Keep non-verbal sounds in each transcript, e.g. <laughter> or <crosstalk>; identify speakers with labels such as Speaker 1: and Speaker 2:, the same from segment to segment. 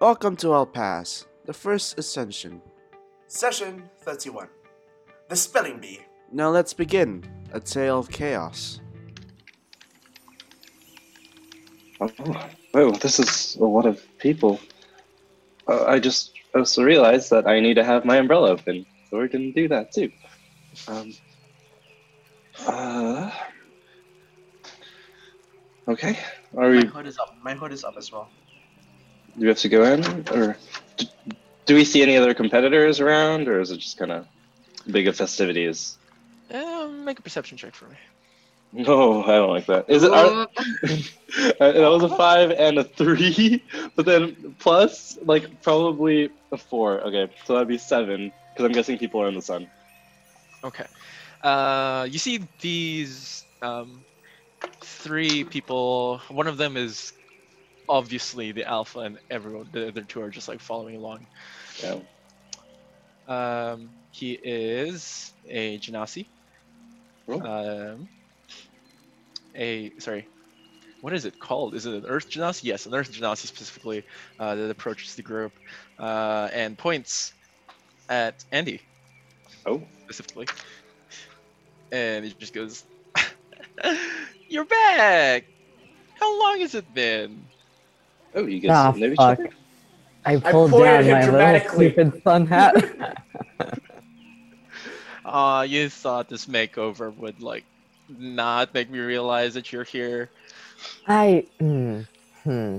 Speaker 1: Welcome to El Pass, the first ascension.
Speaker 2: Session 31 The Spelling Bee.
Speaker 1: Now let's begin a tale of chaos.
Speaker 3: Oh, whoa, this is a lot of people. Uh, I just also realized that I need to have my umbrella open, so we're gonna do that too. Um, uh, okay, are we?
Speaker 2: My
Speaker 3: Do
Speaker 2: hood is up. My hood is up as well.
Speaker 3: we have to go in, or do, do we see any other competitors around, or is it just kind of big of festivities?
Speaker 4: Uh, make a perception check for me.
Speaker 3: <laughs> No, I don't like that. Is it? <laughs> Are, Uh, that was a five and a three, <laughs> but then plus like probably a four. Okay, so that'd be seven because I'm guessing people are in the sun.
Speaker 4: Okay. Uh, you see these um, three people. One of them is obviously the alpha, and everyone the other two are just like following along.
Speaker 3: Yeah.
Speaker 4: Um, he is a Genasi.
Speaker 3: Oh.
Speaker 4: Um, a sorry, what is it called? Is it an Earth Genasi? Yes, an Earth Genasi specifically uh, that approaches the group uh, and points at Andy
Speaker 3: Oh,
Speaker 4: specifically, and he just goes, <laughs> "You're back. How long has it been?"
Speaker 3: oh, you guys
Speaker 5: Ah,
Speaker 3: know each
Speaker 5: fuck.
Speaker 3: other.
Speaker 5: I
Speaker 6: I
Speaker 5: pulled
Speaker 6: pointed
Speaker 5: down
Speaker 6: him
Speaker 5: my little
Speaker 6: dramatically.
Speaker 5: stupid sun hat.
Speaker 4: Aw, you thought this makeover would like not make me realize that you're here.
Speaker 5: I. Hmm, hmm.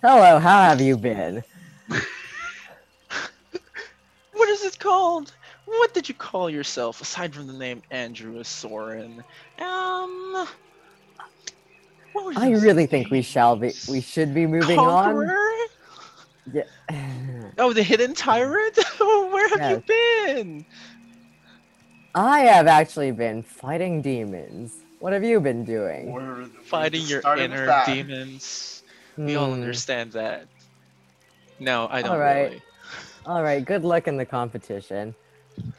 Speaker 5: Hello, how have you been?
Speaker 4: What is it called? What did you call yourself aside from the name Andrew Soren? Um, what was
Speaker 5: I
Speaker 4: your
Speaker 5: really think
Speaker 4: name?
Speaker 5: we shall be. We should be moving on.
Speaker 4: Conqueror?
Speaker 5: Yeah.
Speaker 4: Oh, the hidden tyrant. <laughs> Where have you been?
Speaker 5: <sighs> I have actually been fighting demons. What have you been doing?
Speaker 2: We're we
Speaker 4: Fighting
Speaker 2: just
Speaker 4: your
Speaker 2: started with
Speaker 4: inner
Speaker 2: that.
Speaker 4: demons. We all
Speaker 5: Hmm.
Speaker 4: understand that. No, I don't
Speaker 5: Alright.
Speaker 4: really.
Speaker 5: Hmm. All right. Good luck in the competition.
Speaker 6: Can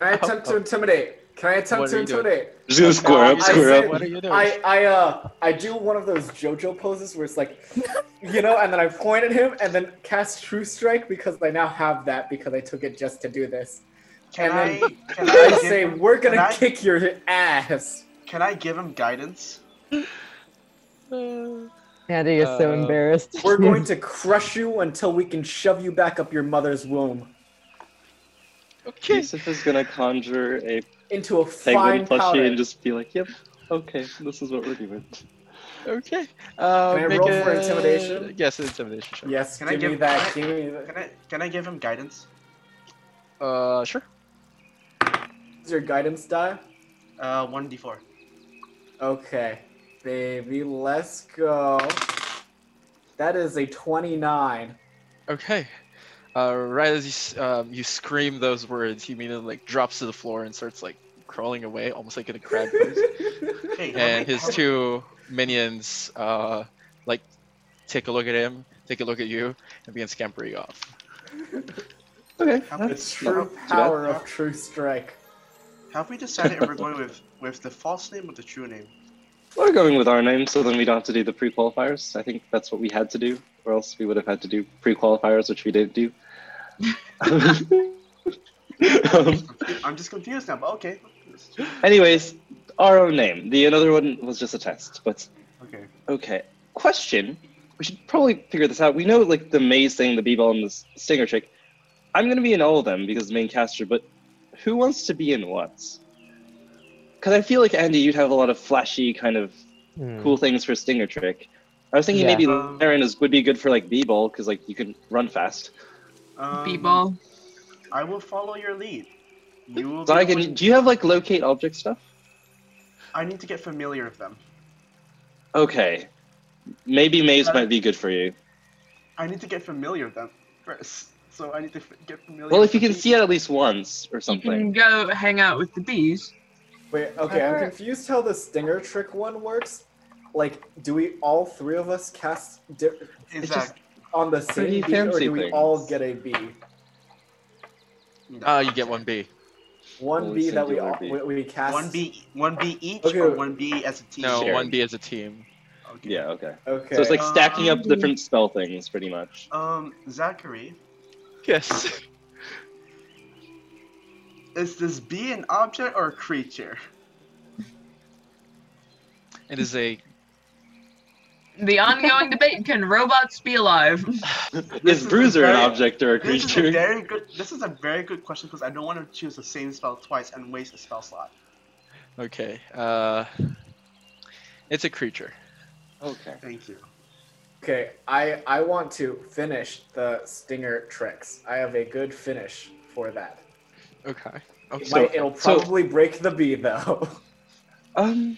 Speaker 6: I attempt to intimidate? Can I attempt
Speaker 4: What
Speaker 6: to
Speaker 4: are you doing?
Speaker 6: intimidate?
Speaker 3: Just gonna square up,
Speaker 6: I
Speaker 3: square
Speaker 6: said-
Speaker 3: up.
Speaker 4: What are you doing?
Speaker 6: I I uh I do one of those JoJo poses where
Speaker 2: <laughs>
Speaker 6: it's like, you know, and then I point at him and then cast True Strike because I now have that because I took it just to do this.
Speaker 2: Can
Speaker 6: And
Speaker 2: I,
Speaker 6: then <laughs>
Speaker 2: can
Speaker 6: I
Speaker 2: I
Speaker 6: say
Speaker 2: give,
Speaker 6: we're gonna
Speaker 2: can I-
Speaker 6: kick your ass.
Speaker 2: Can I give him guidance?
Speaker 4: Uh,
Speaker 5: Andy is so
Speaker 4: Uh,
Speaker 5: embarrassed. <laughs>
Speaker 6: We're going to crush you until we can shove you back up your mother's womb
Speaker 4: okay.
Speaker 3: Yusuf is gonna conjure a
Speaker 6: into a fine
Speaker 3: penguin plushie and
Speaker 6: powder.
Speaker 3: just be like, "Yep, okay, this is what we're doing."
Speaker 4: Okay. Uh,
Speaker 6: Can I
Speaker 4: make
Speaker 6: roll
Speaker 4: a...
Speaker 6: for intimidation?
Speaker 4: Yes, an intimidation. Sure.
Speaker 6: Yes,
Speaker 2: Can
Speaker 6: give,
Speaker 2: I
Speaker 6: me
Speaker 2: give-
Speaker 6: that.
Speaker 2: can
Speaker 6: Give me that.
Speaker 2: Can I can I give him guidance?
Speaker 4: Uh, sure.
Speaker 6: Is your guidance die?
Speaker 2: Uh, one d four.
Speaker 6: Okay, baby, let's go. That is a 29.
Speaker 4: Okay. Uh, right as you s- um, you scream those words, he immediately like drops to the floor and starts like crawling away, almost like in a crab pose.
Speaker 2: Hey, how many-
Speaker 4: and his
Speaker 2: how-
Speaker 4: two minions uh, like take a look at him, take a look at you, and begin scampering off.
Speaker 3: Okay,
Speaker 2: How
Speaker 6: The
Speaker 2: many-
Speaker 3: that's
Speaker 6: true
Speaker 3: not too bad.
Speaker 6: power of True Strike.
Speaker 2: Have we decided if we're going with with the false name or the true name?
Speaker 3: We're going with our name, so then we don't have to do the pre-qualifiers. I think that's what we had to do, or else we would have had to do pre-qualifiers, which we didn't do. um,
Speaker 2: I'm just confused now. But okay.
Speaker 3: anyways, our own name. The another one was just a test, but
Speaker 2: Okay.
Speaker 3: okay. Question: We should probably figure this out. We know like the maze thing, the b-ball, and the s- stinger trick. I'm gonna be in all of them because the main caster. But who wants to be in what? Because I feel like Andy, you'd have a lot of flashy kind of
Speaker 5: Hmm.
Speaker 3: cool things for stinger trick. I was thinking
Speaker 5: Yeah.
Speaker 3: maybe
Speaker 2: Um,
Speaker 3: Laren is would be good for like b-ball because like you can run fast.
Speaker 2: Um,
Speaker 7: B-ball.
Speaker 2: I will follow your lead. You will.
Speaker 3: So I
Speaker 2: be the
Speaker 3: can.
Speaker 2: one-
Speaker 3: Do you have like locate object stuff?
Speaker 2: I need to get familiar with them.
Speaker 3: Okay, maybe maze
Speaker 2: Uh,
Speaker 3: might be good for you.
Speaker 2: I need to get familiar with them first. So I need to f- get familiar.
Speaker 3: Well,
Speaker 2: with
Speaker 3: if you
Speaker 2: the
Speaker 3: can
Speaker 2: bees.
Speaker 3: see it at least once or
Speaker 7: You
Speaker 3: something.
Speaker 7: can go hang out with the bees.
Speaker 6: Wait, okay, I'm
Speaker 7: Alright.
Speaker 6: confused how the stinger trick one works. Like, do we all three of us cast di-
Speaker 2: Is
Speaker 6: it's just-
Speaker 2: that
Speaker 6: on the same
Speaker 3: Pretty
Speaker 6: beat, or
Speaker 3: fancy
Speaker 6: do we
Speaker 3: things.
Speaker 6: all get a B?
Speaker 4: Uh, you get one B.
Speaker 6: One
Speaker 3: Only
Speaker 6: B that we
Speaker 3: singular
Speaker 6: all
Speaker 3: B.
Speaker 6: we, we cast.
Speaker 2: one B, one B each,
Speaker 6: Okay.
Speaker 2: or one B as a team?
Speaker 4: No,
Speaker 3: Shared.
Speaker 4: one B as a team.
Speaker 2: Okay.
Speaker 3: Yeah, okay.
Speaker 6: Okay.
Speaker 3: So it's like stacking up different spell things, pretty much.
Speaker 2: Um, Zachary,
Speaker 4: Yes.
Speaker 2: is this bee an object or a creature?
Speaker 4: It is a.
Speaker 7: The ongoing debate can robots
Speaker 4: <laughs>
Speaker 7: be alive?
Speaker 2: This
Speaker 3: is
Speaker 2: is
Speaker 3: Bruiser
Speaker 2: very-
Speaker 3: an object or a
Speaker 2: This is a
Speaker 3: creature?
Speaker 2: very good. This is a very good question because I don't want to choose the same spell twice and waste a spell slot.
Speaker 4: Okay. Uh, it's a creature.
Speaker 3: Okay.
Speaker 2: Thank you.
Speaker 6: Okay, I I want to finish the stinger tricks. I have a good finish for that.
Speaker 4: Okay. Okay.
Speaker 6: It
Speaker 3: So-
Speaker 6: might- it'll
Speaker 3: so-
Speaker 6: probably break the bee though. <laughs>
Speaker 3: Um.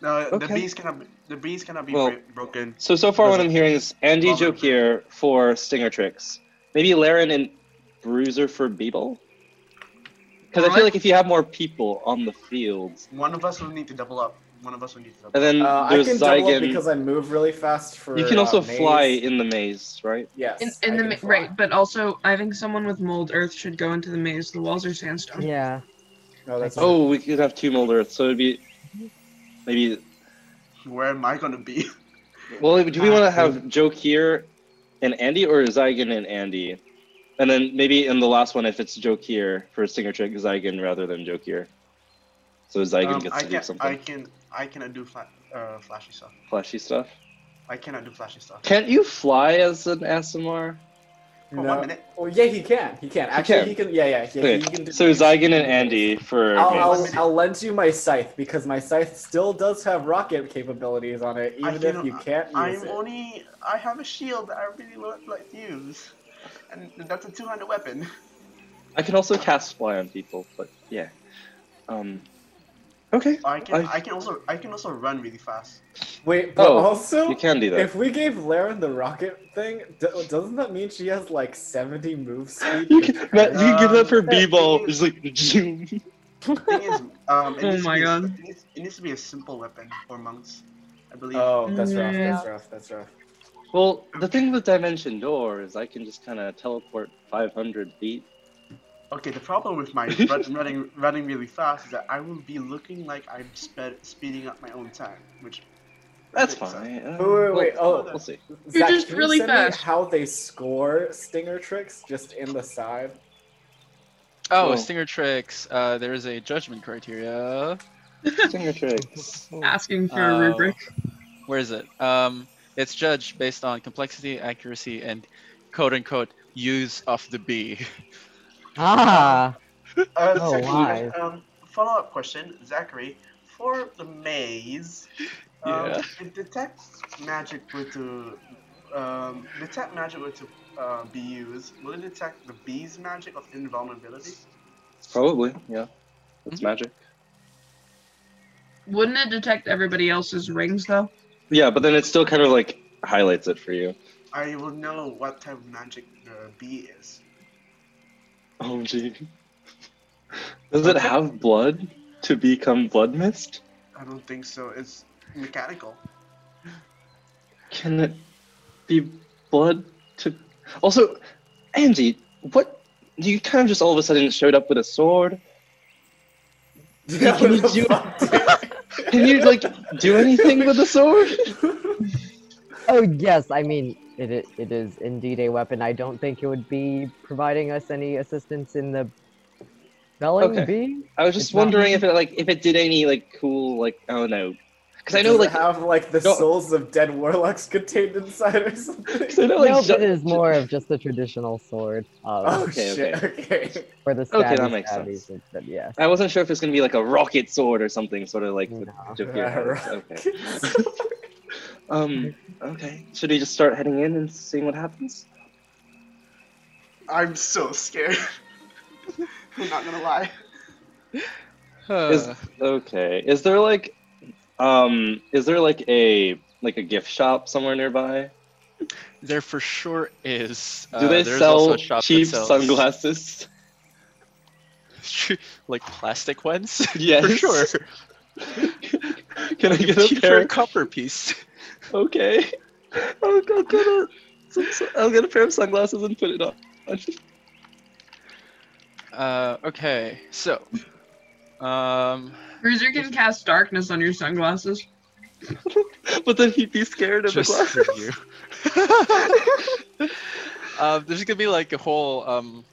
Speaker 2: No, Uh, the
Speaker 3: Okay.
Speaker 2: bees cannot. The bees cannot be
Speaker 3: Well-
Speaker 2: bra- broken.
Speaker 3: So so far, what I'm hearing is Andy
Speaker 2: Well-
Speaker 3: Jokier for Stinger Tricks, maybe Laren and Bruiser for Beeble. Because I feel
Speaker 7: Alright.
Speaker 3: like if you have more people on the field,
Speaker 2: One of us will need to double up. One of us will need to double.
Speaker 3: and then
Speaker 6: Uh, I
Speaker 3: there's
Speaker 6: can double up
Speaker 3: Zygon.
Speaker 6: because I move really fast for.
Speaker 3: you can also
Speaker 6: uh, maze.
Speaker 3: fly in the maze, right?
Speaker 6: Yes.
Speaker 7: In, in
Speaker 6: I
Speaker 7: the
Speaker 6: can
Speaker 7: ma-
Speaker 6: fly.
Speaker 7: right, but also I think someone with mold earth should go into the maze. The walls are sandstone.
Speaker 5: Yeah.
Speaker 6: No, that's oh.
Speaker 3: Oh, we could have two Mold Earth, so it'd be maybe.
Speaker 2: up. Where am I gonna be?
Speaker 3: Well, do
Speaker 6: Ah,
Speaker 3: we want to have Jokier and Andy, or Zygon and Andy? And then maybe in the last one, if it's Jokier for Stinger Trick, Zygon rather than Jokier. So Zygon
Speaker 2: Um,
Speaker 3: gets
Speaker 2: I
Speaker 3: to do
Speaker 2: can.
Speaker 3: something
Speaker 2: I can. I cannot do fla- uh, flashy stuff.
Speaker 3: flashy stuff.
Speaker 2: I cannot do flashy stuff.
Speaker 3: Can't you fly as an ASMR?
Speaker 2: For
Speaker 6: No.
Speaker 2: one minute.
Speaker 6: Well, yeah, he can. He can. Actually,
Speaker 3: can.
Speaker 6: he can. Yeah, yeah, yeah.
Speaker 3: Okay.
Speaker 6: He can do-
Speaker 3: So Zygon and Andy for
Speaker 6: I'll,
Speaker 3: maze.
Speaker 6: I'll, I'll lend you my scythe because my scythe still does have rocket capabilities on it,
Speaker 2: I
Speaker 6: even if
Speaker 2: cannot-
Speaker 6: you can't use
Speaker 2: I'm
Speaker 6: it.
Speaker 2: only. I have a shield that I really would like to use, and that's a 200 weapon.
Speaker 3: I can also cast fly on people, but yeah. Um. Okay,
Speaker 2: I can.
Speaker 3: I-
Speaker 2: I can also. I can also run really fast.
Speaker 6: Wait, but
Speaker 3: Oh,
Speaker 6: also,
Speaker 3: you can do that.
Speaker 6: if we gave Laren the rocket thing, d- doesn't that mean she has like 70 move speed? Uh,
Speaker 3: You can, Matt, you can give that for
Speaker 2: Um,
Speaker 3: B ball.
Speaker 2: yeah.
Speaker 3: It's like zoom.
Speaker 2: thing is, um, it
Speaker 7: <laughs> Oh
Speaker 2: needs to
Speaker 7: my
Speaker 2: be a-
Speaker 7: God.
Speaker 2: it needs- it needs to be a simple weapon for monks, I believe.
Speaker 6: Oh, that's rough. That's
Speaker 7: Yeah.
Speaker 6: rough. That's rough.
Speaker 3: Well, the thing with Dimension Door is I can just kind of teleport 500 feet.
Speaker 2: Okay, the problem with
Speaker 7: <laughs>
Speaker 2: my run, running running really fast is that I will be looking like I'm sped, speeding up my own time, which
Speaker 3: That's
Speaker 2: makes sense.
Speaker 3: fine. Uh,
Speaker 6: Wait, wait, wait,
Speaker 3: we'll-
Speaker 6: oh.
Speaker 3: we'll see.
Speaker 7: You're just
Speaker 6: can
Speaker 7: really
Speaker 6: send
Speaker 7: fast.
Speaker 6: Me how they score stinger tricks just in the side?
Speaker 4: Oh,
Speaker 3: Cool.
Speaker 4: Stinger Tricks. Uh, there is a judgment criteria.
Speaker 3: Stinger tricks.
Speaker 7: Asking for
Speaker 4: Uh,
Speaker 7: a rubric.
Speaker 4: Where is it? Um, it's judged based on complexity, accuracy, and quote unquote use of the bee.
Speaker 5: Ah.
Speaker 2: Uh,
Speaker 5: Oh,
Speaker 2: second
Speaker 5: why?
Speaker 2: que- Um, follow up question, Zachary. For the maze, um,
Speaker 4: Yeah.
Speaker 2: if detect magic were to um, detect magic were to uh, be used, will it detect the bee's magic of invulnerability?
Speaker 3: Probably, yeah. It's magic.
Speaker 7: Wouldn't it detect everybody else's rings though?
Speaker 3: Yeah, but then it still kind of like highlights it for you.
Speaker 2: I will know what type of magic the bee is.
Speaker 3: OMG. <laughs> Does it have blood to become blood mist?
Speaker 2: I don't think so. It's mechanical.
Speaker 3: Can it be blood to. Also, Andy, what. You kind of just all of a sudden showed up with a sword. <laughs> Can you do- Can you, like, <laughs> do anything with a sword?
Speaker 5: Oh yes. I mean, it i- it is indeed a weapon. I don't think it would be providing us any assistance in the spelling
Speaker 3: Okay.
Speaker 5: bee.
Speaker 3: I was just
Speaker 5: It's not-
Speaker 3: wondering if it, like, if it did any, like, cool, like, I don't know. Because I know,
Speaker 6: Does
Speaker 3: like.
Speaker 6: it have like the
Speaker 3: No.
Speaker 6: souls of dead warlocks contained inside or
Speaker 3: <laughs>
Speaker 6: something.
Speaker 3: <laughs> 'cause I know, like,
Speaker 5: No,
Speaker 3: ju-
Speaker 5: but it is more of just a traditional sword. Uh,
Speaker 6: Oh
Speaker 3: Okay,
Speaker 6: shit. Okay.
Speaker 5: for the
Speaker 3: Okay, that
Speaker 5: stabby
Speaker 3: makes
Speaker 5: stabbies
Speaker 3: sense.
Speaker 5: and stuff, yeah.
Speaker 3: I wasn't sure if it's gonna be like a rocket sword or something, sort of like the
Speaker 5: No.
Speaker 3: joke here. Okay.
Speaker 6: Rockets.
Speaker 3: <laughs> Um. Okay. Should we just start heading in and seeing what happens?
Speaker 2: I'm so scared. <laughs> I'm not gonna lie.
Speaker 3: Is-
Speaker 4: Uh,
Speaker 3: Okay. Is there like, um, is there like a like a gift shop somewhere nearby?
Speaker 4: There for sure is.
Speaker 3: Do
Speaker 4: Uh,
Speaker 3: they
Speaker 4: there's also
Speaker 3: sell
Speaker 4: a shop that
Speaker 3: cheap
Speaker 4: sells-
Speaker 3: sunglasses?
Speaker 4: <laughs> like
Speaker 3: <laughs>
Speaker 4: plastic ones? <laughs>
Speaker 3: Yes.
Speaker 4: for sure.
Speaker 3: Can I get a
Speaker 4: Cheap for
Speaker 3: pair?
Speaker 4: a copper piece.
Speaker 3: Okay. <laughs> Oh, I'll, I'll get a, some, I'll get a pair of sunglasses and put it on.
Speaker 4: Uh, okay, so. Um,
Speaker 7: Bruiser can cast darkness on your sunglasses.
Speaker 3: but then he'd be scared of
Speaker 4: just
Speaker 3: the
Speaker 4: for
Speaker 3: glass.
Speaker 4: you. <laughs> um, there's gonna be like a whole um,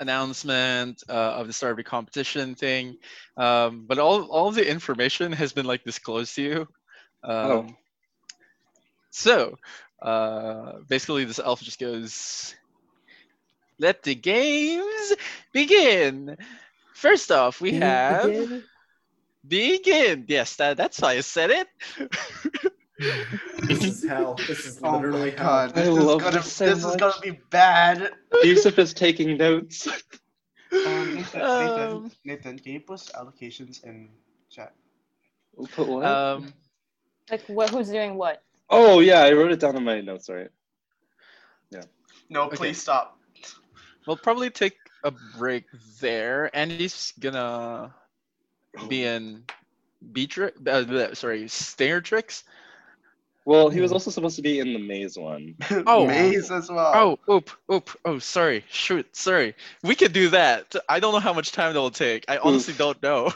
Speaker 4: announcement uh, of the Starby competition thing, um, but all all of the information has been like disclosed to you.
Speaker 3: Oh.
Speaker 4: Um, So uh, basically, this elf just goes, "Let the games begin." First off, we have begin. Yes, that, that's how I said it.
Speaker 6: This is hell. This is
Speaker 2: Oh my
Speaker 6: literally hell.
Speaker 2: god, this,
Speaker 3: I
Speaker 2: is
Speaker 3: love
Speaker 2: gonna,
Speaker 3: this so
Speaker 2: this is
Speaker 3: much.
Speaker 2: gonna be bad.
Speaker 3: Oh. Yusuf is taking notes. <laughs>
Speaker 2: Um, Nathan,
Speaker 4: Um.
Speaker 2: Nathan, Nathan, can you post allocations in chat?
Speaker 3: We'll put what?
Speaker 4: Um,
Speaker 8: Like, what, who's doing what?
Speaker 3: oh yeah, I wrote it down in my notes. All right.
Speaker 2: No,
Speaker 4: Okay.
Speaker 2: please stop.
Speaker 4: We'll probably take a break there. Andy's gonna be in Beatrix. Uh, bleh, sorry, Stinger Tricks.
Speaker 3: Well, he was also supposed to be in the maze one.
Speaker 4: Oh.
Speaker 2: Maze as well.
Speaker 4: Oh, oop, oop. Oh, sorry. Shoot, sorry. We could do that. I don't know how much time that'll take. I honestly don't know.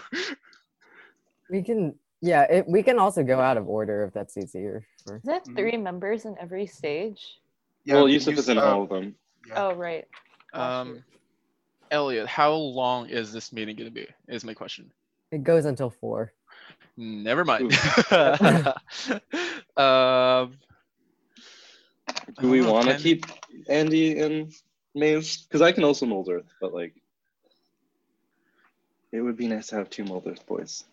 Speaker 5: We can, yeah, it, we can also go out of order if that's easier. for-
Speaker 8: Is that
Speaker 2: Mhm.
Speaker 8: three members in every stage?
Speaker 2: Yeah,
Speaker 3: well,
Speaker 2: we
Speaker 3: Yusuf
Speaker 2: use,
Speaker 3: is in
Speaker 2: uh,
Speaker 3: all of them.
Speaker 2: yeah.
Speaker 8: Oh, right.
Speaker 4: Um, Elliot, how long is this meeting gonna be? Is my question.
Speaker 5: It goes until four.
Speaker 4: Never mind. <laughs> um,
Speaker 3: Do we
Speaker 4: Oh,
Speaker 3: want to
Speaker 4: Ken.
Speaker 3: keep Andy in maze? Because I can also mold Earth, but like, it would be nice to have two mold Earth boys.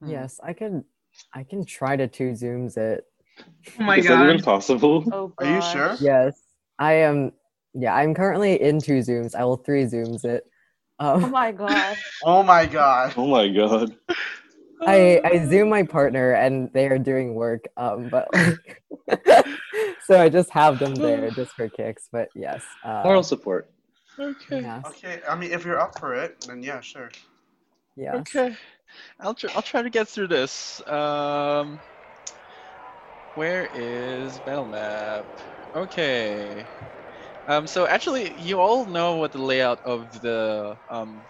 Speaker 4: Hmm.
Speaker 5: Yes, I can. I can try to two zooms it.
Speaker 7: Oh my
Speaker 3: is that even
Speaker 7: god.
Speaker 3: possible? <laughs>
Speaker 8: Oh,
Speaker 2: Are you
Speaker 8: gosh.
Speaker 2: sure?
Speaker 5: Yes, I am. Yeah, I'm currently in two zooms. I will three zooms it.
Speaker 8: Oh
Speaker 5: Um,
Speaker 8: my gosh.
Speaker 2: Oh my god.
Speaker 3: Oh my god.
Speaker 4: <laughs>
Speaker 5: I I zoom my partner and they are doing work. Um, but like, <laughs> so I just have them there just for kicks. But yes. Uh,
Speaker 3: Moral support.
Speaker 4: Okay.
Speaker 5: yes,
Speaker 2: Okay, I mean, if you're up for it, then yeah, sure.
Speaker 5: yes.
Speaker 4: Okay, I'll tr- I'll try to get through this. Um, where is battle map? Okay. Um, so actually, you all know what the layout of the um,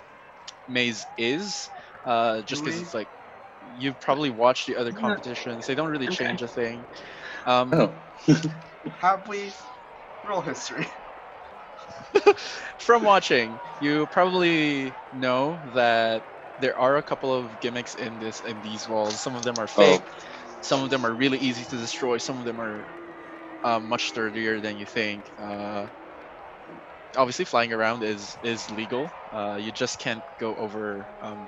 Speaker 4: maze is, uh, just
Speaker 2: Do
Speaker 4: because
Speaker 2: we?
Speaker 4: it's like you've probably watched the other
Speaker 7: Yeah.
Speaker 4: competitions. They don't really
Speaker 7: Okay.
Speaker 4: change a thing. Um,
Speaker 3: Oh.
Speaker 2: Have we roll history?
Speaker 4: from watching, you probably know that there are a couple of gimmicks in this in these walls. Some of them are fake. Some of them are really easy to destroy. Some of them are uh, much sturdier than you think. Uh, obviously, flying around is is legal. Uh, you just can't go over um,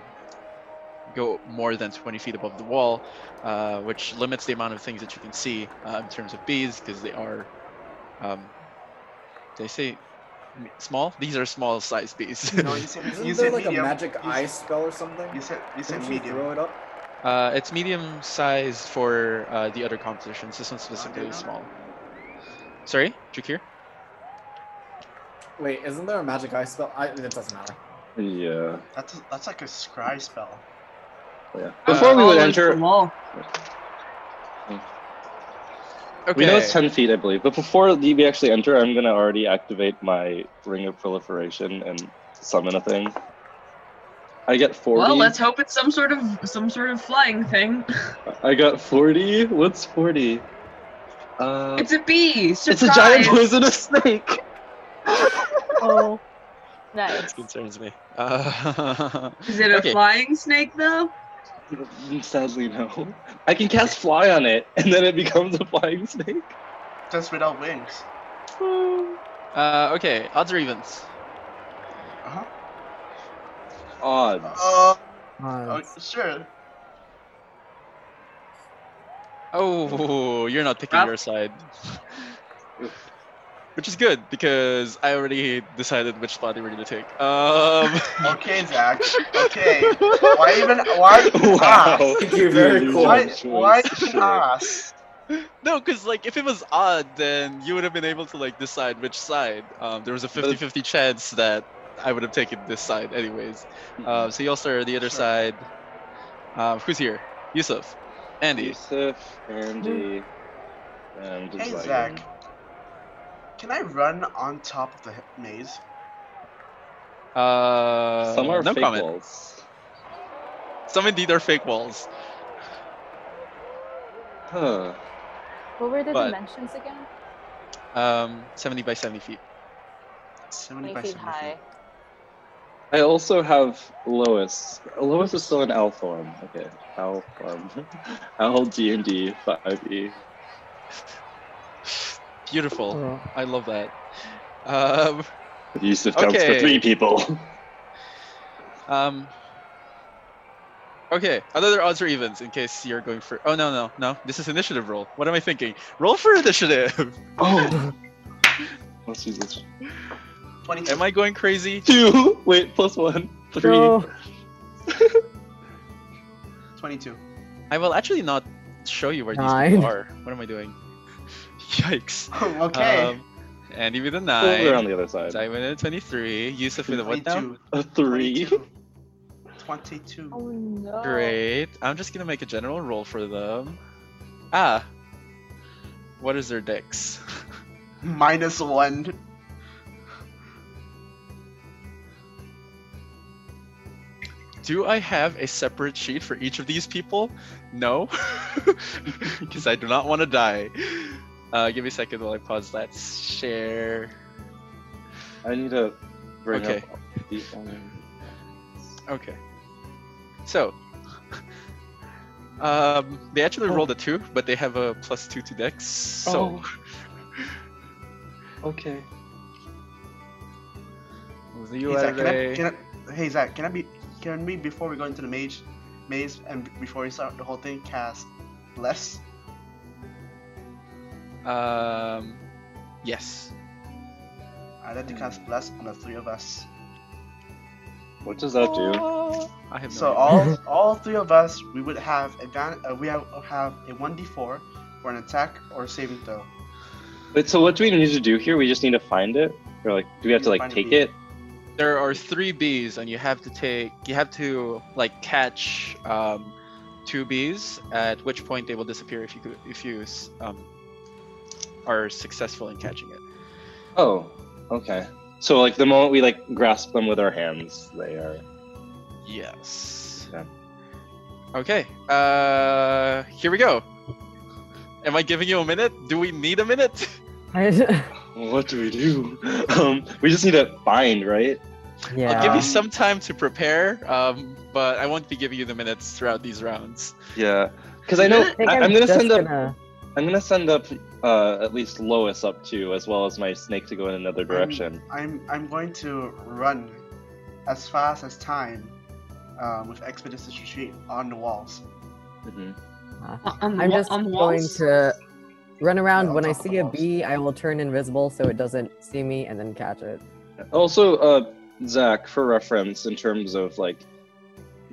Speaker 4: go more than 20 feet above the wall, uh, which limits the amount of things that you can see uh, in terms of bees because they are. Um, they say m- small. These are small size bees.
Speaker 2: No, you said, you
Speaker 6: Isn't there
Speaker 2: said
Speaker 6: like a
Speaker 2: medium.
Speaker 6: magic
Speaker 2: you,
Speaker 6: eye spell or something?
Speaker 2: You said you said
Speaker 6: Didn't you
Speaker 2: medium.
Speaker 6: throw it up?
Speaker 4: <laughs> Uh, it's medium size for uh, the other competitions. This one's specifically
Speaker 2: no.
Speaker 4: small. Sorry, Jakir.
Speaker 6: Wait, isn't there a magic eye spell? I, it
Speaker 2: <laughs>
Speaker 6: doesn't matter.
Speaker 3: Yeah.
Speaker 7: Uh,
Speaker 2: That's that's like a scry spell.
Speaker 3: yeah. Before we
Speaker 7: All
Speaker 3: would
Speaker 7: is
Speaker 3: enter,
Speaker 7: Oh, the law.
Speaker 4: Okay.
Speaker 3: we know it's 10 feet, I believe. But before we actually enter, I'm going to already activate my Ring of Proliferation and summon a thing. I get 40.
Speaker 7: Well, let's hope it's some sort of some sort of flying thing.
Speaker 3: Uh, I got 40. What's 40? Uh,
Speaker 7: It's a bee.
Speaker 3: it's a giant
Speaker 7: Surprise!
Speaker 3: poisonous snake. <laughs>
Speaker 8: Oh, nice.
Speaker 4: That concerns me. <laughs> Uh, <laughs>
Speaker 7: Is it a
Speaker 4: Okay.
Speaker 7: flying snake though?
Speaker 3: Sadly, no. I can cast fly on it, and then it becomes a flying snake.
Speaker 2: Just without wings.
Speaker 4: uh, okay, odds or evens.
Speaker 2: Uh-huh.
Speaker 3: Odds.
Speaker 2: Uh,
Speaker 5: Uh,
Speaker 2: oh, sure.
Speaker 4: Oh, you're not picking
Speaker 7: Rough.
Speaker 4: your side. Which is good because I already decided which spot they were gonna take. Um, <laughs>
Speaker 2: Okay, Zach. Okay. Why even why even
Speaker 3: <laughs> wow.
Speaker 2: ask?
Speaker 6: You're very cool.
Speaker 2: Why
Speaker 3: Choice,
Speaker 2: why even
Speaker 3: sure. <laughs>
Speaker 2: ask?
Speaker 4: no, because like if it was odd, then you would have been able to like decide which side. Um, there was a 50-50 chance that I would have taken this side anyways. Uh, so you all start the other
Speaker 2: Sure.
Speaker 4: side. Uh, who's here? Yusuf, Andy.
Speaker 3: Yusuf, Andy, and
Speaker 2: Hey
Speaker 3: Zygon.
Speaker 2: Zach. Can I run on top of the h- maze?
Speaker 4: Uh,
Speaker 3: Some are
Speaker 4: no
Speaker 3: fake
Speaker 4: comment.
Speaker 3: walls.
Speaker 4: Some indeed are fake walls.
Speaker 3: Huh.
Speaker 8: What were the
Speaker 4: But-
Speaker 8: dimensions again?
Speaker 4: Um, 70 by 70 feet.
Speaker 2: 70
Speaker 8: 20
Speaker 2: by
Speaker 8: feet
Speaker 2: 70
Speaker 8: high.
Speaker 3: I also have Lois. Lois is still in L form. Okay, L <laughs> form. L D and D five E.
Speaker 4: Beautiful.
Speaker 5: Oh.
Speaker 4: I love that. Um,
Speaker 3: Use of counts for
Speaker 4: Okay.
Speaker 3: three people. <laughs>
Speaker 4: um, okay, are there odds or evens in case you're going for. Oh, no, no, no. This is initiative roll. What am I thinking? Roll for initiative. <laughs>
Speaker 3: Oh. Let's use this.
Speaker 2: 20
Speaker 4: am I going crazy?
Speaker 3: Two. Wait, plus one. Three.
Speaker 5: No.
Speaker 4: <laughs>
Speaker 2: 22.
Speaker 4: I will actually not show you where these
Speaker 5: Nine.
Speaker 4: people are. What am I doing? <laughs> Yikes.
Speaker 2: okay.
Speaker 4: Um, and even a
Speaker 3: Well, We're on
Speaker 4: 9.
Speaker 3: the other side.
Speaker 4: I went in 23. Yusuf with a what now?
Speaker 2: 22.
Speaker 3: A three.
Speaker 2: 22. 22.
Speaker 8: Oh no.
Speaker 4: Great. I'm just gonna make a general roll for them. Ah. What is their <laughs> dex?
Speaker 2: Minus one.
Speaker 4: Do I have a separate sheet for each of these people? No. <laughs> Because I do not want to die. Uh, give me a second while I pause that. Share.
Speaker 3: I need to bring
Speaker 4: Okay.
Speaker 3: up the um,
Speaker 4: Okay. So. Um, they actually rolled a two, but they have a plus two to dex. So
Speaker 3: Okay.
Speaker 4: you
Speaker 2: Hey,
Speaker 4: are
Speaker 2: Zach, can I,
Speaker 4: a-
Speaker 2: can I, hey Zach, can I be can we before we go into the mage maze and before we start the whole thing cast bless?
Speaker 4: Um, yes.
Speaker 2: I'd like to
Speaker 8: Hmm.
Speaker 2: cast bless on the three of us.
Speaker 3: What does that do?
Speaker 4: I have no
Speaker 2: So
Speaker 4: idea.
Speaker 2: all
Speaker 4: <laughs>
Speaker 2: all three of us we would have advan- uh, we have, have a one d four for an attack or saving throw.
Speaker 3: But so what do we need to do here? We just need to find it, or like, do we have to like
Speaker 2: Find a
Speaker 3: take
Speaker 2: bee.
Speaker 3: it?
Speaker 4: there are three bees and you have to take you have to like catch um, two bees at which point they will disappear if you could- if you s- um, are successful in catching it
Speaker 3: Oh, okay. So like the moment we like grasp them with our hands, they are.
Speaker 4: yes
Speaker 3: Yeah.
Speaker 4: okay uh here we go am i giving you a minute do we need a minute
Speaker 5: I- <laughs>
Speaker 3: What do we do? <laughs> um, we just need to find, right?
Speaker 4: i'll give
Speaker 5: yeah.
Speaker 4: you some time to prepare um, but i won't be giving you the minutes throughout these rounds
Speaker 3: Yeah. Because I know
Speaker 5: I think
Speaker 3: I, am gonna
Speaker 5: just
Speaker 3: send up.
Speaker 5: gonna-
Speaker 3: I'm gonna send up uh, at least Lois up too, as well as my snake to go in another
Speaker 5: Um,
Speaker 3: direction.
Speaker 2: I'm I'm going to run as fast as time um, with expeditious retreat on the walls.
Speaker 3: Mhm.
Speaker 7: On the
Speaker 5: I'm
Speaker 7: wa-
Speaker 5: just
Speaker 7: on the
Speaker 5: going
Speaker 7: walls?
Speaker 5: to run around.
Speaker 2: No,
Speaker 5: when I
Speaker 2: it's on the
Speaker 5: see a
Speaker 2: walls.
Speaker 5: bee, I will turn invisible so it doesn't see me and then catch it.
Speaker 3: Also, uh, Zach, for reference, in terms of like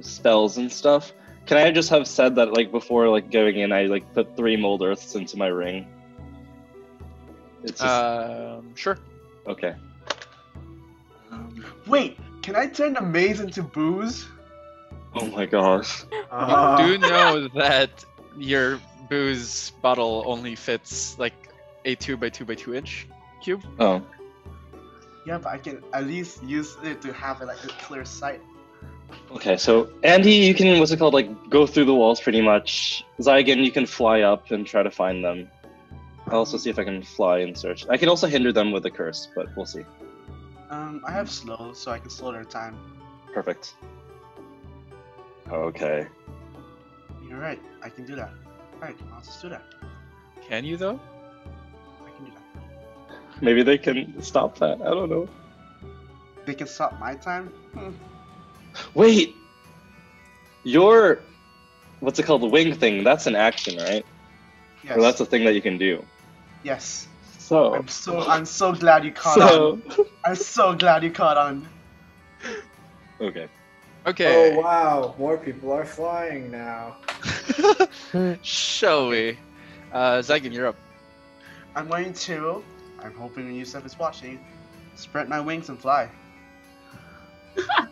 Speaker 3: spells and stuff, can I just have said that like before like going in, I like put three mold earths into my ring. It's just,
Speaker 4: um, sure
Speaker 3: okay.
Speaker 2: Wait, can I turn the maze into booze?
Speaker 3: Oh my gosh. Uh-huh.
Speaker 2: Uh,
Speaker 4: do know that your booze bottle only fits like a two by two by two inch cube.
Speaker 3: Oh,
Speaker 2: yeah, but I can at least use it to have like a clear sight.
Speaker 3: okay. So Andy, you can what's it called? Like go through the walls pretty much. Zygon, you can fly up and try to find them. I'll also see if I can fly and search. I can also hinder them with a curse, but we'll see.
Speaker 2: Um, I have slow, so I can slow their time.
Speaker 3: Perfect. Okay.
Speaker 2: You're right, I can do that. Alright, I'll just do that.
Speaker 4: Can you though?
Speaker 2: I can do that.
Speaker 3: Maybe they can stop that. I don't know.
Speaker 2: They can stop my time? Hmm.
Speaker 3: Wait, your what's it called? The wing thing. That's an action, right?
Speaker 2: Yes.
Speaker 3: Or that's a thing that you can do.
Speaker 2: yes.
Speaker 3: So,
Speaker 2: I'm so I'm so glad you caught on.
Speaker 3: so
Speaker 2: I'm so glad you caught on.
Speaker 3: okay.
Speaker 4: Okay.
Speaker 6: Oh wow, more people are flying now.
Speaker 4: <laughs> Shall we? Uh, Zygon, you're up.
Speaker 2: I'm going to I'm hoping Yusef is watching. eh, Spread my wings and fly.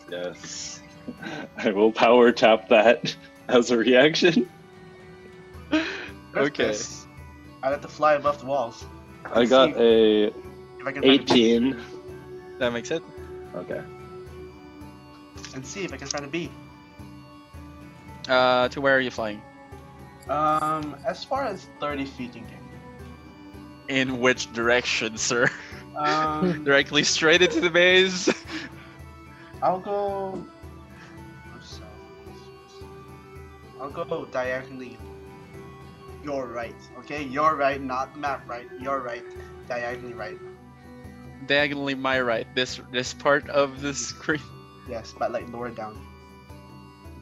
Speaker 3: Yes, <laughs> I will power tap that <laughs> as a reaction.
Speaker 2: Earth
Speaker 4: Okay.
Speaker 2: kiss. I let to fly above the walls.
Speaker 3: I got a
Speaker 2: If I can find a bee,
Speaker 3: eighteen.
Speaker 4: That makes it.
Speaker 3: Okay.
Speaker 2: and see if I can find a bee.
Speaker 4: Uh, to where are you flying?
Speaker 2: Um, as far as 30 feet in game.
Speaker 4: In which direction, sir?
Speaker 2: Um,
Speaker 3: <laughs>
Speaker 4: <laughs> Directly straight into the maze? <laughs>
Speaker 2: I'll go. I'll go diagonally. Your right, okay? Your right, not map right. Your right, diagonally right.
Speaker 4: Diagonally my right. This this part of the screen.
Speaker 2: Yes, but like lower down.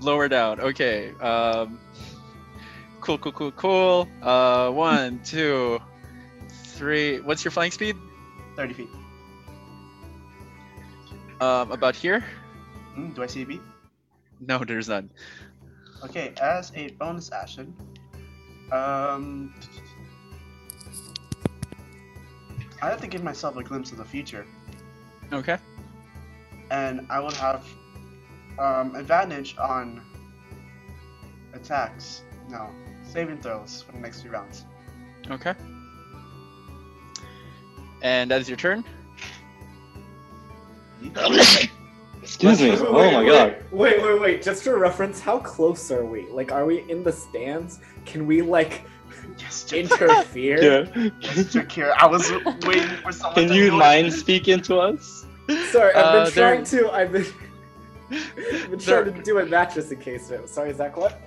Speaker 4: Lower down. Okay. Um, cool, cool, cool, cool. Uh, one, two, three. What's your flying speed?
Speaker 2: 30 feet.
Speaker 4: Um, about here?
Speaker 2: Hmm, do I see a beat?
Speaker 4: No, there's none.
Speaker 2: Okay, as a bonus action, um, I have to give myself a glimpse of the future,
Speaker 4: Okay.
Speaker 2: and I will have um, advantage on attacks. No, saving throws for the next few rounds.
Speaker 4: Okay. And that is your turn.
Speaker 3: Excuse me.
Speaker 6: Wait,
Speaker 3: Oh my
Speaker 6: wait,
Speaker 3: god.
Speaker 6: Wait, wait, wait. Just for reference, how close are we? Like, are we in the stands? Can
Speaker 4: <laughs>
Speaker 6: we like
Speaker 2: Yes, Jake.
Speaker 6: interfere?
Speaker 3: Yeah.
Speaker 2: Yes, Jake here. I was waiting for someone.
Speaker 3: Can
Speaker 2: to
Speaker 3: you
Speaker 2: do it.
Speaker 3: mind speak into us?
Speaker 6: Sorry, I've been
Speaker 4: Uh, there-
Speaker 6: trying to. I've been, I've been
Speaker 4: There-
Speaker 6: trying to do a match just in case. but- Sorry, Zach. What?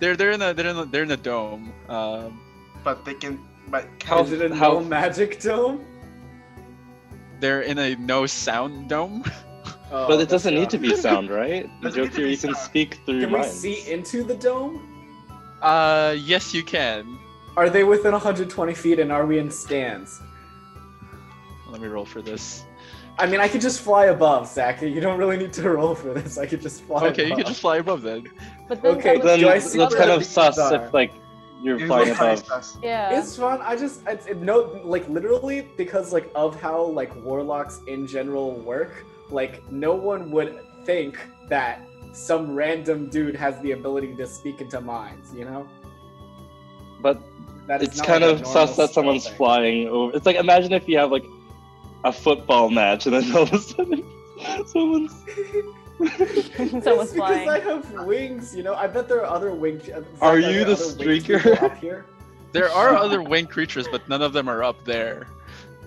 Speaker 4: They're they're in the they're in the, they're in the dome. Um,
Speaker 2: But they can. But
Speaker 3: How-
Speaker 6: Is it a
Speaker 3: how-
Speaker 6: no magic dome?
Speaker 4: they're in a no sound dome. <laughs>
Speaker 6: Oh,
Speaker 3: But it
Speaker 6: that's
Speaker 3: doesn't need
Speaker 6: rough.
Speaker 3: to be sound, right? The
Speaker 2: Doesn't need
Speaker 3: joke
Speaker 2: to
Speaker 3: here,
Speaker 2: be
Speaker 3: you can
Speaker 2: sound.
Speaker 3: speak through
Speaker 6: Can we
Speaker 3: minds.
Speaker 6: see into the dome?
Speaker 4: Uh, yes, you can.
Speaker 6: Are they within 120 feet, and are we in stands?
Speaker 4: Let me roll for this.
Speaker 6: I mean, I could just fly above, Zach. You don't really need to roll for this. I could just fly.
Speaker 4: Okay, you
Speaker 6: above.
Speaker 4: can just fly above then.
Speaker 8: But then
Speaker 6: Okay,
Speaker 8: that would
Speaker 3: Then
Speaker 8: be
Speaker 6: Do I
Speaker 3: that's
Speaker 6: see
Speaker 8: another-
Speaker 3: kind
Speaker 6: where
Speaker 3: of
Speaker 6: these
Speaker 3: sus
Speaker 6: are?
Speaker 3: if like you're
Speaker 2: It
Speaker 3: flying
Speaker 2: looks like
Speaker 3: above.
Speaker 2: us.
Speaker 8: <laughs> Yeah.
Speaker 6: It's fun. I just it's, it, no like literally because like of how like warlocks in general work. Like no one would think that some random dude has the ability to speak into minds. You know,
Speaker 3: But
Speaker 6: that is
Speaker 3: it's
Speaker 6: not
Speaker 3: kind
Speaker 6: like a
Speaker 3: of sus
Speaker 6: normal
Speaker 3: that someone's
Speaker 6: thing.
Speaker 3: flying over. It's like imagine if you have like a football match and then all of a sudden <laughs> someone's
Speaker 6: <laughs>
Speaker 8: Someone's
Speaker 6: it's because
Speaker 8: flying.
Speaker 6: I have wings. You know, I bet there are other winged.
Speaker 3: Are
Speaker 6: Zach,
Speaker 3: you
Speaker 6: there
Speaker 3: the
Speaker 6: other winged
Speaker 3: streaker?
Speaker 6: people Up
Speaker 3: <laughs>
Speaker 6: here?
Speaker 4: There
Speaker 6: <laughs>
Speaker 4: are other winged creatures, but none of them are up there.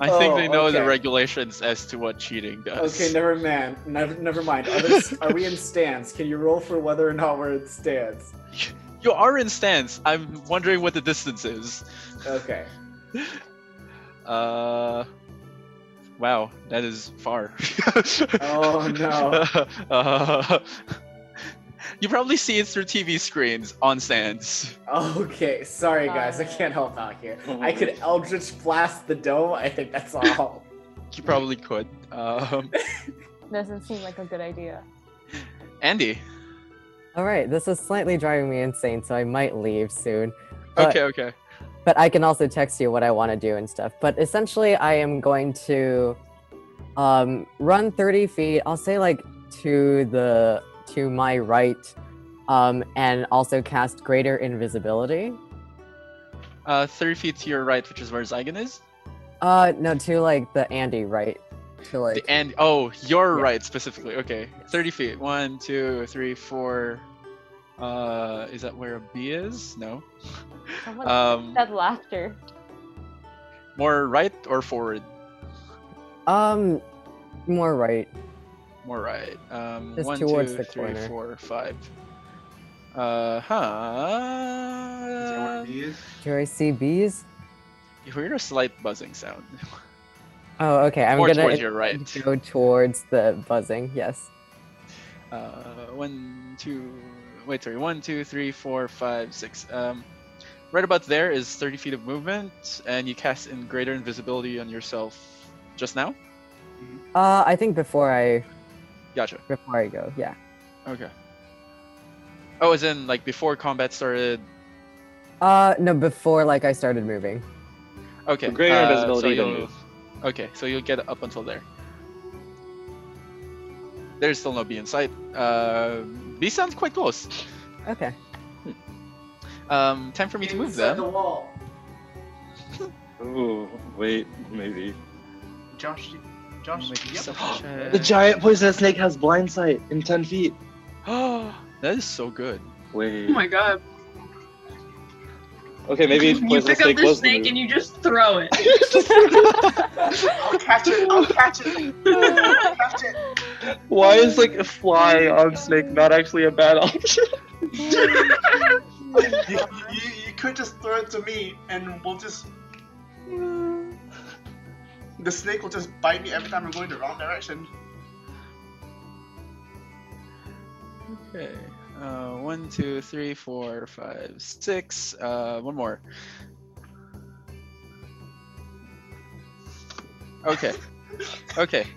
Speaker 4: I think
Speaker 6: Oh,
Speaker 4: they know the
Speaker 6: okay.
Speaker 4: regulations as to what cheating does.
Speaker 6: Okay, never man, never, never mind. Are, there, are we in stands? Can you roll for whether or not we're in stands?
Speaker 4: You are in stance. I'm wondering what the distance is.
Speaker 6: Okay.
Speaker 4: Uh, wow, that is far.
Speaker 6: Oh, no.
Speaker 4: <laughs> Uh, you probably see it through TV screens on stands.
Speaker 6: Okay, sorry guys, I can't help out here. I could
Speaker 3: <laughs>
Speaker 6: Eldritch blast the dome. I think that's all.
Speaker 4: You probably could. Um,
Speaker 8: Doesn't seem like a good idea.
Speaker 4: Andy.
Speaker 5: All right, this is slightly driving me insane, so I might leave soon. But-
Speaker 4: Okay, okay.
Speaker 5: but I can also text you what I want to do and stuff. But essentially, I am going to um, run 30 feet. I'll say like to the to my right, um, and also cast Greater Invisibility.
Speaker 4: Uh, 30 feet to your right, which is where Zygon is.
Speaker 5: Uh, no, to like the Andy right, to like
Speaker 4: The and oh, your
Speaker 5: Yeah.
Speaker 4: right specifically. Okay, thirty feet. One, two, three, four. Uh, is that where a B is? No.
Speaker 8: Someone
Speaker 4: Um,
Speaker 8: that laughter. <laughs>
Speaker 4: more right or forward?
Speaker 5: um more right.
Speaker 4: More right. Um,
Speaker 5: Just
Speaker 4: one,
Speaker 5: towards
Speaker 4: two,
Speaker 5: the
Speaker 4: three,
Speaker 5: corner.
Speaker 4: four, five. Uh
Speaker 2: Is that
Speaker 4: huh.
Speaker 2: what it is?
Speaker 5: Do I see bees?
Speaker 4: You hear a slight buzzing sound.
Speaker 5: Oh, okay. I'm
Speaker 4: more
Speaker 5: gonna
Speaker 4: towards
Speaker 5: <laughs>
Speaker 4: your right.
Speaker 5: go towards the buzzing. Yes.
Speaker 4: Uh, one, two. Wait, sorry. One, two, three, four, five, six. Um, right about there is 30 feet of movement, and you cast in greater invisibility on yourself just now.
Speaker 5: Uh, I think before I
Speaker 4: Gotcha.
Speaker 5: before I go, yeah.
Speaker 4: Okay. Oh, as in like before combat started.
Speaker 5: Uh, no, before like I started moving.
Speaker 4: Okay.
Speaker 3: The greater
Speaker 4: uh,
Speaker 3: invisibility
Speaker 4: So
Speaker 3: than
Speaker 4: you'll-
Speaker 3: move.
Speaker 4: okay, so you'll get up until there. There's still no B in sight. Uh, B sounds quite close.
Speaker 5: Okay.
Speaker 4: Um, time for me to move <gasps> them.
Speaker 6: wall.
Speaker 3: Ooh, wait, maybe.
Speaker 2: Josh, Josh,
Speaker 4: Make
Speaker 2: yep. <gasps>
Speaker 4: yourself a
Speaker 3: The
Speaker 4: check.
Speaker 3: giant poisonous snake has blind sight in ten feet.
Speaker 4: that is so good.
Speaker 3: Wait.
Speaker 7: Oh my god.
Speaker 3: Okay, maybe
Speaker 7: you
Speaker 3: poisonous
Speaker 7: pick up
Speaker 3: snake
Speaker 7: the
Speaker 3: was
Speaker 7: snake
Speaker 3: the <laughs>
Speaker 7: and you just throw it.
Speaker 2: I'll catch it. I'll catch it. I'll catch it.
Speaker 3: move. Why is like a fly on snake not actually a bad option? <laughs>
Speaker 2: You, you, you could just throw it to me, and we'll just. The snake will just bite me every time I'm going the wrong direction.
Speaker 9: Okay. Uh, one, two, three, four, five, six. Uh, one more. Okay. Okay.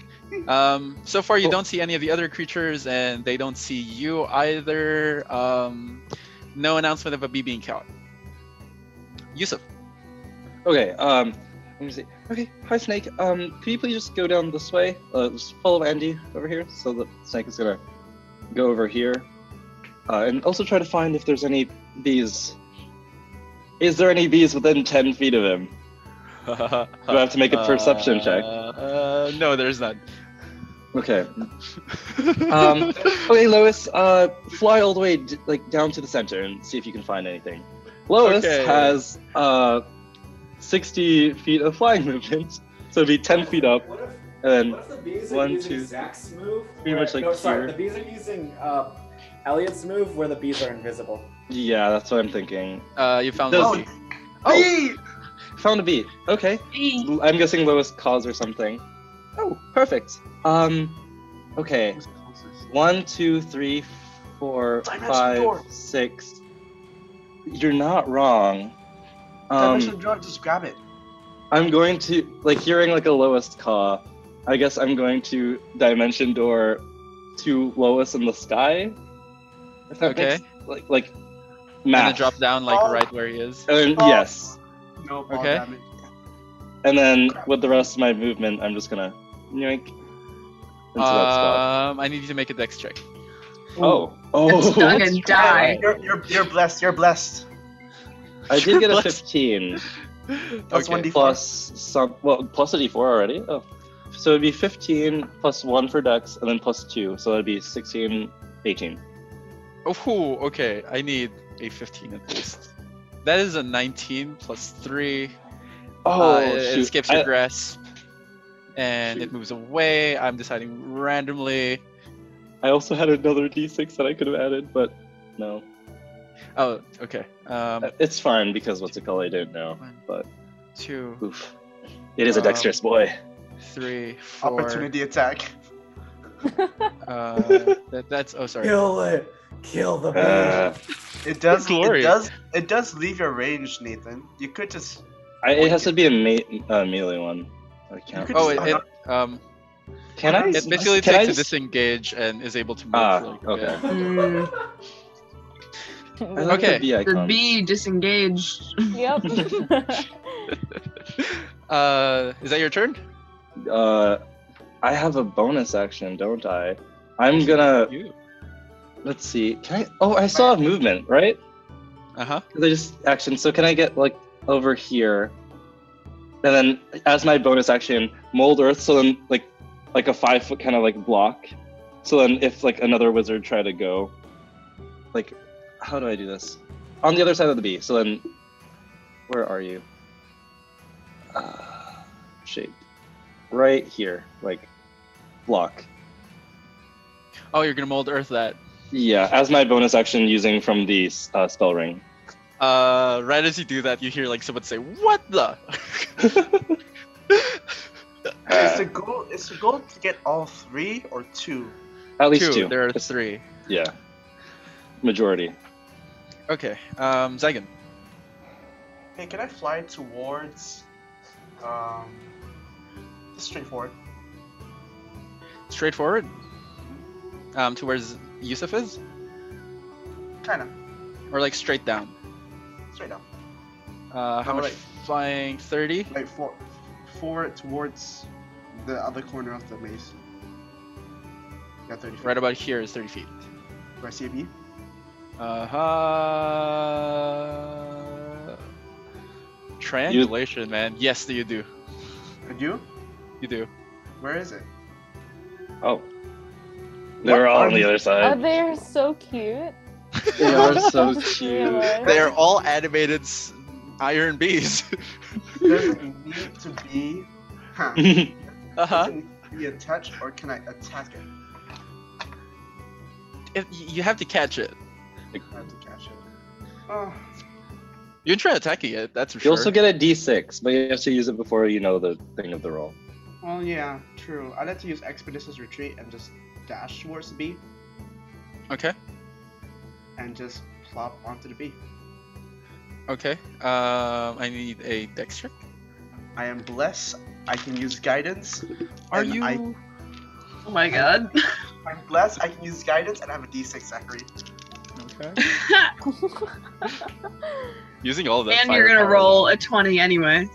Speaker 9: Um, so far, you don't see any of the other creatures, and they don't see you either. Um, no announcement of a bee being caught. Yusuf.
Speaker 3: Okay, um, let me see. Okay, hi Snake. Um, could you please just go down this way? Uh, just follow Andy over here. So the snake is gonna go over here, uh, and also try to find if there's any bees. Is there any bees within ten feet of him?
Speaker 4: Do I
Speaker 3: Do I have to make a perception check?
Speaker 4: Uh, no, there's none.
Speaker 3: Okay.
Speaker 9: <laughs>
Speaker 3: Um, okay, Lois. Uh, fly all the way d- like down to the center and see if you can find anything. Lois
Speaker 4: Okay.
Speaker 3: has uh, sixty feet of flying <laughs> movement, so it'd be ten feet up,
Speaker 6: What if,
Speaker 3: and
Speaker 6: what if the bees are
Speaker 3: one,
Speaker 6: using
Speaker 3: two,
Speaker 6: Zach's move?
Speaker 3: pretty much
Speaker 6: where-
Speaker 3: like
Speaker 6: no, sorry,
Speaker 3: here.
Speaker 6: the bees are using uh, Elliot's move where the bees are invisible.
Speaker 3: Yeah, that's what I'm thinking.
Speaker 4: Uh, you found
Speaker 3: Does-
Speaker 4: Loki.
Speaker 3: Oh.
Speaker 2: Hey!
Speaker 3: Found a bee. Okay.
Speaker 7: Bee.
Speaker 3: L- I'm guessing lowest cause or something. Oh, perfect. Um, okay. One, two, three, four,
Speaker 2: Dimension door.
Speaker 3: five, six. You're not wrong.
Speaker 2: Dimension
Speaker 3: Um,
Speaker 2: door, just grab it.
Speaker 3: I'm going to like hearing like a lowest caw. I guess I'm going to dimension door to lowest in the sky. If that
Speaker 4: Okay.
Speaker 3: makes- like like
Speaker 4: And
Speaker 3: math.
Speaker 4: then drop down like
Speaker 2: Oh.
Speaker 4: right where he is.
Speaker 3: And
Speaker 2: Oh.
Speaker 3: yes.
Speaker 2: No, ball
Speaker 4: Okay.
Speaker 2: damage.
Speaker 3: And then with the rest of my movement, I'm just gonna yoink into that spot.
Speaker 4: Um, I need you to make a dex check.
Speaker 3: Oh, oh!
Speaker 7: It's dug
Speaker 3: <laughs>
Speaker 7: and die.
Speaker 2: You're, you're, you're blessed. You're blessed.
Speaker 3: I did get a
Speaker 4: Bless-
Speaker 3: 15
Speaker 2: That's
Speaker 4: Okay.
Speaker 2: one d4.
Speaker 3: plus some. Well, plus a d4 already. Oh, so it'd be 15 plus one for Dex, and then plus two, so that'd be 16, 18.
Speaker 4: Oh, okay. I need a 15 at least. That is a 19 plus 3.
Speaker 3: Oh,
Speaker 4: Uh, it
Speaker 3: shoot.
Speaker 4: escapes your
Speaker 3: I-
Speaker 4: grasp. And it moves away. I'm deciding randomly.
Speaker 3: I also had another d6 that I could have added, but no,
Speaker 4: Oh, okay. Um,
Speaker 3: it's fine because what's it called? I didn't know.
Speaker 4: two,
Speaker 3: Oof. It is a
Speaker 4: Um,
Speaker 3: dexterous boy.
Speaker 4: three, four.
Speaker 2: Opportunity attack.
Speaker 3: <laughs>
Speaker 4: Uh, that, that's oh sorry.
Speaker 6: Kill it! Kill the bee!
Speaker 3: Uh,
Speaker 2: It does.
Speaker 4: Glory.
Speaker 2: It does. It does leave your range, Nathan. You could just.
Speaker 3: I, it has to be a me- uh, melee one. I can't.
Speaker 2: could
Speaker 4: Oh,
Speaker 2: just-
Speaker 4: it, it um
Speaker 3: Can I?
Speaker 4: it basically
Speaker 3: can
Speaker 4: takes
Speaker 3: I
Speaker 4: a
Speaker 3: just-
Speaker 4: disengage and is able to move.
Speaker 3: Ah,
Speaker 4: for, like, a
Speaker 3: okay.
Speaker 4: bit.
Speaker 3: Uh.
Speaker 6: <laughs>
Speaker 3: I like
Speaker 4: Okay.
Speaker 3: The bee
Speaker 7: The
Speaker 3: icon.
Speaker 7: bee disengaged.
Speaker 8: yep.
Speaker 4: Uh, is that your turn?
Speaker 3: Uh, I have a bonus action, don't I? I'm gonna.
Speaker 4: You.
Speaker 3: Let's see. Can I? Oh, I still have movement, right?
Speaker 4: Uh huh.
Speaker 3: They just action. So can I get like over here? And then as my bonus action, mold earth. So then like like a five foot kind of like block. So then if like another wizard try to go, like how do I do this? On the other side of the bee. So then, where are you? Uh, shape. Right here, like block.
Speaker 4: Oh, you're gonna mold earth that.
Speaker 3: Yeah, as my bonus action using from the uh, spell ring.
Speaker 4: Uh, right as you do that, you hear like someone say, "What the?"
Speaker 2: Is the goal? Is the goal to get all three or two?
Speaker 3: At least two.
Speaker 4: There are
Speaker 3: It's-
Speaker 4: three.
Speaker 3: Yeah. Majority.
Speaker 4: Okay. Um, Zagan.
Speaker 2: Hey, can I fly towards? Um, just straightforward.
Speaker 4: straightforward. Um, to where Z- Yusuf is,
Speaker 2: Kinda.
Speaker 4: or like straight down.
Speaker 2: Straight down.
Speaker 4: Uh, how
Speaker 2: Oh,
Speaker 4: much
Speaker 2: right.
Speaker 4: flying? Thirty.
Speaker 2: Like for, forward towards the other corner of the maze. Got thirty feet.
Speaker 4: Right about here is thirty feet.
Speaker 2: Do I see a bee?
Speaker 4: Uh huh. Triangulation, man. Yes, you do.
Speaker 2: I do.
Speaker 4: You do.
Speaker 2: Where is it?
Speaker 3: Oh. They're all on the other
Speaker 8: oh,
Speaker 3: side.
Speaker 8: they're so cute.
Speaker 3: They are so
Speaker 7: <laughs>
Speaker 8: <laughs> Realize.
Speaker 3: cute. <laughs>
Speaker 4: They are all animated, s- iron bees. <laughs>
Speaker 2: Doesn't need to be.
Speaker 3: <laughs>
Speaker 2: Huh.
Speaker 4: uh
Speaker 2: Does
Speaker 4: huh.
Speaker 2: it need to be a touch, or can I attack it?
Speaker 4: You have to catch it.
Speaker 2: I have to catch it. Oh,
Speaker 4: You can try attacking it. That's for
Speaker 3: You
Speaker 4: sure.
Speaker 3: also get a d6, but you have to use it before you know the thing of the roll.
Speaker 2: well, yeah, true. I'd like to use Expeditious Retreat and just dash towards the bee
Speaker 4: okay.
Speaker 2: and just plop onto the bee.
Speaker 4: Okay. Um, I need a dex check.
Speaker 2: I am blessed. I can use guidance.
Speaker 4: Are
Speaker 2: and
Speaker 4: you?
Speaker 2: I,
Speaker 7: Oh my
Speaker 3: <laughs>
Speaker 7: god.
Speaker 2: I'm blessed. I can use guidance, and I have a D6 Zachary.
Speaker 4: Okay.
Speaker 7: <laughs> and
Speaker 4: Using all of that.
Speaker 7: you're gonna
Speaker 4: firepower.
Speaker 3: <laughs>
Speaker 7: roll a 20 anyway.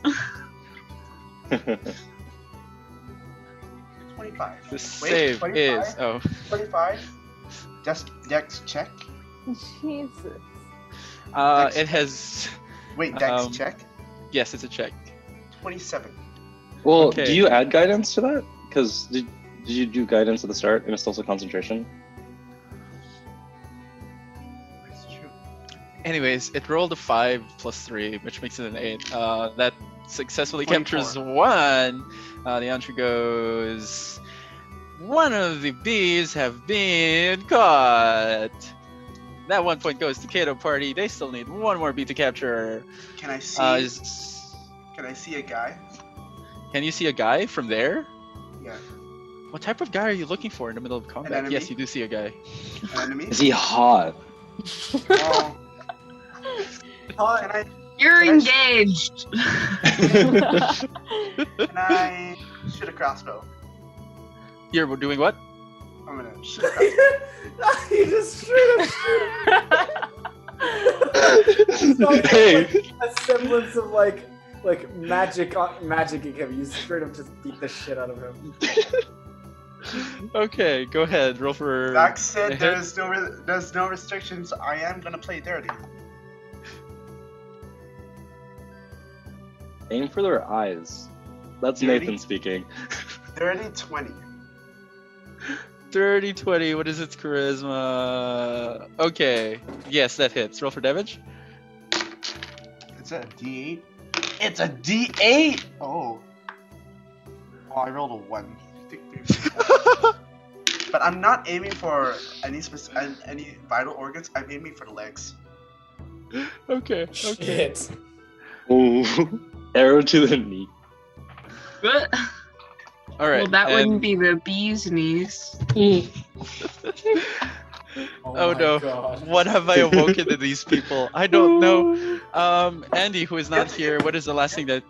Speaker 2: Twenty-five.
Speaker 4: The
Speaker 2: Wait,
Speaker 4: save
Speaker 2: 25?
Speaker 4: is oh.
Speaker 2: 25. Just dex check.
Speaker 8: Jesus. <laughs>
Speaker 4: Uh,
Speaker 2: Dex
Speaker 4: it has
Speaker 2: Wait, dex
Speaker 4: Um,
Speaker 2: check.
Speaker 4: yes, it's a check.
Speaker 2: 27.
Speaker 3: well,
Speaker 4: Okay.
Speaker 3: do you add guidance to that? Because did, did you do guidance at the start and it's also concentration?
Speaker 2: That's true.
Speaker 4: Anyways, it rolled a five plus three, which makes it an eight. Uh, that successfully
Speaker 2: 24.
Speaker 4: captures one. Uh, the answer goes. One of the bees have been caught. That one point goes to Kato Party. They still need one more bee to capture.
Speaker 2: Can I see
Speaker 4: Uh, is-
Speaker 2: can I see a guy?
Speaker 4: can you see a guy from there?
Speaker 2: Yeah.
Speaker 4: What type of guy are you looking for in the middle of combat?
Speaker 2: enemy?
Speaker 4: Yes, you do see a guy.
Speaker 2: An enemy?
Speaker 3: Is he hot?
Speaker 2: <laughs>
Speaker 7: <laughs>
Speaker 2: Oh, can I
Speaker 7: You're
Speaker 2: Can I s-
Speaker 7: engaged.
Speaker 2: can
Speaker 7: <laughs>
Speaker 2: I shoot a crossbow?
Speaker 4: You're doing what?
Speaker 2: I'm gonna shoot a crossbow.
Speaker 6: he just straight up
Speaker 3: <laughs> <laughs> hey,
Speaker 6: a semblance of like like magic magicking him. You straight up just beat the shit out of him.
Speaker 4: okay, go ahead. Roll for.
Speaker 2: Zach said
Speaker 4: <laughs> hit?
Speaker 2: there's no re- there's no restrictions. I am gonna play dirty.
Speaker 3: aim for their eyes. That's
Speaker 2: Dirty?
Speaker 3: Nathan speaking. <laughs>
Speaker 2: Dirty 20.
Speaker 4: Dirty 20. What is its charisma? Okay. Yes, that hits. Roll for damage.
Speaker 2: It's a D8. It's a D8! Oh. Oh, I rolled a 1.
Speaker 3: <laughs>
Speaker 2: but I'm not aiming for any spec- an- any vital organs. I'm aiming for the legs.
Speaker 4: Okay. Okay.
Speaker 6: Shit.
Speaker 3: Ooh. Arrow to the knee.
Speaker 7: But-
Speaker 4: All right.
Speaker 7: well, that
Speaker 4: and-
Speaker 7: wouldn't be the bee's knees.
Speaker 4: Oh,
Speaker 6: my
Speaker 4: no.
Speaker 6: God.
Speaker 4: <laughs> What have I awoken in these people? I don't
Speaker 7: <laughs>
Speaker 4: know. Um, Andy, who is not
Speaker 2: Yes.
Speaker 4: here, what is the last thing that?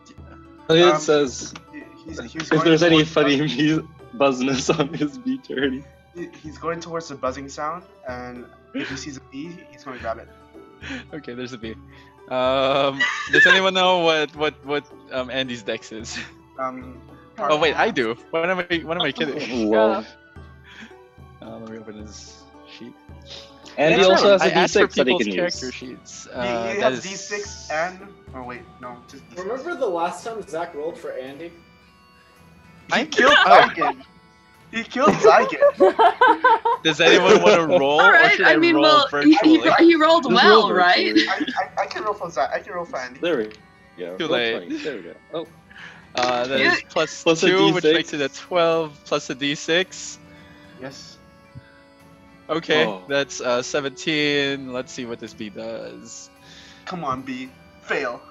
Speaker 3: It
Speaker 2: Um,
Speaker 3: says
Speaker 2: He- He's, he's
Speaker 3: if
Speaker 2: going
Speaker 3: there's any
Speaker 2: towards-
Speaker 3: funny mu- buzzness on his be dirty.
Speaker 2: he- he's going towards the buzzing sound, and if he sees a bee, he's going to grab it.
Speaker 4: Okay, there's a B. Um, does anyone know what what what um, Andy's dex is?
Speaker 2: Um,
Speaker 4: Oh wait, I do. What am I? What am
Speaker 3: <laughs>
Speaker 4: I kidding?
Speaker 3: Love.
Speaker 4: Uh, let me open his sheet.
Speaker 3: And he
Speaker 4: That's
Speaker 3: also
Speaker 4: right,
Speaker 3: has a
Speaker 4: I
Speaker 3: d6
Speaker 4: asked for
Speaker 3: that he
Speaker 4: people's
Speaker 3: can
Speaker 4: character
Speaker 3: use.
Speaker 4: sheets.
Speaker 2: He,
Speaker 4: Uh,
Speaker 2: he
Speaker 4: that
Speaker 2: has
Speaker 4: is-
Speaker 2: D6 and. Oh wait, no, just D6.
Speaker 6: Remember the last time Zach rolled for Andy?
Speaker 2: He killed
Speaker 4: Oh.
Speaker 2: Zygon. he killed Zygon.
Speaker 4: <laughs>
Speaker 7: Oh.
Speaker 3: <laughs>
Speaker 4: Does anyone want to roll,
Speaker 7: All
Speaker 4: or
Speaker 7: right.
Speaker 4: should I,
Speaker 7: I mean,
Speaker 4: roll
Speaker 7: well, <laughs> he,
Speaker 4: virtually?
Speaker 7: he, he rolled
Speaker 3: Just
Speaker 7: well,
Speaker 3: roll
Speaker 7: right?
Speaker 3: virtually.
Speaker 2: I, I, I can roll for Zy- I can roll for Andy.
Speaker 3: There we go.
Speaker 4: Too
Speaker 3: Roll
Speaker 4: late.
Speaker 3: 20. There we go. Oh,
Speaker 4: Uh, that
Speaker 7: Yeah.
Speaker 4: is plus
Speaker 3: Plus a
Speaker 4: two, which
Speaker 3: D6.
Speaker 4: makes it a twelve plus a d6.
Speaker 2: Yes.
Speaker 4: Okay,
Speaker 3: Oh.
Speaker 4: that's uh, seventeen. Let's see what this bee does.
Speaker 2: Come on, B. Fail.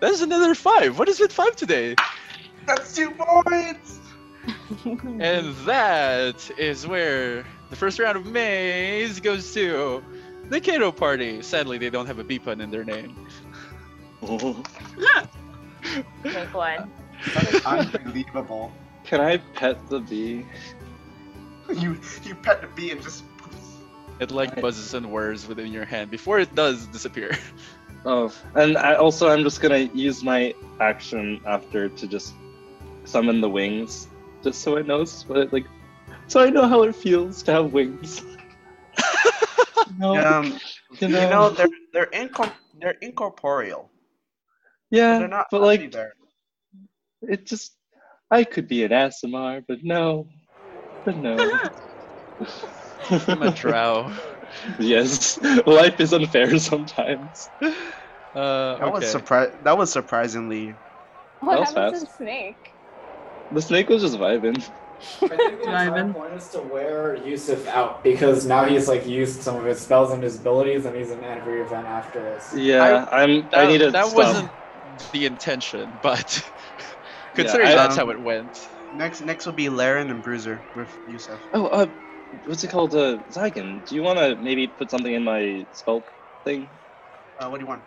Speaker 4: That is another five. What is with five today?
Speaker 2: That's two points.
Speaker 3: <laughs>
Speaker 4: And that is where the first round of maze goes to the Kato party. Sadly, they don't have a bee pun in their name.
Speaker 8: Make one.
Speaker 2: That's unbelievable.
Speaker 3: <laughs>
Speaker 2: <laughs>
Speaker 3: can I pet the bee?
Speaker 2: You you pet the bee and just.
Speaker 4: It like
Speaker 3: Right.
Speaker 4: buzzes and whirs within your hand before it does
Speaker 3: <laughs>
Speaker 4: disappear.
Speaker 3: Oh, and I also I'm just gonna use my action after to just summon the wings, just so it knows what it like, so I know how it feels to have wings. <laughs> no,
Speaker 2: Um, you
Speaker 3: you know,
Speaker 2: know they're they're incor- they're incorporeal.
Speaker 3: yeah,
Speaker 2: They're not
Speaker 3: but
Speaker 2: actually
Speaker 3: like
Speaker 2: there.
Speaker 3: it just, I could be
Speaker 2: <laughs>
Speaker 3: an ASMR, but no, but no.
Speaker 4: I'm a drow.
Speaker 3: yes, <laughs> life is unfair <laughs> sometimes.
Speaker 4: <laughs> Uh,
Speaker 2: That was
Speaker 4: okay.
Speaker 2: surpri- That was surprisingly.
Speaker 8: What
Speaker 3: That was
Speaker 8: happens
Speaker 3: fast.
Speaker 8: to Snake?
Speaker 3: The snake was just vibing.
Speaker 6: I think the entire
Speaker 7: Ivan.
Speaker 6: point is to wear Yusuf out because now he's like used some of his spells and his abilities, and he's in every event after this.
Speaker 3: Yeah, I, am
Speaker 4: That,
Speaker 3: I need to
Speaker 4: that
Speaker 3: stop.
Speaker 4: wasn't the intention, but <laughs> considering
Speaker 3: I-
Speaker 4: that's
Speaker 2: um,
Speaker 4: how it went.
Speaker 2: Next, next will be Laren and Bruiser with Yusef.
Speaker 3: Oh, uh, what's it called? Uh, Zygon, do you want to maybe put something in my spell thing?
Speaker 2: Uh, what do you want?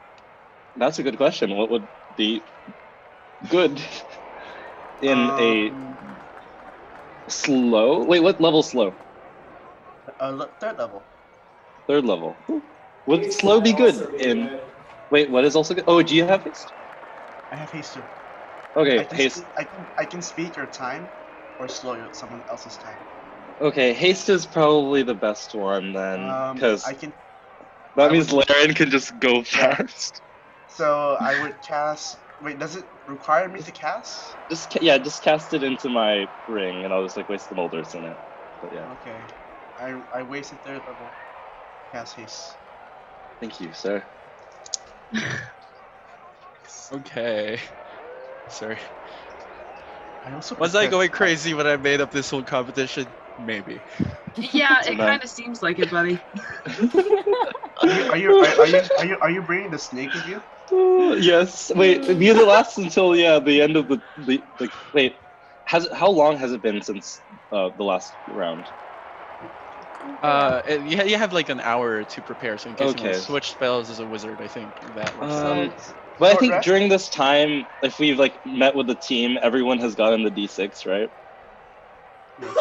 Speaker 3: That's a good question. What would be good <laughs> in
Speaker 2: Um,
Speaker 3: a slow? Wait, what level slow?
Speaker 2: uh, le- third level.
Speaker 3: Third level. Would slow be good in? Wait, what is also good? Oh, do you have haste?
Speaker 2: I have haste too. I
Speaker 3: Okay,
Speaker 2: can
Speaker 3: haste.
Speaker 2: Speak, I can I can speed your time, or slow your, someone else's time.
Speaker 3: Okay, haste is probably the best one then,
Speaker 2: Um,
Speaker 3: because
Speaker 2: I can.
Speaker 3: that
Speaker 2: I
Speaker 3: means
Speaker 2: would-
Speaker 3: Laren can just go <laughs> first.
Speaker 2: So I would cast. Wait, does it require me to cast?
Speaker 3: Just ca- yeah, just cast it into my ring, and I'll just like waste the molders in it. But yeah,
Speaker 2: Okay. I I wasted third level. Cast haste.
Speaker 3: thank you, sir.
Speaker 4: Okay. Sorry.
Speaker 2: I also.
Speaker 10: Was I
Speaker 2: prepared-
Speaker 10: going crazy when I made up this whole competition? Maybe.
Speaker 7: Yeah, it
Speaker 3: Tonight.
Speaker 7: kind of seems like it, buddy. <laughs>
Speaker 2: Are you are, are you are you are you bringing the snake with you?
Speaker 3: Oh, <laughs> yes. Wait, the music lasts until yeah the end of the the like. Wait, has it, how long has it been since uh, the last round?
Speaker 4: Uh, it, you, ha- you have like an hour to prepare, so in case you
Speaker 3: Okay.
Speaker 4: want to switch spells as a wizard, I think that
Speaker 2: Uh,
Speaker 4: works.
Speaker 3: Um,
Speaker 2: So-
Speaker 3: <laughs> But I
Speaker 2: Short
Speaker 3: think
Speaker 2: rest?
Speaker 3: during this time, if we've like met with the team, everyone has gotten the D6, right?
Speaker 2: Yes.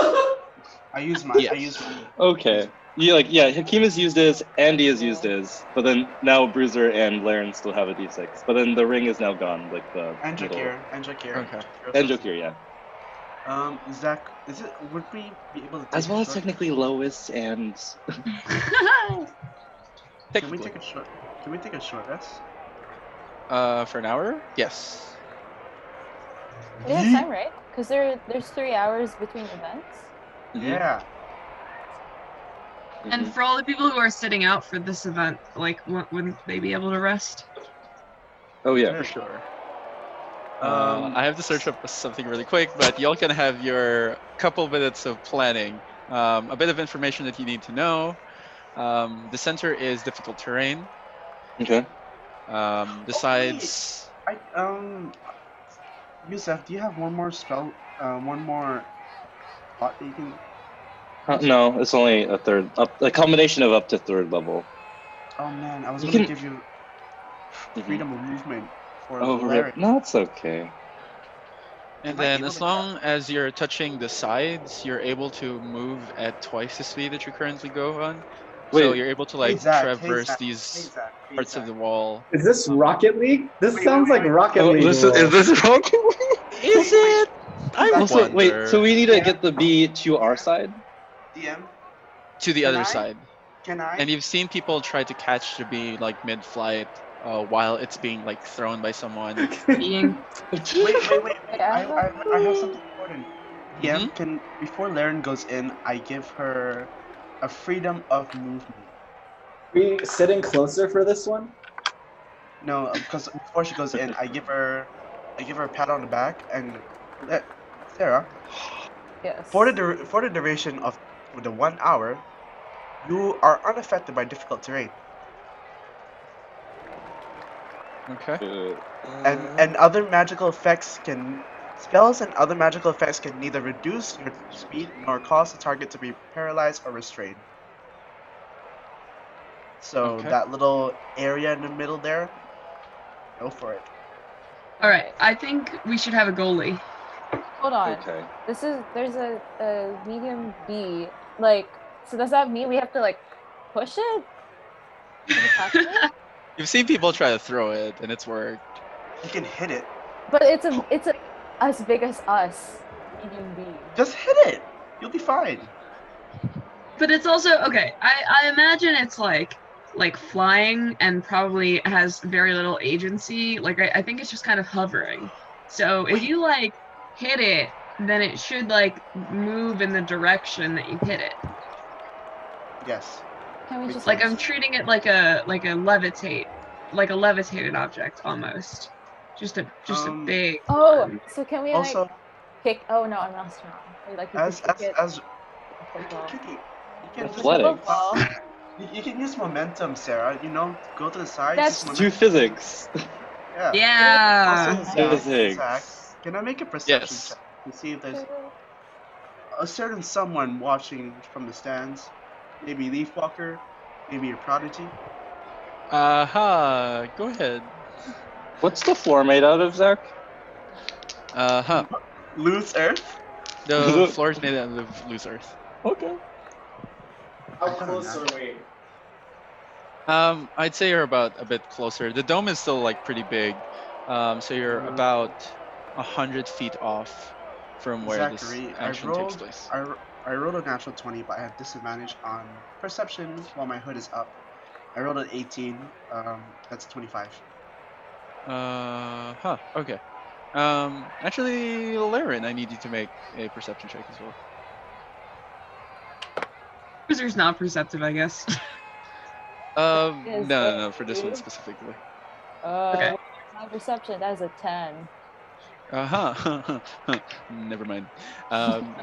Speaker 2: I use mine. I
Speaker 4: Yes.
Speaker 2: use mine.
Speaker 3: Okay. Yeah, like yeah, Hakim has used his, Andy has used his, but then now Bruiser and Laren still have a D6, but then the ring is now gone, like the
Speaker 2: And
Speaker 3: middle-
Speaker 2: Jakir. And Jakir.
Speaker 4: Okay.
Speaker 2: Jakir
Speaker 3: and
Speaker 2: says-
Speaker 3: Jokir, yeah.
Speaker 2: Um, Zach, is it would we be able to take
Speaker 3: As well
Speaker 2: a
Speaker 3: as
Speaker 2: short-
Speaker 3: technically Lois and mm-hmm,
Speaker 2: Can we
Speaker 4: Technically,
Speaker 2: take a short? Can we take a short rest?
Speaker 4: uh, for an hour? Yes.
Speaker 8: We have time, right? Because there, there's three hours between events.
Speaker 2: Yeah.
Speaker 3: mm-hmm.
Speaker 7: And for all the people who are sitting out for this event, like, wou- wouldn't they be able to rest?
Speaker 3: oh yeah.
Speaker 4: For sure.
Speaker 3: Uh,
Speaker 2: Um,
Speaker 4: Um, I have to search up something really quick, but y'all can have your couple minutes of planning. Um, a bit of information that you need to know. Um, the center is difficult terrain.
Speaker 3: Okay.
Speaker 4: Um,
Speaker 2: Oh,
Speaker 4: besides,
Speaker 2: I um, Yusef, do you have one more spell? Uh, one more thought that you can.
Speaker 3: Uh, no, it's only a third up a combination of up to third level.
Speaker 2: Oh man, I was
Speaker 3: You
Speaker 2: gonna
Speaker 3: can-
Speaker 2: give you
Speaker 3: Mhm.
Speaker 2: freedom of movement for
Speaker 3: Oh
Speaker 2: Valerian.
Speaker 3: right. No, it's okay.
Speaker 4: and
Speaker 2: might be
Speaker 4: then
Speaker 2: able
Speaker 4: as
Speaker 2: to-
Speaker 4: long as you're touching the sides, you're able to move at twice the speed that you currently go on. so
Speaker 3: Wait.
Speaker 4: you're able to like
Speaker 2: Zach, hey,
Speaker 4: traverse
Speaker 2: Zach, Hey,
Speaker 4: these
Speaker 2: Zach, hey,
Speaker 4: parts of
Speaker 2: Zach.
Speaker 4: the wall.
Speaker 6: Is this Rocket League? This
Speaker 2: Wait,
Speaker 6: sounds
Speaker 2: wait,
Speaker 6: like
Speaker 2: wait.
Speaker 6: Rocket
Speaker 3: Oh,
Speaker 6: League.
Speaker 3: this is, is
Speaker 6: rules.
Speaker 3: this broken? is it? I
Speaker 2: Zach,
Speaker 3: also wait. So we need to get the B to our side.
Speaker 2: DM,
Speaker 4: to the
Speaker 2: Can
Speaker 4: other
Speaker 2: I?
Speaker 4: side.
Speaker 2: can I?
Speaker 4: And you've seen people try to catch the bee like mid-flight uh, while it's being like thrown by
Speaker 2: <laughs>
Speaker 4: someone.
Speaker 3: <laughs>
Speaker 7: Being
Speaker 2: Wait, wait, wait. wait.
Speaker 8: Yeah.
Speaker 2: I, I, I have something important. DM,
Speaker 3: Mm-hmm.
Speaker 2: can before Laren goes in, I give her a freedom of movement.
Speaker 6: we sitting closer for this one?
Speaker 2: No, because before she goes in, I give her, I give her a pat on the back and let Sarah
Speaker 8: Yes.
Speaker 2: for the dur- for the duration of the one hour, you are unaffected by difficult terrain
Speaker 4: okay.
Speaker 3: Uh,
Speaker 2: and and other magical effects can spells and other magical effects can neither reduce your speed nor cause the target to be paralyzed or restrained. So
Speaker 4: Okay.
Speaker 2: that little area in the middle there, go for it.
Speaker 7: all right, I think we should have a goalie.
Speaker 8: Hold on.
Speaker 3: okay.
Speaker 8: This is there's a, a medium B. Like, so does that mean we have to like push it? Can we
Speaker 7: <laughs>
Speaker 8: touch it?
Speaker 4: You've seen people try to throw it and it's worked.
Speaker 2: You can hit it.
Speaker 8: but it's a it's a as big as us. Medium B.
Speaker 2: Just hit it. You'll be fine.
Speaker 7: But it's also okay. I I imagine it's like like flying and probably has very little agency. Like I, I think it's just kind of hovering. So if you like hit it, then it should like move in the direction that you hit it.
Speaker 2: Yes.
Speaker 8: Can we just
Speaker 7: Like I'm treating it like a like a levitate, like a levitated object almost. Just a just
Speaker 2: Um,
Speaker 7: a big.
Speaker 8: Oh, so can we
Speaker 2: Also,
Speaker 8: like kick? Oh no, I'm an astronaut. We, like we can
Speaker 2: as
Speaker 8: kick
Speaker 2: as
Speaker 8: it
Speaker 2: as
Speaker 8: with the ball.
Speaker 2: kick it. You can just- <laughs>
Speaker 3: Athletics.
Speaker 8: Football.
Speaker 2: You- You can use momentum, Sarah. You know, go to the side.
Speaker 8: That's-
Speaker 2: just
Speaker 3: Do
Speaker 2: momentum.
Speaker 3: physics.
Speaker 2: Yeah.
Speaker 7: Yeah.
Speaker 2: Also,
Speaker 8: Yeah.
Speaker 2: Zach,
Speaker 3: Physics.
Speaker 2: Zach, can I make a perception
Speaker 4: Yes.
Speaker 2: check to see if there's a certain someone watching from the stands? Maybe Leaf Walker, maybe a prodigy.
Speaker 4: Uh-huh. Go ahead.
Speaker 3: What's the floor made out of, Zach?
Speaker 4: Uh-huh.
Speaker 2: Loose Earth. <laughs>
Speaker 4: The floor is made out of loose earth.
Speaker 3: Okay.
Speaker 6: How close are we?
Speaker 4: Um, I'd say you're about a bit closer. The dome is still like pretty big. Um, so you're
Speaker 2: Mm-hmm.
Speaker 6: Mhm.
Speaker 4: about a hundred feet off from where
Speaker 2: Zachary,
Speaker 4: this
Speaker 2: I
Speaker 4: action takes
Speaker 2: rolled-
Speaker 4: place.
Speaker 2: I, r- I rolled a natural 20, but I have disadvantage on perception while my hood is up. I rolled an 18. Um, that's 25.
Speaker 4: Uh huh. Okay. Um, actually, Laren, I need you to make a perception check as well.
Speaker 7: Cruiser's not perceptive, I guess. <laughs>
Speaker 4: Um, no,
Speaker 8: Is
Speaker 4: no,
Speaker 8: it
Speaker 4: no, for this
Speaker 8: you?
Speaker 4: one specifically.
Speaker 8: Uh,
Speaker 7: Okay.
Speaker 8: My perception. That is a ten.
Speaker 4: Uh huh. <laughs> Never mind. Um,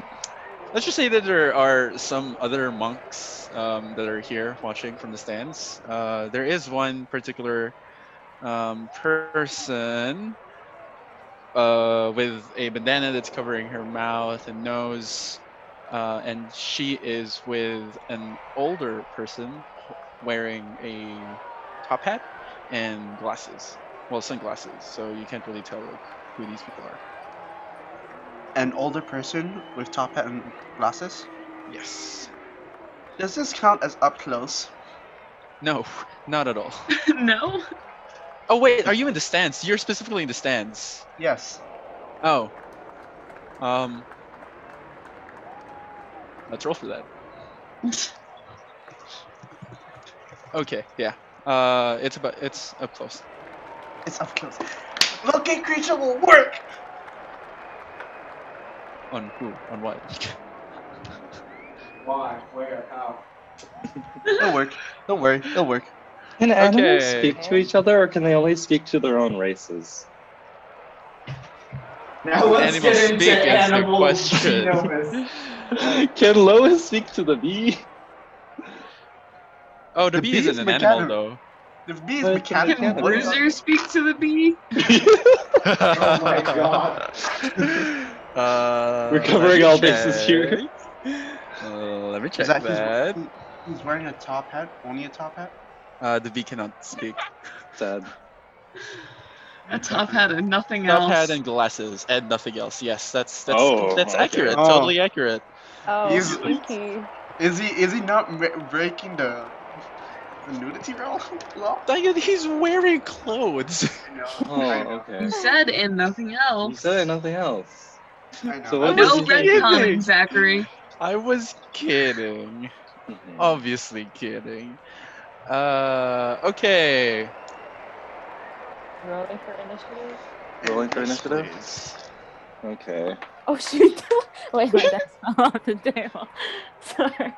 Speaker 4: let's just say that there are some other monks um, that are here watching from the stands. Uh, there is one particular um, person uh, with a bandana that's covering her mouth and nose, uh, and she is with an older person wearing a top hat and glasses. Well, sunglasses, so you can't really tell like, who these people are.
Speaker 2: An older person with top hat and glasses.
Speaker 4: Yes.
Speaker 2: Does this count as up close?
Speaker 4: No, not at all.
Speaker 7: no.
Speaker 4: Oh wait, are you in the stands? You're specifically in the stands.
Speaker 2: Yes.
Speaker 4: Oh. Um. Let's roll for that.
Speaker 3: <laughs>
Speaker 4: Okay. Yeah. Uh, it's about it's up close.
Speaker 2: It's up close. Lucky creature will work!
Speaker 4: On who? On what? <laughs>
Speaker 6: Why? Where? How?
Speaker 2: It'll work. Don't worry. It'll work.
Speaker 3: Can animals
Speaker 4: Okay.
Speaker 3: speak to each other, or can they only speak to their own races? <laughs>
Speaker 6: Now let's
Speaker 4: Animals
Speaker 6: get into
Speaker 4: speak is the
Speaker 6: animal
Speaker 4: question.
Speaker 6: genomas.
Speaker 3: can Lois speak to the bee?
Speaker 4: Oh, the,
Speaker 2: The
Speaker 4: bee isn't
Speaker 2: bee's
Speaker 4: an
Speaker 2: mechanic-
Speaker 4: animal
Speaker 2: The bee is
Speaker 3: But-
Speaker 7: Can
Speaker 2: mechanical.
Speaker 3: Mechanical.
Speaker 7: Bruiser speak to the bee?
Speaker 4: though.
Speaker 6: Oh
Speaker 4: <laughs>
Speaker 6: my god.
Speaker 3: <laughs>
Speaker 4: Uh,
Speaker 3: We're
Speaker 4: let
Speaker 3: covering
Speaker 4: me
Speaker 3: all bases here.
Speaker 4: check. Uh, let me check
Speaker 2: Zach, he's,
Speaker 4: that.
Speaker 2: he- he's wearing a top hat. Only a top hat.
Speaker 4: Uh, the bee cannot <laughs> speak.
Speaker 3: Sad.
Speaker 7: A top hat and nothing
Speaker 4: Top
Speaker 7: else.
Speaker 4: hat and glasses and nothing else. Yes, that's that's
Speaker 3: Oh,
Speaker 4: that's
Speaker 3: okay.
Speaker 4: accurate.
Speaker 2: Oh.
Speaker 4: Totally accurate.
Speaker 8: Oh,
Speaker 2: He's-
Speaker 8: sneaky.
Speaker 2: Is he? Is he not m- breaking the the nudity <laughs> rule? law?
Speaker 4: Like, he's wearing clothes.
Speaker 2: I know.
Speaker 3: Oh,
Speaker 2: I know.
Speaker 3: okay.
Speaker 7: You said and nothing
Speaker 3: You
Speaker 7: else.
Speaker 3: said nothing else.
Speaker 2: I know.
Speaker 3: So
Speaker 2: I
Speaker 3: what
Speaker 2: was-
Speaker 3: does
Speaker 7: No
Speaker 3: he say?
Speaker 7: retconning, Zachary.
Speaker 4: <laughs> I was kidding.
Speaker 3: Mhm.
Speaker 4: Oh. Obviously kidding. Uh, okay.
Speaker 8: Rolling for initiative.
Speaker 3: Rolling for
Speaker 4: Yes,
Speaker 3: initiative?
Speaker 4: please.
Speaker 3: Okay.
Speaker 8: Oh shoot! <laughs> Wait, my dice fell off the table. <laughs> Sorry.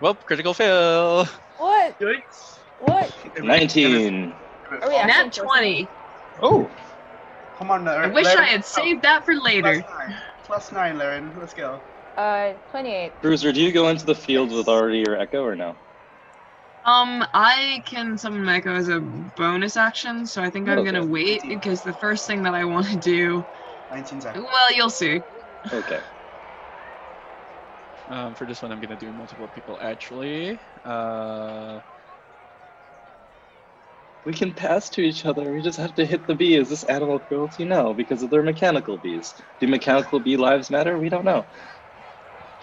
Speaker 4: Well, critical fail.
Speaker 8: What?
Speaker 7: Yoinks.
Speaker 8: What?
Speaker 3: Nineteen.
Speaker 8: Are we actually
Speaker 7: Nat
Speaker 8: close?
Speaker 7: 20.
Speaker 3: Oh.
Speaker 2: Come on,
Speaker 7: I
Speaker 2: Laren.
Speaker 7: wish I
Speaker 2: Laren,
Speaker 7: had
Speaker 2: oh,
Speaker 7: saved that for
Speaker 2: Plus
Speaker 7: later.
Speaker 2: nine. Plus nine, Laren. Let's go.
Speaker 8: Uh, twenty-eight.
Speaker 3: Bruiser, do you go into the field with already your echo or no?
Speaker 7: Um, I can summon my Echo as a bonus action, so I think I'm gonna
Speaker 3: Okay.
Speaker 7: wait because the first thing that I want to <laughs> do.
Speaker 2: 19 seconds.
Speaker 7: Well, you'll see.
Speaker 3: Okay.
Speaker 4: Um, for this one, I'm gonna do multiple people actually. Uh,
Speaker 3: We can pass to each other. We just have to hit the bee. Is this animal cruelty? No, because they're mechanical bees. Do mechanical bee lives matter? We don't know.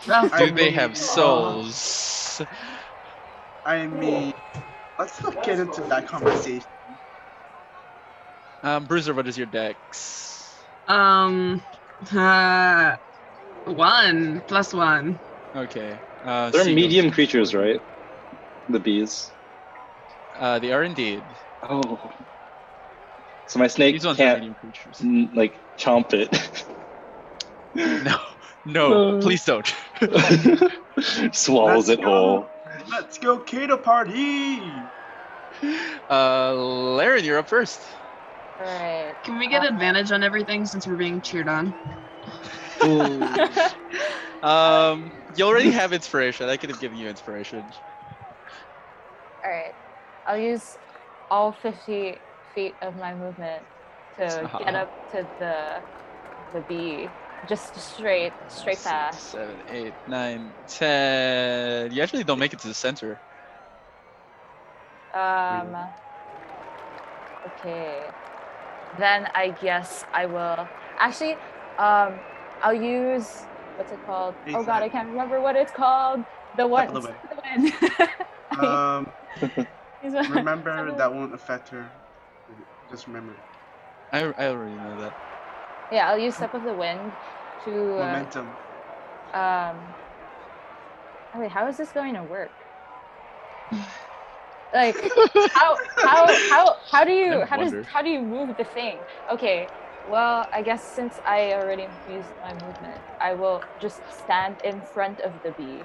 Speaker 7: Rough.
Speaker 2: I
Speaker 4: do they
Speaker 2: mean,
Speaker 4: have souls?
Speaker 2: I mean, let's not get into that conversation.
Speaker 4: Um, Bruiser, what is your dex?
Speaker 7: Um, uh, one plus one.
Speaker 4: Okay. Uh,
Speaker 3: They're
Speaker 4: seagulls.
Speaker 3: medium creatures, right? The bees.
Speaker 4: Uh, they are indeed.
Speaker 3: Oh. So my snake
Speaker 4: These ones are
Speaker 3: can't
Speaker 4: medium creatures.
Speaker 3: n- like chomp
Speaker 4: <laughs>
Speaker 3: it. <laughs>
Speaker 4: No, no,
Speaker 3: Uh.
Speaker 4: please don't.
Speaker 3: Swallows it whole.
Speaker 2: Let's go cater party!
Speaker 4: Uh, Laren, you're up first.
Speaker 8: <laughs> Alright.
Speaker 7: Can we get advantage on everything since we're being cheered on?
Speaker 4: Um, you already have inspiration. I could have given you inspiration.
Speaker 8: Alright. I'll use all 50 feet of my movement to get up to the the bee. Just straight, straight
Speaker 4: Six,
Speaker 8: past.
Speaker 4: Seven, eight, nine, ten. You actually don't make it to the center.
Speaker 8: Um. Okay. Then I guess I will. Actually, um, I'll use what's it called? Oh God, I
Speaker 2: Exact-
Speaker 8: can't remember what it's called. The one.
Speaker 2: the way.
Speaker 8: The <laughs> one. I
Speaker 2: Um,
Speaker 8: use one-
Speaker 2: remember that won't affect her. Just remember.
Speaker 4: I, I already know that.
Speaker 8: <laughs> Yeah, I'll use step of the wind to. Uh,
Speaker 2: Momentum.
Speaker 8: um. oh, wait, how is this going to work? <sighs> Like how how how how do you
Speaker 4: Never
Speaker 8: how does
Speaker 4: wondered.
Speaker 8: how do you move the thing? Okay. Well, I guess since I already used my movement, I will just stand in front of the bee.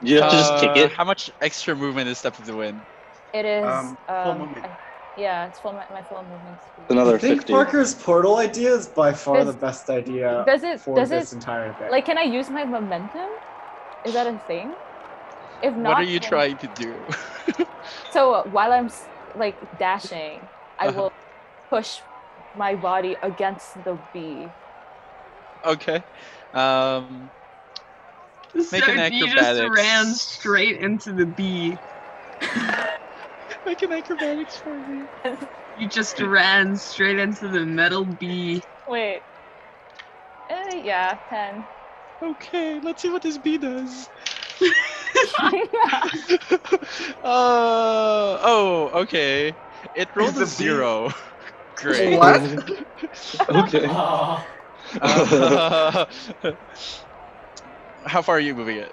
Speaker 3: You have to just kick
Speaker 4: Uh,
Speaker 3: it.
Speaker 4: How much extra movement is Step of the Wind?
Speaker 8: It is
Speaker 2: Um, full
Speaker 8: um,
Speaker 2: movement.
Speaker 8: I- yeah, it's full my, my full movement speed.
Speaker 3: Another
Speaker 6: I think
Speaker 3: 50.
Speaker 6: Parker's portal idea is by far
Speaker 8: Does-
Speaker 6: the best idea
Speaker 8: does it
Speaker 6: uh, for
Speaker 8: does
Speaker 6: this
Speaker 8: it
Speaker 6: entire thing.
Speaker 8: like can I use my momentum? Is that a thing? If not,
Speaker 4: what are you
Speaker 8: then-
Speaker 4: trying to do? <laughs>
Speaker 8: So uh, while I'm s- like dashing, I
Speaker 4: Uh-huh.
Speaker 8: will push my body against the bee.
Speaker 4: okay. Um,
Speaker 7: so
Speaker 4: an
Speaker 7: you just
Speaker 4: acrobatics.
Speaker 7: ran straight into the bee.
Speaker 4: make an acrobatics for me.
Speaker 7: You just ran straight into the metal bee.
Speaker 8: Wait. Uh, yeah, <laughs> ten.
Speaker 4: Okay, let's see what this bee does.
Speaker 8: I
Speaker 4: uh, <laughs> oh, okay. It rolled
Speaker 2: The
Speaker 4: a
Speaker 2: bee-
Speaker 4: zero. Great.
Speaker 6: <laughs>
Speaker 2: What?
Speaker 3: okay.
Speaker 6: Ah,
Speaker 4: Uh, <laughs> how far are you moving it?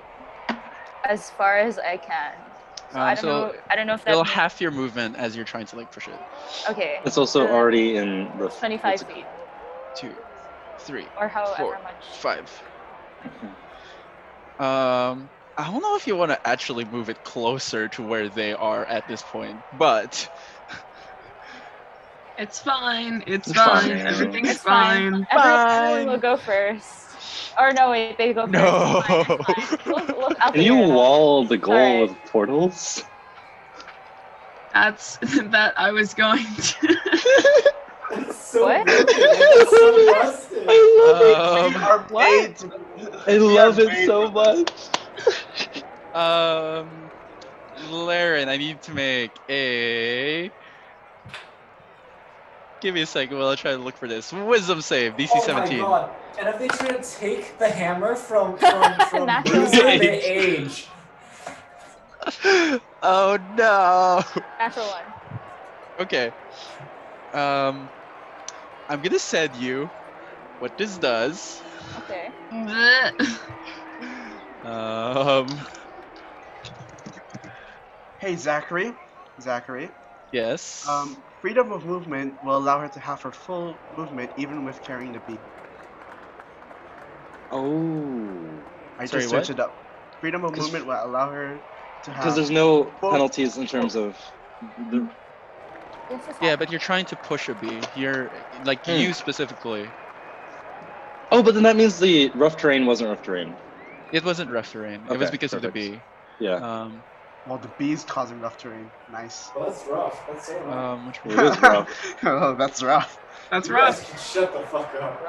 Speaker 8: as far as I can.
Speaker 3: Uh,
Speaker 8: So I
Speaker 4: Um,
Speaker 8: don't
Speaker 4: so
Speaker 8: know. I don't know if that.
Speaker 4: it'll
Speaker 8: means-
Speaker 4: half your movement as you're trying to like push it.
Speaker 8: okay,
Speaker 3: It's also already in the.
Speaker 8: twenty-five
Speaker 3: it's-
Speaker 8: feet
Speaker 4: Two, three,
Speaker 8: or however
Speaker 4: four,
Speaker 8: much.
Speaker 4: five. Um, I don't know if you want to actually move it closer to where they are at this point, but
Speaker 7: It's fine. It's
Speaker 3: It's
Speaker 7: fine.
Speaker 3: fine.
Speaker 7: Everything's
Speaker 8: It's
Speaker 7: fine.
Speaker 8: fine. Everyone will go first. Or no, wait, they go first.
Speaker 4: No.
Speaker 8: It's fine, it's fine.
Speaker 3: <laughs>
Speaker 8: We'll- we'll- I'll
Speaker 3: Can you
Speaker 8: figure it out.
Speaker 3: wall the goal
Speaker 8: Sorry.
Speaker 3: with portals?
Speaker 7: That's <laughs> that I was going to. <laughs>
Speaker 6: that's so
Speaker 8: What?
Speaker 6: weird. That's so busted.
Speaker 4: um,
Speaker 2: we are
Speaker 8: what?
Speaker 2: made to-
Speaker 3: <laughs> I
Speaker 2: we
Speaker 3: love
Speaker 2: are
Speaker 3: it
Speaker 2: made
Speaker 3: so
Speaker 2: for this.
Speaker 3: much.
Speaker 4: Um, Laren, I need to make a. Give me a second while I try to look for this. Wisdom save, DC
Speaker 6: Oh
Speaker 4: 17.
Speaker 6: my god! And if they try to take the hammer from
Speaker 8: <laughs>
Speaker 6: from from
Speaker 8: Natural
Speaker 6: Bruce at
Speaker 4: one.
Speaker 6: the age,
Speaker 4: <laughs> oh no! <laughs>
Speaker 8: Natural one.
Speaker 4: Okay. Um, I'm gonna send you what this does.
Speaker 8: Okay.
Speaker 7: Bleh.
Speaker 4: Um,
Speaker 2: Hey, Zachary. Zachary.
Speaker 4: yes.
Speaker 2: Um, freedom of movement will allow her to have her full movement even with carrying the bee.
Speaker 3: Oh.
Speaker 2: I
Speaker 4: Sorry,
Speaker 2: just
Speaker 4: what?
Speaker 2: searched it up. Freedom of
Speaker 3: 'Cause-
Speaker 2: movement will allow her to
Speaker 3: Because
Speaker 2: have.
Speaker 3: there's no
Speaker 2: Well-
Speaker 3: penalties in terms of. The,
Speaker 8: This is
Speaker 4: yeah, but you're trying to push a bee. You're like
Speaker 3: Hmm.
Speaker 4: you specifically.
Speaker 3: oh, but then that means the rough terrain wasn't rough terrain.
Speaker 4: It wasn't rough terrain. It was
Speaker 3: Okay,
Speaker 4: because of the
Speaker 3: perfect.
Speaker 4: bee.
Speaker 3: Yeah.
Speaker 4: Um,
Speaker 2: Well, the bee's causing rough terrain. Nice.
Speaker 6: well, that's rough. That's so rough.
Speaker 4: um, which
Speaker 3: It <laughs> is rough.
Speaker 2: <laughs> oh, that's rough.
Speaker 7: That's
Speaker 6: You
Speaker 3: <laughs>
Speaker 7: rough.
Speaker 6: guys can Shut the fuck up.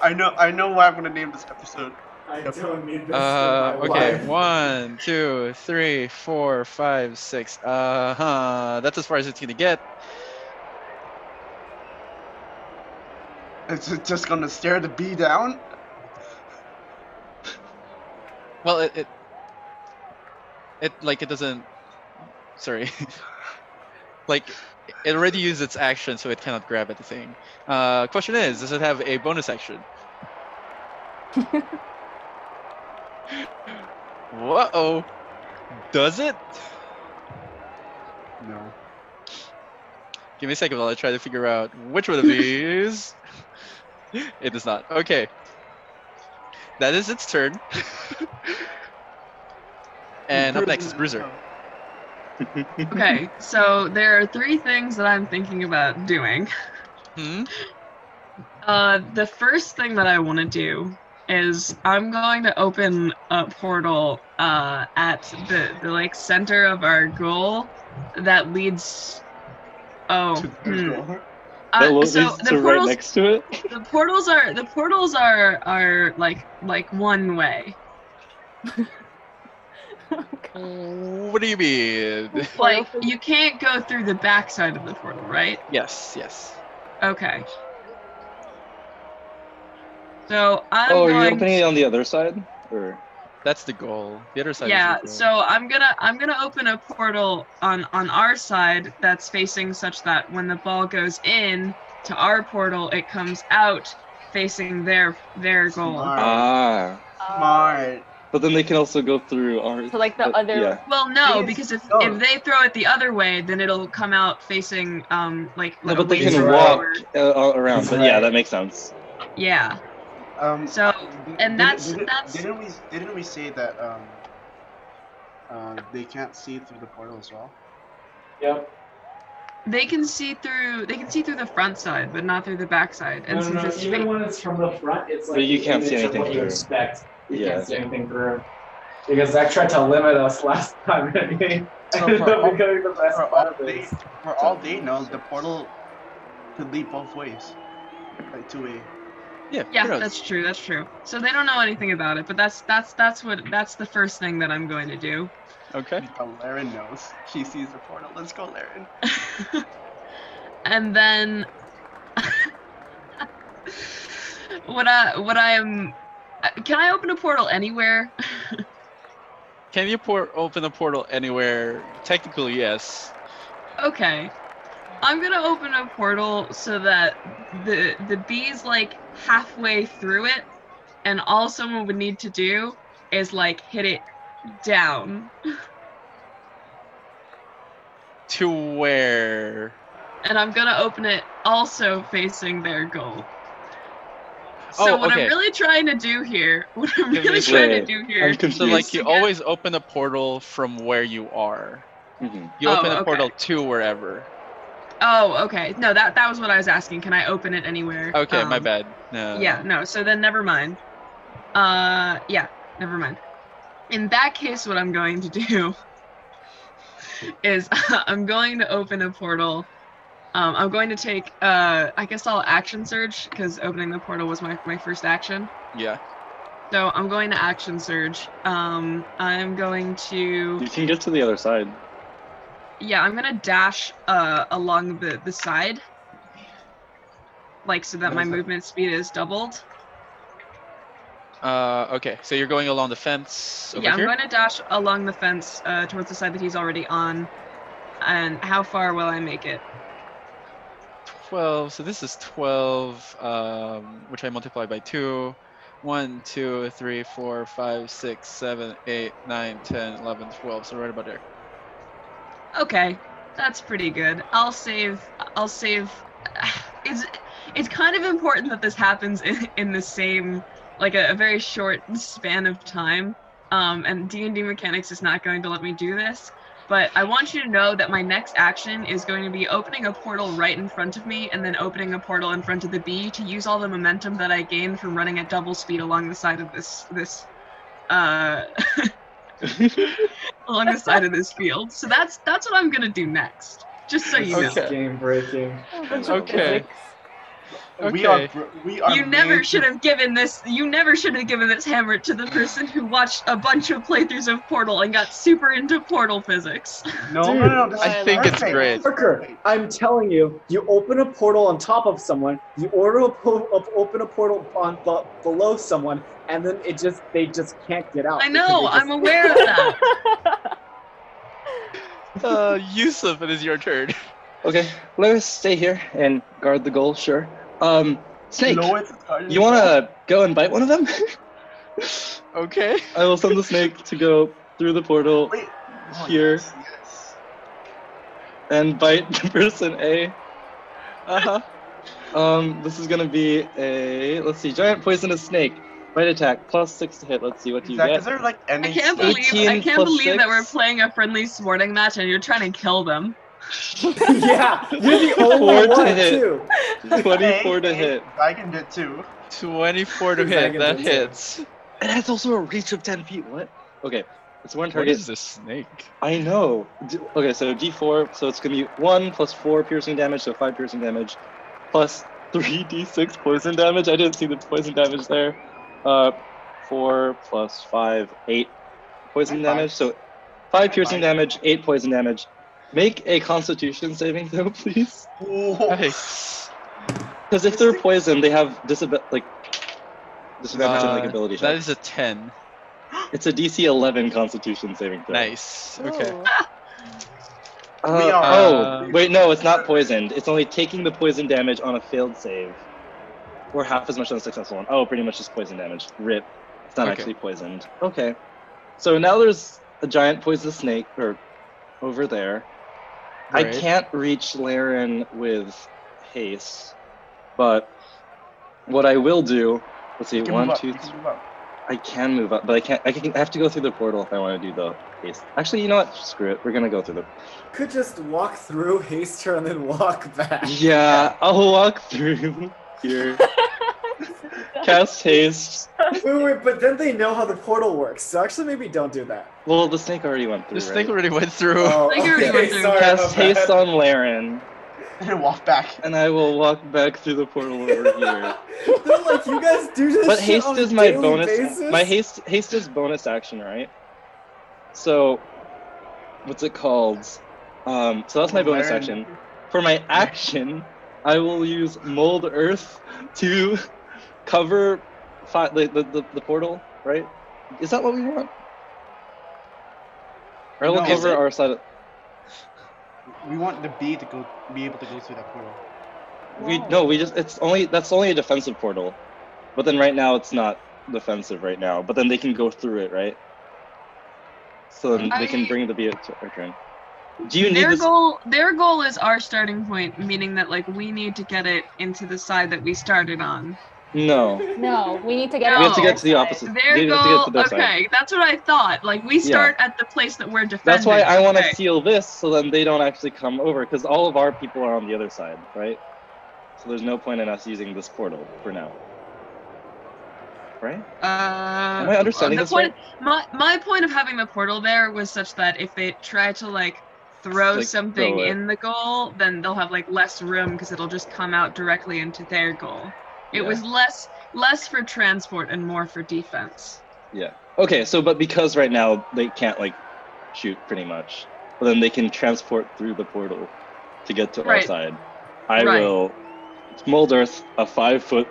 Speaker 2: I know. I know why I'm gonna name this episode.
Speaker 6: I don't need this. in
Speaker 4: Uh,
Speaker 6: my
Speaker 4: okay,
Speaker 6: life.
Speaker 4: one, two, three, four, five, six. Uh huh. That's as far as it's gonna get.
Speaker 2: It's ju- just gonna stare the bee down.
Speaker 4: Well, it, it, it like it doesn't. Sorry. <laughs> like, it already used its action, so it cannot grab at the thing. Uh, question is, does it have a bonus
Speaker 6: <laughs>
Speaker 4: action? <laughs> Whoa. Does it?
Speaker 2: No.
Speaker 4: Give me a second while I try to figure out which one of these. it does not. Okay.
Speaker 9: That is its turn. and up
Speaker 2: <laughs>
Speaker 9: next is Bruiser.
Speaker 7: Okay, so there are three things that I'm thinking about doing.
Speaker 9: Hmm?
Speaker 7: Uh, the first thing that I want to do is I'm going to open a portal uh, at the, the like center of our goal that leads. Oh, hmm.
Speaker 3: That
Speaker 7: Uh,
Speaker 3: will
Speaker 7: so
Speaker 3: lead
Speaker 7: the
Speaker 3: to right
Speaker 7: portals,
Speaker 3: next to it.
Speaker 7: the portals are the portals are are like like one way.
Speaker 8: <laughs>
Speaker 9: What do you mean? <laughs>
Speaker 7: Like you can't go through the backside of the portal, right?
Speaker 9: yes, yes.
Speaker 7: Okay. So I'm
Speaker 3: oh, are you
Speaker 7: going.
Speaker 3: opening it on the other side? Or
Speaker 9: That's the goal. The other side. is
Speaker 7: yeah.
Speaker 9: the goal.
Speaker 7: So I'm gonna I'm gonna open a portal on on our side that's facing such that when the ball goes in to our portal, it comes out facing their their goal.
Speaker 2: <laughs> Smart.
Speaker 3: ah,
Speaker 2: Smart.
Speaker 3: but then they can also go through our.
Speaker 8: So, like, the
Speaker 3: but-
Speaker 8: other-
Speaker 3: Yeah.
Speaker 7: Well, no,
Speaker 2: Yes,
Speaker 7: because if
Speaker 2: no.
Speaker 7: if they throw it the other way, then it'll come out facing um like.
Speaker 3: No, but they
Speaker 7: away
Speaker 3: can
Speaker 7: from
Speaker 3: walk
Speaker 7: our-
Speaker 3: uh, all around. But yeah,
Speaker 6: Right.
Speaker 3: that makes sense.
Speaker 7: Yeah.
Speaker 2: Um,
Speaker 7: So
Speaker 2: did-
Speaker 7: and
Speaker 2: did-
Speaker 7: that's-
Speaker 2: didn't-
Speaker 7: that's-
Speaker 2: Didn't we didn't we say that um, uh, they can't see through the portal as well?
Speaker 6: Yep.
Speaker 7: they can see through they can see through the front side, but not through the back side. And
Speaker 6: no, no,
Speaker 7: since
Speaker 6: no,
Speaker 7: it's
Speaker 6: Even
Speaker 7: fa-
Speaker 6: when it's from the front, it's like
Speaker 3: But you
Speaker 6: the
Speaker 3: can't see
Speaker 6: image of
Speaker 3: anything
Speaker 6: what you
Speaker 3: through.
Speaker 6: expect. You
Speaker 3: Yeah.
Speaker 6: can't see anything through. Because Zach tried to limit us last <laughs> time. and we
Speaker 2: So
Speaker 6: ended
Speaker 2: for
Speaker 6: up
Speaker 2: all-
Speaker 6: becoming the best
Speaker 2: for all
Speaker 6: partners.
Speaker 2: For all they know, the portal could lead both ways, like two way.
Speaker 9: yeah,
Speaker 7: yeah,
Speaker 9: who knows?
Speaker 7: that's true. That's true. So they don't know anything about it, but that's that's that's what that's the first thing that I'm going to do. <laughs>
Speaker 9: okay.
Speaker 2: Oh, Laren knows. She sees the portal. Let's go, Laren.
Speaker 7: and then <laughs> what I what I am can I open a portal anywhere?
Speaker 9: Can you pour open a portal anywhere? Technically, yes.
Speaker 7: Okay. I'm gonna open a portal so that the the bee's like halfway through it, and all someone would need to do is like hit it down.
Speaker 9: To where?
Speaker 7: And I'm gonna open it also facing their goal. So
Speaker 9: Oh,
Speaker 7: what
Speaker 9: okay.
Speaker 7: I'm really trying to do here, <laughs> what I'm
Speaker 9: Give me
Speaker 7: really
Speaker 9: a
Speaker 7: trying
Speaker 3: break.
Speaker 7: to do here,
Speaker 3: I'm confused.
Speaker 9: So like you
Speaker 7: Yes, yeah.
Speaker 9: always open a portal from where you are.
Speaker 3: Mhm.
Speaker 9: You
Speaker 7: Oh,
Speaker 9: open a
Speaker 7: okay.
Speaker 9: portal to wherever.
Speaker 7: oh okay, no that that was what I was asking. Can I open it anywhere?
Speaker 9: Okay, my
Speaker 7: Um,
Speaker 9: bad. Uh, No.
Speaker 7: yeah no so then never mind uh yeah never mind in that case what i'm going to do is <laughs> i'm going to open a portal um, i'm going to take uh i guess i'll action surge because opening the portal was my, my first action
Speaker 9: Yeah.
Speaker 7: so i'm going to action surge um i'm going to
Speaker 3: You can get to the other side.
Speaker 7: yeah i'm going to dash uh along the the side like so that my movement speed is doubled
Speaker 9: Uh, okay, so you're going along the fence over
Speaker 7: yeah,
Speaker 9: here.
Speaker 7: I'm going to dash along the fence uh, towards the side that he's already on. And how far will I make it?
Speaker 9: Twelve. So this is twelve, um, which I multiply by two. One, two, three, four, five, six, seven, eight, nine, ten, eleven, twelve. So right about there.
Speaker 7: Okay, that's pretty good. I'll save. I'll save. <sighs> It's it's kind of important that this happens in, in the same like a, a very short span of time. Um, and D and D mechanics is not going to let me do this. But I want you to know that my next action is going to be opening a portal right in front of me, and then opening a portal in front of the bee to use all the momentum that I gained from running at double speed along the side of this this uh, <laughs> along the side of this field. So that's that's what I'm gonna do next. Just so you
Speaker 9: Okay.
Speaker 7: know,
Speaker 6: Game breaking.
Speaker 9: Okay.
Speaker 2: We are.
Speaker 9: Okay.
Speaker 2: br- We are.
Speaker 7: you never
Speaker 2: made
Speaker 7: should
Speaker 2: to-
Speaker 7: have given this. You never should have given this hammer to the person who watched a bunch of playthroughs of Portal and got super into Portal
Speaker 3: Oh,
Speaker 7: physics.
Speaker 2: No,
Speaker 6: Dude,
Speaker 2: no, no, this
Speaker 9: I
Speaker 2: is
Speaker 9: think it's
Speaker 2: perfect.
Speaker 9: great.
Speaker 6: Parker, I'm telling you, you open a portal on top of someone, you order a po- op- open a portal on b- below someone, and then it just they just can't get out.
Speaker 7: I know.
Speaker 6: because they
Speaker 7: I'm aware
Speaker 3: <laughs>
Speaker 7: of that.
Speaker 9: Uh, Yusuf, it is your turn. <laughs>
Speaker 3: Okay, let us stay here and guard the goal. Sure. Um, snake,
Speaker 2: No, it's as hard as
Speaker 3: you
Speaker 2: it is.
Speaker 3: wanna go and bite one of them? <laughs>
Speaker 9: Okay.
Speaker 3: I will send the snake to go through the portal
Speaker 2: Wait. Oh,
Speaker 3: Here.
Speaker 2: yes, yes.
Speaker 3: and bite the <laughs> person A.
Speaker 9: Uh huh.
Speaker 3: Um, this is gonna be a let's see, giant poisonous snake. Right attack, plus six to hit. Let's see what do you
Speaker 2: Zach, is
Speaker 3: get.
Speaker 2: there like any?
Speaker 7: I can't
Speaker 2: stat-
Speaker 7: believe I
Speaker 3: 18
Speaker 7: can't
Speaker 3: plus
Speaker 7: believe that we're
Speaker 3: six.
Speaker 7: playing a friendly sporting match and you're trying to kill them.
Speaker 6: <laughs>
Speaker 2: <laughs>
Speaker 6: yeah, you're the only
Speaker 3: Forward to
Speaker 6: one
Speaker 3: hit.
Speaker 6: too.
Speaker 3: <laughs> Twenty-four
Speaker 2: Hey,
Speaker 3: to
Speaker 2: hey,
Speaker 3: hit.
Speaker 2: I can hit
Speaker 3: <laughs>
Speaker 2: too.
Speaker 4: 24 to
Speaker 6: He's not
Speaker 4: hit.
Speaker 6: gonna
Speaker 4: That
Speaker 6: do it.
Speaker 4: hits.
Speaker 3: It has also a reach of ten feet. What? Okay, it's one
Speaker 4: What
Speaker 3: target.
Speaker 4: is this snake?
Speaker 3: I know. D- okay, so D4, so it's gonna be one plus four piercing damage, so five piercing damage, plus <laughs> three D6 poison damage. I didn't see the poison damage there. Uh, four plus five, eight poison
Speaker 2: High five.
Speaker 3: damage. So five piercing
Speaker 2: five.
Speaker 3: damage, eight poison damage. Make a Constitution saving throw, <laughs> please. Oh.
Speaker 2: Whoa.
Speaker 4: Nice.
Speaker 3: Because if they're poisoned, they have disab- like disadvantage on like
Speaker 4: Uh,
Speaker 3: ability
Speaker 4: That
Speaker 3: checks.
Speaker 4: is a 10.
Speaker 3: It's a DC 11 Constitution saving throw.
Speaker 4: Nice.
Speaker 8: Oh.
Speaker 4: Okay.
Speaker 8: Ooh.
Speaker 3: Uh,
Speaker 2: We are-
Speaker 3: oh,
Speaker 4: Uh,
Speaker 3: wait, no, it's not poisoned. It's only taking the poison damage on a failed save. Or half as much on a successful one. Oh, pretty much just poison damage. Rip. It's not
Speaker 4: Okay.
Speaker 3: actually poisoned. Okay. So now there's a giant poisonous snake or over there. I
Speaker 4: Right.
Speaker 3: can't reach Laren with haste, but what I will do let's see,
Speaker 2: You can
Speaker 3: one,
Speaker 2: move up,
Speaker 3: two,
Speaker 2: you
Speaker 3: three.
Speaker 2: can move up.
Speaker 3: I can move up, but I can't I can I have to go through the portal if I want to do the haste. Actually, you know what? Screw it. We're gonna go through the
Speaker 6: Could just walk through, haste her, and then walk back.
Speaker 3: Yeah, I'll walk through <laughs> here. Cast haste.
Speaker 6: Wait, wait, but then they know how the portal works, so actually maybe don't do that.
Speaker 3: Well, the snake already went through.
Speaker 4: This snake
Speaker 3: right?
Speaker 4: already went through.
Speaker 6: Oh, <laughs>
Speaker 7: Like you already
Speaker 6: okay,
Speaker 7: went through.
Speaker 6: sorry
Speaker 3: Cast
Speaker 6: about that. <laughs>
Speaker 3: haste on Laren,
Speaker 2: And walk back.
Speaker 3: and I will walk back through the portal over here.
Speaker 6: They're like, you guys do this
Speaker 3: But
Speaker 6: shit
Speaker 3: haste
Speaker 6: on
Speaker 3: is
Speaker 6: a
Speaker 3: my
Speaker 6: daily
Speaker 3: bonus.
Speaker 6: basis?
Speaker 3: My haste haste is bonus action, right? So, what's it called? Um, so that's my bonus
Speaker 2: Laren-
Speaker 3: action. For my action, I will use mold earth to <laughs> cover fi- the, the, the, the portal, right? Is that what we want? Or I will
Speaker 2: No. Is
Speaker 3: cover
Speaker 2: it-
Speaker 3: our side of.
Speaker 2: We want the bee to go, be able to go through that portal.
Speaker 3: We no, we just it's only that's only a defensive portal, but then right now it's not defensive right now. But then they can go through it, right? So then they can
Speaker 7: I-
Speaker 3: bring the bee to our turn. Do you need
Speaker 7: Their
Speaker 3: this?
Speaker 7: goal their goal is our starting point, meaning that like we need to get it into the side that we started on.
Speaker 3: No,
Speaker 8: No, <laughs> we need to get.
Speaker 7: No.
Speaker 3: we
Speaker 8: on
Speaker 3: have to
Speaker 8: their
Speaker 3: get to the
Speaker 8: side.
Speaker 3: opposite.
Speaker 7: Their
Speaker 3: we have
Speaker 7: goal
Speaker 3: to get to their
Speaker 7: okay,
Speaker 3: side.
Speaker 7: that's what I thought. Like we start at the place that we're defending.
Speaker 3: That's why I want to
Speaker 7: Okay.
Speaker 3: seal this, so then they don't actually come over, because all of our people are on the other side, right? So there's no point in us using this portal for now, right?
Speaker 7: Uh,
Speaker 3: Am I understanding
Speaker 7: the
Speaker 3: this
Speaker 7: point,
Speaker 3: right?
Speaker 7: My my point of having the portal there was such that if they try to like throw
Speaker 3: Like, throw
Speaker 7: something
Speaker 3: it.
Speaker 7: in the goal, then they'll have like less room because it'll just come out directly into their goal. It
Speaker 3: Yeah.
Speaker 7: was less less for transport and more for defense. <laughs>
Speaker 3: Okay, so but because right now they can't like shoot pretty much, but then they can transport through the portal to get to our
Speaker 7: Right.
Speaker 3: side. I
Speaker 7: Right.
Speaker 3: will mold earth a five foot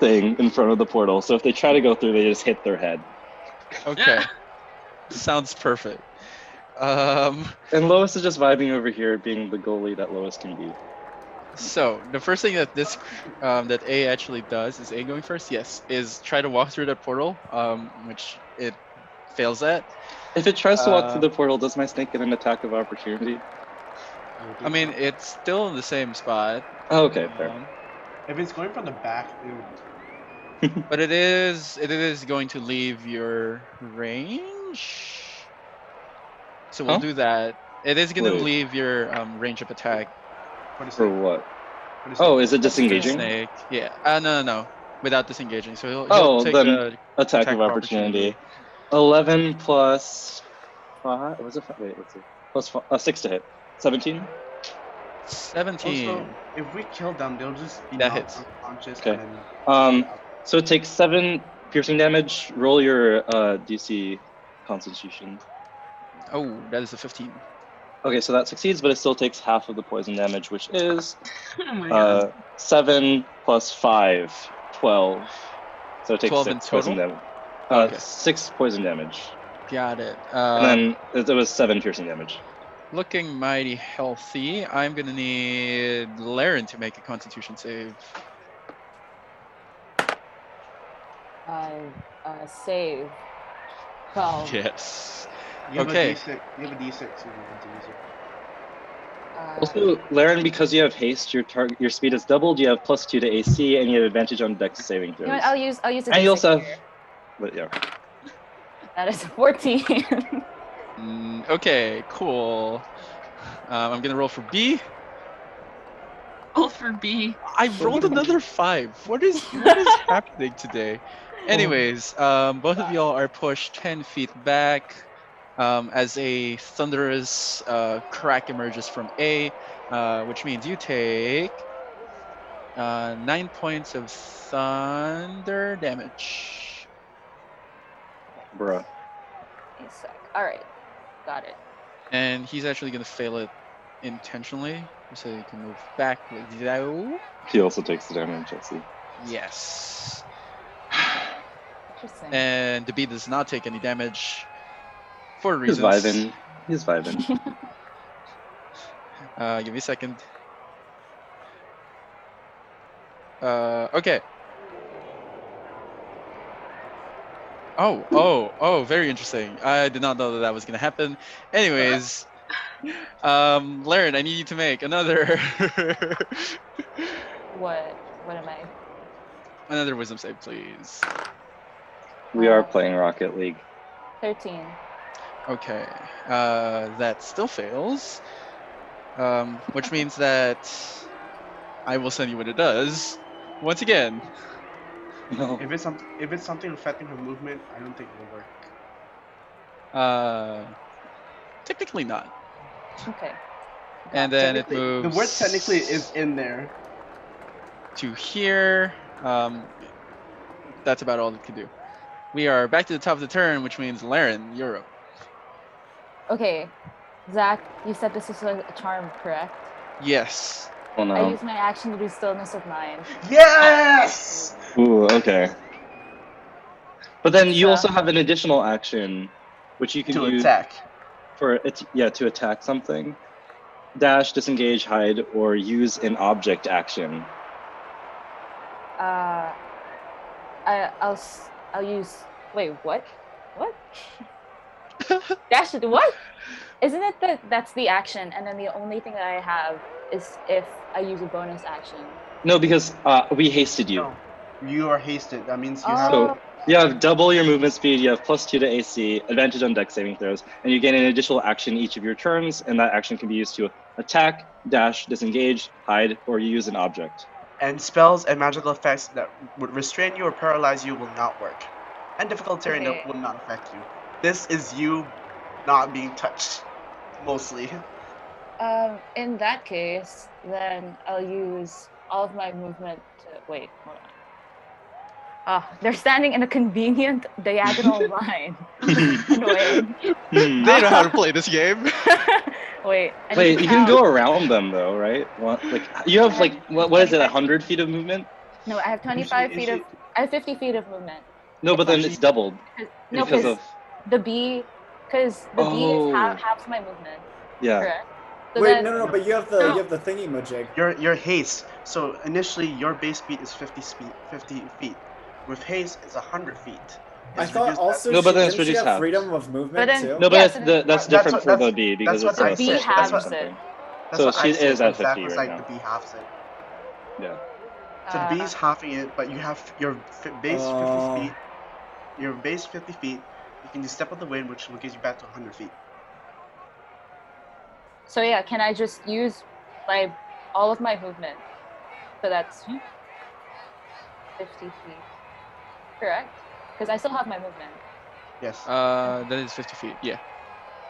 Speaker 3: thing in front of the portal. So if they try to go through, they just hit their head.
Speaker 4: Okay. Sounds perfect. Um,
Speaker 3: And Lois is just vibing over here, being the goalie that Lois can be.
Speaker 4: so the first thing that this cr- um, that A actually does is A going first. Yes, is try to walk through that portal, um, which it fails at.
Speaker 3: If it tries to walk
Speaker 4: Uh,
Speaker 3: through the portal, does my snake get an attack of opportunity?
Speaker 4: I mean, it's still in the same spot.
Speaker 3: Oh, okay, fair.
Speaker 4: um,
Speaker 2: if it's going from the back, it would
Speaker 4: but it is it is going to leave your range. So we'll
Speaker 3: Huh?
Speaker 4: do that. It is going to
Speaker 3: Wait.
Speaker 4: leave your um, range of attack
Speaker 2: What is
Speaker 3: For
Speaker 2: it?
Speaker 3: what?
Speaker 2: What is
Speaker 3: Oh,
Speaker 2: it?
Speaker 3: is it disengaging? Attack,
Speaker 4: snake. Yeah. Uh, no, no, no. Without disengaging, so he'll, he'll
Speaker 3: Oh,
Speaker 4: take
Speaker 3: then-
Speaker 4: the
Speaker 3: of opportunity. Eleven plus five. Was it five? Wait, let's see. Plus fi- uh, six to hit. Seventeen.
Speaker 4: Seventeen.
Speaker 2: Also, if we kill them, they'll just be
Speaker 4: That
Speaker 2: knocked
Speaker 4: hits.
Speaker 2: unconscious.
Speaker 3: Okay.
Speaker 2: And then,
Speaker 3: Um, so it takes seven piercing damage. Roll your uh, DC Constitution.
Speaker 4: Oh, that is a fifteen.
Speaker 3: Okay, so that succeeds, but it still takes half of the poison damage, which is
Speaker 7: Oh my god.
Speaker 3: uh, seven plus five, twelve. So it takes
Speaker 4: 12 in
Speaker 3: six poison
Speaker 4: total?
Speaker 3: damage. Uh,
Speaker 4: Okay.
Speaker 3: Six poison damage,
Speaker 4: Got it.
Speaker 3: and
Speaker 4: Um,
Speaker 3: then it, it was seven piercing damage.
Speaker 4: looking mighty healthy. I'm gonna need Laren to make a Constitution save.
Speaker 8: Uh, uh, save. Twelve.
Speaker 4: Yes.
Speaker 2: you have
Speaker 4: Okay.
Speaker 2: A D6, you have a D6. You know, it's a D6.
Speaker 8: Uh,
Speaker 3: Also, Laren, because you have haste, your target, your speed is doubled. You have plus two to AC, and you have advantage on Dex saving
Speaker 8: You
Speaker 3: throws.
Speaker 8: know what? I'll use I'll use. a
Speaker 3: And you
Speaker 8: d6
Speaker 3: also
Speaker 8: here.
Speaker 3: But yeah,
Speaker 8: That is a fourteen. <laughs>
Speaker 4: Mm, okay, cool. Um, I'm gonna roll for B.
Speaker 7: All for B.
Speaker 4: I rolled another five. What is what is happening today? Anyways, um, both of y'all are pushed ten feet back um, as a thunderous uh, crack emerges from A, uh, which means you take uh, nine points of thunder damage.
Speaker 3: bruh.
Speaker 8: You suck. All right, got it.
Speaker 4: And he's actually gonna fail it intentionally, so he can move back with you.
Speaker 3: He also takes the damage. I see.
Speaker 4: Yes.
Speaker 8: Interesting.
Speaker 4: And the bee does not take any damage for
Speaker 3: He's vibing.
Speaker 4: reasons.
Speaker 3: He's
Speaker 8: <laughs>
Speaker 3: vibing.
Speaker 4: Uh, give me a second. Uh, okay. Oh, oh, oh, very interesting. I did not know that that was going to happen. Anyways, um, Laren, I need you to make another <laughs>
Speaker 8: What? What am I?
Speaker 4: another wisdom save, please.
Speaker 3: we are playing Rocket League.
Speaker 8: Thirteen.
Speaker 4: Okay, uh, that still fails, um, which
Speaker 2: <laughs>
Speaker 4: means that I will send you what it does. Once again,
Speaker 3: No.
Speaker 2: If it's something, if it's something affecting her movement, I don't think it'll work.
Speaker 4: uh, technically not.
Speaker 8: Okay.
Speaker 4: And then it
Speaker 2: Technically-
Speaker 4: moves.
Speaker 2: The word technically is in there.
Speaker 4: to here. Um, that's about all it can do. We are back to the top of the turn, which means Laren, you're up.
Speaker 8: Okay, Zach, you said this is a a charm, correct?
Speaker 4: Yes.
Speaker 3: <laughs> Oh
Speaker 8: I
Speaker 3: no.
Speaker 8: use my action to do stillness of mind.
Speaker 2: Yes.
Speaker 3: Ooh, okay. But then you
Speaker 8: So-
Speaker 3: also have an additional action, which you can
Speaker 2: To
Speaker 3: use
Speaker 2: attack.
Speaker 3: for it. Yeah, to attack something. Dash, disengage, hide, or use an object action.
Speaker 8: Uh, I, I'll s- I'll use. Wait, what? What? Dash it. What? Isn't it that that's the action, and then the only thing that I have is if I use a bonus action.
Speaker 3: No, because uh, we hasted you.
Speaker 2: No. You are hasted. That means you have.
Speaker 8: Oh,
Speaker 3: You have double your movement speed, you have plus two to AC, advantage on deck saving throws, and you gain an additional action each of your turns, and that action can be used to attack, dash, disengage, hide, or you use an
Speaker 2: <laughs>
Speaker 8: <laughs>
Speaker 3: object.
Speaker 2: and spells and magical effects that would restrain you or paralyze you will not work. And difficult terrain
Speaker 8: Okay.
Speaker 2: that will not affect you. This is you not being touched, mostly.
Speaker 8: Um, in that case, then I'll use all of my movement to wait. Hold on. Ah, they're standing in a convenient <laughs>
Speaker 6: <laughs>
Speaker 8: diagonal line. and wait.
Speaker 3: Hmm.
Speaker 4: They know how to play this game. <laughs>
Speaker 8: wait. I need
Speaker 3: Wait,
Speaker 8: to
Speaker 3: you can go
Speaker 8: count.
Speaker 3: around them though, right? What, like you have like what, what is it, hundred feet of movement?
Speaker 8: No, I have 25 feet of. I have 50 feet of movement.
Speaker 3: No, but then it's doubled
Speaker 8: No,
Speaker 3: because
Speaker 8: because
Speaker 3: of
Speaker 8: the bee, because the bee
Speaker 3: Oh.
Speaker 8: is half, halves my movement.
Speaker 3: yeah.
Speaker 8: Correct. So
Speaker 6: Wait,
Speaker 8: then,
Speaker 6: no, no, but you have the
Speaker 7: No.
Speaker 6: you have the thingy majig.
Speaker 2: Your your haste. So initially your base speed is 50 speed, 50 feet. With haste, it's 100 feet.
Speaker 6: I
Speaker 2: It's
Speaker 6: thought
Speaker 2: reduced
Speaker 6: also
Speaker 3: No,
Speaker 6: she,
Speaker 3: but then it's
Speaker 6: didn't she
Speaker 3: reduced
Speaker 6: have
Speaker 3: half.
Speaker 6: freedom of movement
Speaker 8: But then-
Speaker 6: too.
Speaker 3: No, but
Speaker 8: Yeah,
Speaker 3: that's
Speaker 8: so
Speaker 3: the,
Speaker 8: then-
Speaker 2: That's
Speaker 3: that's different
Speaker 2: what-
Speaker 3: for the
Speaker 2: that's-
Speaker 3: bee because
Speaker 2: that's
Speaker 3: it's
Speaker 2: what
Speaker 3: a
Speaker 2: I said.
Speaker 3: session or
Speaker 8: That's what-
Speaker 3: something.
Speaker 2: That's
Speaker 3: so
Speaker 2: what I
Speaker 3: she
Speaker 2: said,
Speaker 3: is at 50
Speaker 2: Zach was
Speaker 3: right
Speaker 2: like
Speaker 3: now.
Speaker 2: the bee halves it. So
Speaker 8: uh,
Speaker 2: the bee's halving it, but you have your f- base
Speaker 3: Uh.
Speaker 6: Oh.
Speaker 2: 50 feet. Your base 50 feet. You can just step out the wind, which will get you back to 100 feet.
Speaker 8: So yeah, can I just use my all of my movement? So that's fifty feet, correct? Because I still have my movement.
Speaker 2: Yes.
Speaker 4: Uh, that is 50 feet. Yeah.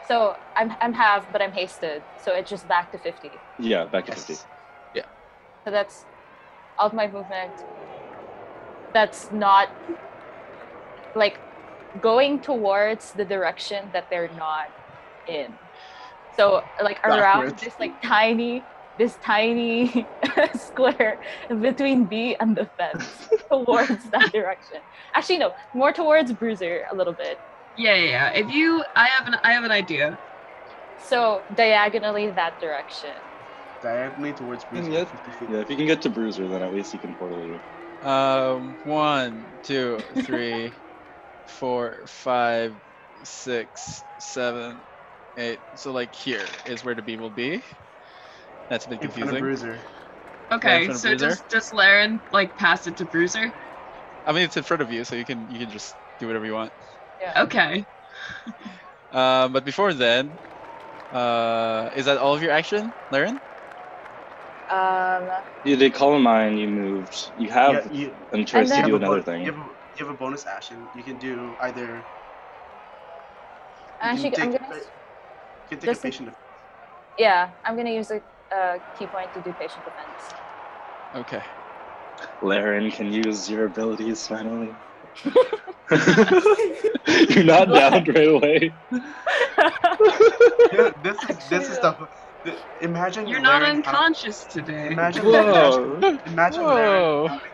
Speaker 8: So I'm I'm half, but I'm hasted. So it's just back to fifty.
Speaker 3: Yeah, back to fifty.
Speaker 8: So that's all of my movement. That's not like going towards the direction that they're not in. So like around
Speaker 2: Backwards.
Speaker 8: this like tiny this tiny <laughs> square between B and the
Speaker 2: <laughs>
Speaker 8: fence towards that direction. Actually no, more towards Bruiser a little bit.
Speaker 7: Yeah, yeah, yeah. If you, I have an, I have an idea.
Speaker 8: So diagonally that direction.
Speaker 2: Diagonally towards Bruce.
Speaker 3: yeah,
Speaker 2: 50 feet.
Speaker 3: Yeah, if you can get to Bruiser, then at least you can portal you.
Speaker 4: Um, one,
Speaker 2: <laughs>
Speaker 4: two, three, four, five, six, seven, eight. So like here is where the bee will be. That's a bit
Speaker 2: in front of
Speaker 4: confusing.
Speaker 2: Bruiser.
Speaker 4: in
Speaker 7: Okay,
Speaker 4: front of
Speaker 7: so
Speaker 4: Bruiser?
Speaker 7: just just Laren like passed it to Bruiser.
Speaker 4: I mean, it's in front of you, so you can you can just do whatever you want.
Speaker 8: Yeah.
Speaker 7: Okay.
Speaker 4: Uh, but before then, uh, is that all of your action, Laren?
Speaker 8: Um,
Speaker 3: You did Columbine, you moved. You have
Speaker 2: Yeah, you,
Speaker 3: a choice
Speaker 8: then-
Speaker 3: to do
Speaker 2: a
Speaker 3: another
Speaker 2: bon- You
Speaker 3: thing.
Speaker 2: have, a, you have a bonus action. You can do either. you
Speaker 8: actually,
Speaker 2: can
Speaker 8: I'm
Speaker 2: take-
Speaker 8: gonna.
Speaker 2: You
Speaker 8: s-
Speaker 2: can take
Speaker 8: just-
Speaker 2: a patient. if-
Speaker 8: Yeah, I'm gonna use a uh, key point to do patient
Speaker 2: <laughs>
Speaker 8: defense.
Speaker 4: Okay.
Speaker 3: Laren can use your abilities
Speaker 4: <laughs>
Speaker 3: finally. You're not down right away.
Speaker 2: <laughs> Yeah, this
Speaker 8: <laughs>
Speaker 2: is this is
Speaker 8: Actually,
Speaker 2: stuff. th- Imagine
Speaker 7: You're not
Speaker 2: Laren ha-
Speaker 7: unconscious today.
Speaker 2: Imagine
Speaker 3: Whoa.
Speaker 2: Imagine
Speaker 4: Whoa.
Speaker 2: Laren having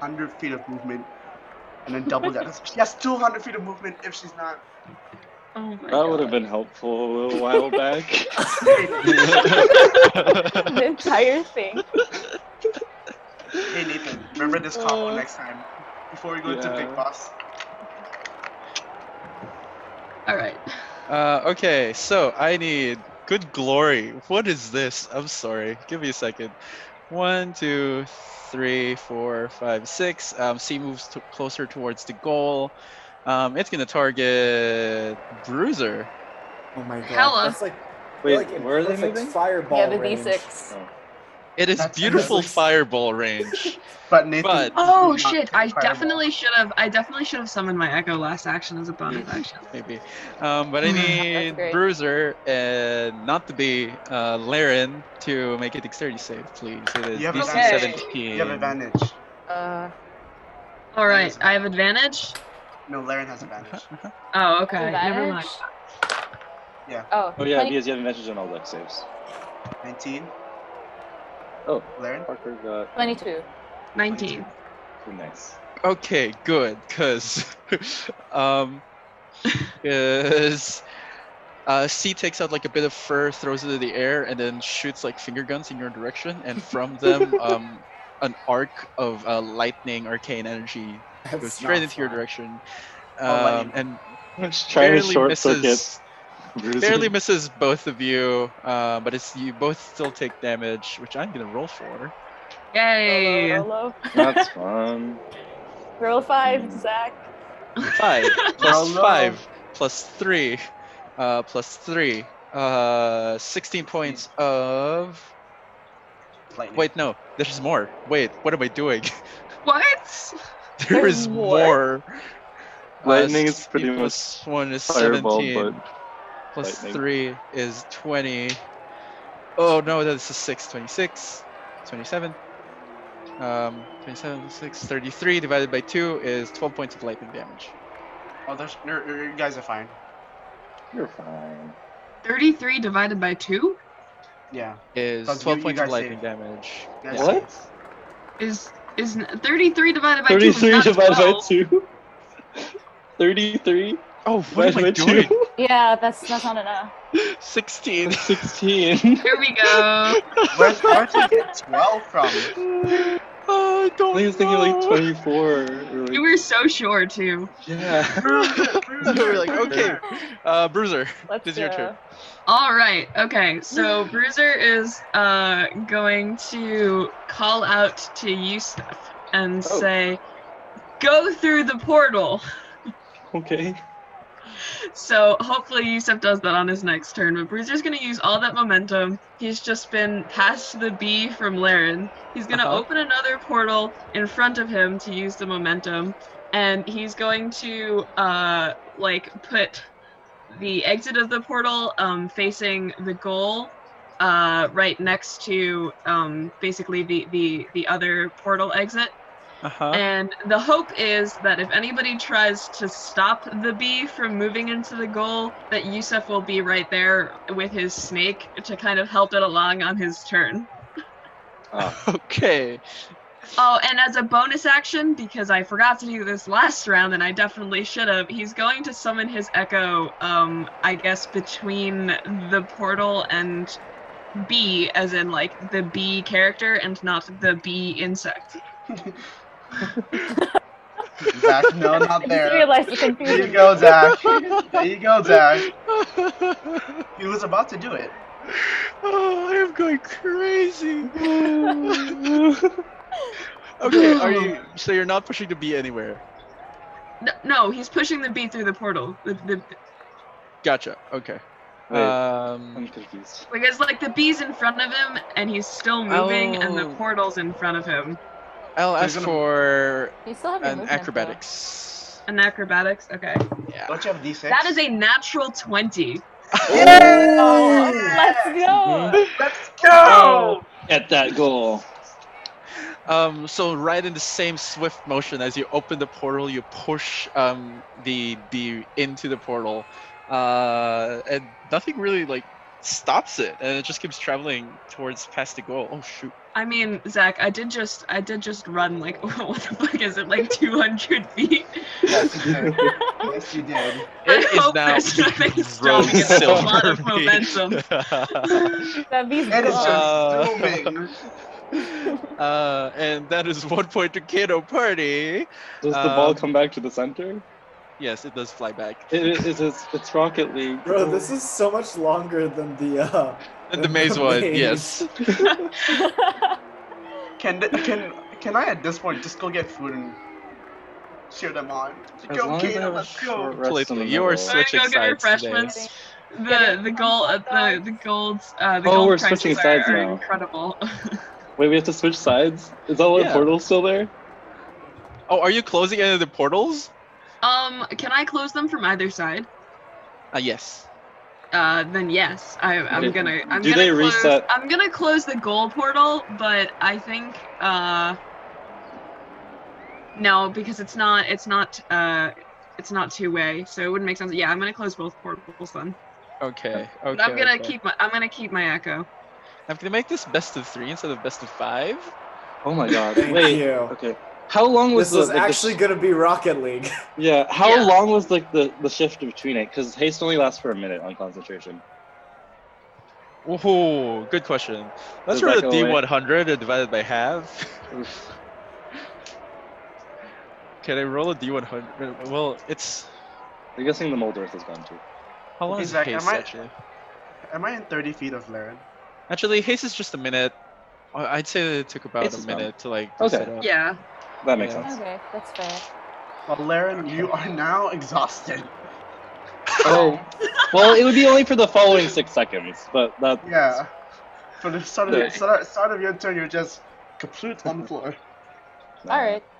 Speaker 2: 100 feet of movement and then double that.
Speaker 8: <laughs>
Speaker 2: She has 200 feet of movement if she's not.
Speaker 7: Oh my
Speaker 3: That would have
Speaker 7: God.
Speaker 3: been helpful a little while
Speaker 4: <laughs>
Speaker 3: back.
Speaker 8: the
Speaker 4: <laughs>
Speaker 8: entire thing.
Speaker 2: Hey Nathan, remember this
Speaker 7: Oh.
Speaker 2: combo next time before we go into
Speaker 4: Yeah.
Speaker 2: Big Boss.
Speaker 7: All right.
Speaker 4: Uh, okay, so I need good glory. What is this? I'm sorry. Give me a second. One, two, three, four, five, six. Um, C moves to closer towards the goal. Um, it's gonna target Bruiser.
Speaker 6: Oh my god.
Speaker 7: Hella.
Speaker 6: That's like
Speaker 3: Wait,
Speaker 6: like in
Speaker 3: where are they
Speaker 6: perfect
Speaker 3: moving?
Speaker 6: Fireball.
Speaker 8: yeah, the
Speaker 6: range.
Speaker 8: d6.
Speaker 4: It is
Speaker 2: That's
Speaker 4: beautiful
Speaker 2: amazing. <laughs>
Speaker 4: fireball range.
Speaker 2: But Nathan.
Speaker 4: But-
Speaker 7: Oh
Speaker 2: Not
Speaker 7: shit! I
Speaker 2: fireball.
Speaker 7: definitely should have. I definitely should have summoned my Echo last action as a bonus action.
Speaker 4: Maybe. Um, but I
Speaker 7: Mm, that's
Speaker 4: need
Speaker 8: great.
Speaker 4: Bruiser and not to be uh, Laren to make a dexterity save, please. It is
Speaker 2: You have
Speaker 4: DC
Speaker 2: advantage.
Speaker 4: 17.
Speaker 2: You have advantage.
Speaker 8: Uh,
Speaker 7: All right. I have advantage.
Speaker 2: No, Laren has advantage.
Speaker 7: Oh, okay. Never mind.
Speaker 8: advantage.
Speaker 2: Yeah.
Speaker 8: Oh,
Speaker 3: Oh yeah,
Speaker 8: 20
Speaker 3: because you have advantage on all deck saves.
Speaker 2: 19.
Speaker 3: Oh,
Speaker 2: Laren?
Speaker 3: Parker got
Speaker 8: 22.
Speaker 7: Nineteen.
Speaker 3: two nice.
Speaker 4: Okay, good, cause, <laughs>
Speaker 6: <laughs>
Speaker 4: um, cause, uh, C takes out like a bit of fur, throws it in the air, and then shoots like finger guns in your direction, and from
Speaker 6: <laughs>
Speaker 4: them, um, an arc of uh, lightning, arcane energy
Speaker 6: That's
Speaker 4: goes straight
Speaker 6: not
Speaker 4: into your
Speaker 6: fun.
Speaker 4: direction,
Speaker 2: Oh,
Speaker 4: um,
Speaker 2: lightning.
Speaker 4: and
Speaker 3: Just trying to
Speaker 4: barely
Speaker 3: short circuit.
Speaker 4: misses,
Speaker 3: Bruiser.
Speaker 4: barely misses both of you, uh, but it's you both still take damage, which I'm gonna roll for.
Speaker 7: Yay!
Speaker 8: Roll low, roll low.
Speaker 3: That's fun.
Speaker 8: roll five,
Speaker 3: Mm.
Speaker 8: Zach.
Speaker 4: five
Speaker 2: <laughs>
Speaker 4: plus
Speaker 2: no.
Speaker 4: five plus three uh, plus three uh 16 points of
Speaker 2: Lightning.
Speaker 4: wait no there's more wait what am i doing <laughs>
Speaker 7: What?
Speaker 4: there
Speaker 8: There's
Speaker 4: is
Speaker 8: more?
Speaker 4: more Uh,
Speaker 3: Lightning is
Speaker 4: 16
Speaker 3: pretty
Speaker 4: plus one is
Speaker 3: Fireball,
Speaker 4: 17
Speaker 3: but
Speaker 4: plus
Speaker 3: lightning.
Speaker 4: three is 20 oh no that's a 6 26 27 um 27 6 33 divided by 2 is 12 points of lightning damage
Speaker 2: Oh, there's, no, no, you guys are fine.
Speaker 3: you're fine.
Speaker 7: Thirty-three divided by two
Speaker 2: Yeah.
Speaker 4: is
Speaker 2: Cause you-
Speaker 4: 12
Speaker 2: you
Speaker 4: points of
Speaker 2: guys
Speaker 4: lightning
Speaker 2: saved.
Speaker 4: damage
Speaker 2: You guys
Speaker 4: Yeah.
Speaker 3: What?
Speaker 7: is is n- thirty-three divided by two.
Speaker 3: Thirty-three
Speaker 7: is not
Speaker 3: divided by
Speaker 7: 12.
Speaker 3: two. <laughs> Thirty-three
Speaker 4: Oh, what
Speaker 3: divided
Speaker 4: am
Speaker 3: by
Speaker 4: I <laughs> doing?
Speaker 3: two.
Speaker 8: Yeah, that's that's not enough.
Speaker 4: 16.
Speaker 3: Sixteen. <laughs>
Speaker 7: There we go.
Speaker 2: Where, where'd you get 12 from?
Speaker 4: Oh, I
Speaker 3: I
Speaker 4: don't
Speaker 3: think it's thinking like
Speaker 4: <laughs>
Speaker 8: Oh.
Speaker 4: know.
Speaker 3: twenty-four. or, like-
Speaker 7: You were so sure too.
Speaker 3: yeah. <laughs>
Speaker 4: You were like, okay, <laughs> uh, Bruiser,
Speaker 8: Let's
Speaker 4: this is your turn.
Speaker 8: go.
Speaker 7: All right. Okay. So Bruiser is uh going to call out to you stuff and say, "Go through the portal."
Speaker 3: Okay.
Speaker 7: So hopefully Yusef does that on his next turn. But Bruiser's gonna use all that momentum. He's just been passed to the B from Laren. He's gonna
Speaker 4: Uh-huh.
Speaker 7: open another portal in front of him to use the momentum, and he's going to uh like put the exit of the portal um facing the goal. Uh, right next to um, basically the, the the other portal exit,
Speaker 4: Uh-huh.
Speaker 7: and the hope is that if anybody tries to stop the bee from moving into the goal, that Yusef will be right there with his snake to kind of help it along on his turn.
Speaker 4: <laughs> Okay.
Speaker 7: Oh, and as a bonus action, because I forgot to do this last round and I definitely should have, he's going to summon his echo, um, I guess, between the portal and bee, as in like the bee character and not the bee insect.
Speaker 2: Zach, no,
Speaker 7: <laughs>
Speaker 2: not
Speaker 8: I just
Speaker 2: there.
Speaker 8: realized the
Speaker 2: There you
Speaker 8: confusion.
Speaker 2: go,
Speaker 4: <laughs>
Speaker 2: Zach. There you go, Zach. He was about to do it.
Speaker 11: Oh, I am going
Speaker 4: <laughs>
Speaker 11: crazy. okay, are you? So you're not pushing the bee anywhere?
Speaker 7: No, no, he's pushing the bee through the portal. The, the,
Speaker 4: Gotcha. Okay.
Speaker 3: Wait,
Speaker 4: um,
Speaker 3: Uh, I'm confused.
Speaker 7: like it's like the bee's in front of him, and he's still moving, and the
Speaker 4: Oh.
Speaker 7: portal's in front of him.
Speaker 4: I'll
Speaker 2: You're
Speaker 4: ask
Speaker 2: gonna-
Speaker 4: for
Speaker 8: You still have your
Speaker 4: an
Speaker 8: movement, though.
Speaker 4: acrobatics.
Speaker 7: An acrobatics. Okay,
Speaker 4: Yeah.
Speaker 2: Don't you have D6?
Speaker 7: that is a natural twenty.
Speaker 8: Let's go.
Speaker 2: Let's go!
Speaker 3: At that goal.
Speaker 4: Um, so right in the same swift motion as you open the portal, you push um, the bee into the portal, uh, and nothing really like stops it, and it just keeps traveling towards past the goal. Oh shoot!
Speaker 7: I mean, Zach, I did just, I did just run like, <laughs> what the fuck is
Speaker 3: <laughs>
Speaker 7: it, like two hundred feet?
Speaker 2: Yes, you did. yes, you did.
Speaker 4: It
Speaker 7: I
Speaker 4: is
Speaker 7: hope
Speaker 4: now <laughs>
Speaker 7: there's nothing
Speaker 4: Rose
Speaker 7: stopping it. There's a lot of
Speaker 4: Silverby.
Speaker 7: momentum.
Speaker 8: That bees
Speaker 2: It is just
Speaker 8: gone.
Speaker 4: Uh,
Speaker 2: zooming.
Speaker 4: <laughs> uh, and that is one point to Kato Party.
Speaker 3: Does the ball
Speaker 4: Um,
Speaker 3: come back to the center?
Speaker 4: Yes, it does fly back.
Speaker 3: It is. It is it's Rocket League.
Speaker 6: Bro, this is so much longer than the uh
Speaker 4: And the maze one, yes. Uh,
Speaker 2: Can th- can can I at this point just go get food and cheer them on?
Speaker 3: As
Speaker 2: go
Speaker 3: long as I
Speaker 2: Kato,
Speaker 3: have a
Speaker 2: let's go.
Speaker 3: short rest in the
Speaker 4: Completely. You are
Speaker 3: middle.
Speaker 4: so- Switching
Speaker 7: Alright, go get
Speaker 4: sides today.
Speaker 7: refreshments.
Speaker 8: Get
Speaker 7: The
Speaker 8: it.
Speaker 7: the gold, uh, the the golds, uh, the
Speaker 3: Oh,
Speaker 7: gold
Speaker 3: we're
Speaker 7: prices
Speaker 3: switching
Speaker 7: are,
Speaker 3: sides
Speaker 7: are
Speaker 3: now.
Speaker 7: incredible.
Speaker 3: Wait, we have to switch sides. Is all the
Speaker 4: Yeah.
Speaker 3: portal still there?
Speaker 4: Oh, are you closing any of the portals?
Speaker 7: Um, can I close them from either side?
Speaker 4: Uh, yes.
Speaker 7: Uh, then yes, I, I'm
Speaker 3: Do-
Speaker 7: gonna. I'm
Speaker 3: do
Speaker 7: gonna
Speaker 3: they
Speaker 7: close,
Speaker 3: reset-
Speaker 7: I'm gonna close the goal portal, but I think uh. No, because it's not. It's not. Uh, it's not two way, so it wouldn't make sense. Yeah, I'm gonna close both portals then.
Speaker 4: Okay. Okay.
Speaker 7: But I'm gonna
Speaker 4: okay.
Speaker 7: keep my. I'm gonna keep my echo.
Speaker 4: I'm gonna make this best of three instead of best of five.
Speaker 3: Oh my god.
Speaker 6: Thank
Speaker 3: Wait.
Speaker 6: you.
Speaker 3: Okay. How long was
Speaker 6: This
Speaker 3: the,
Speaker 6: was
Speaker 3: like, the sh-
Speaker 6: actually gonna be Rocket League. <laughs>
Speaker 3: Yeah. How
Speaker 7: Yeah.
Speaker 3: long was like the, the shift between it? Because haste only lasts for a minute on concentration.
Speaker 4: Oh, good question. Let's
Speaker 3: Does
Speaker 4: roll
Speaker 3: that
Speaker 4: the
Speaker 3: go away?
Speaker 4: D100 and divide it by half.
Speaker 3: Oof.
Speaker 4: <laughs> Can I roll a D100? Well, it's
Speaker 3: I'm guessing the Moldorf is gone too.
Speaker 4: how long
Speaker 2: Hey,
Speaker 4: is
Speaker 2: Zach,
Speaker 4: haste
Speaker 2: am I-
Speaker 4: actually?
Speaker 2: Am I in 30 feet of Laren?
Speaker 4: Actually, haste is just a minute. I- I'd say that it took about
Speaker 3: Haste
Speaker 4: a
Speaker 3: is gone.
Speaker 4: minute to like
Speaker 3: Okay.
Speaker 4: set up.
Speaker 7: Yeah.
Speaker 3: That makes
Speaker 4: Yeah.
Speaker 3: sense.
Speaker 8: <laughs> okay, that's fair.
Speaker 2: Well, Laren, you are now exhausted.
Speaker 3: Oh. well, it would be only for the following six seconds, but that.
Speaker 2: Yeah. For the start of, your
Speaker 3: Okay.
Speaker 2: start, start of your turn, you're just complete on the floor.
Speaker 8: All right. <laughs>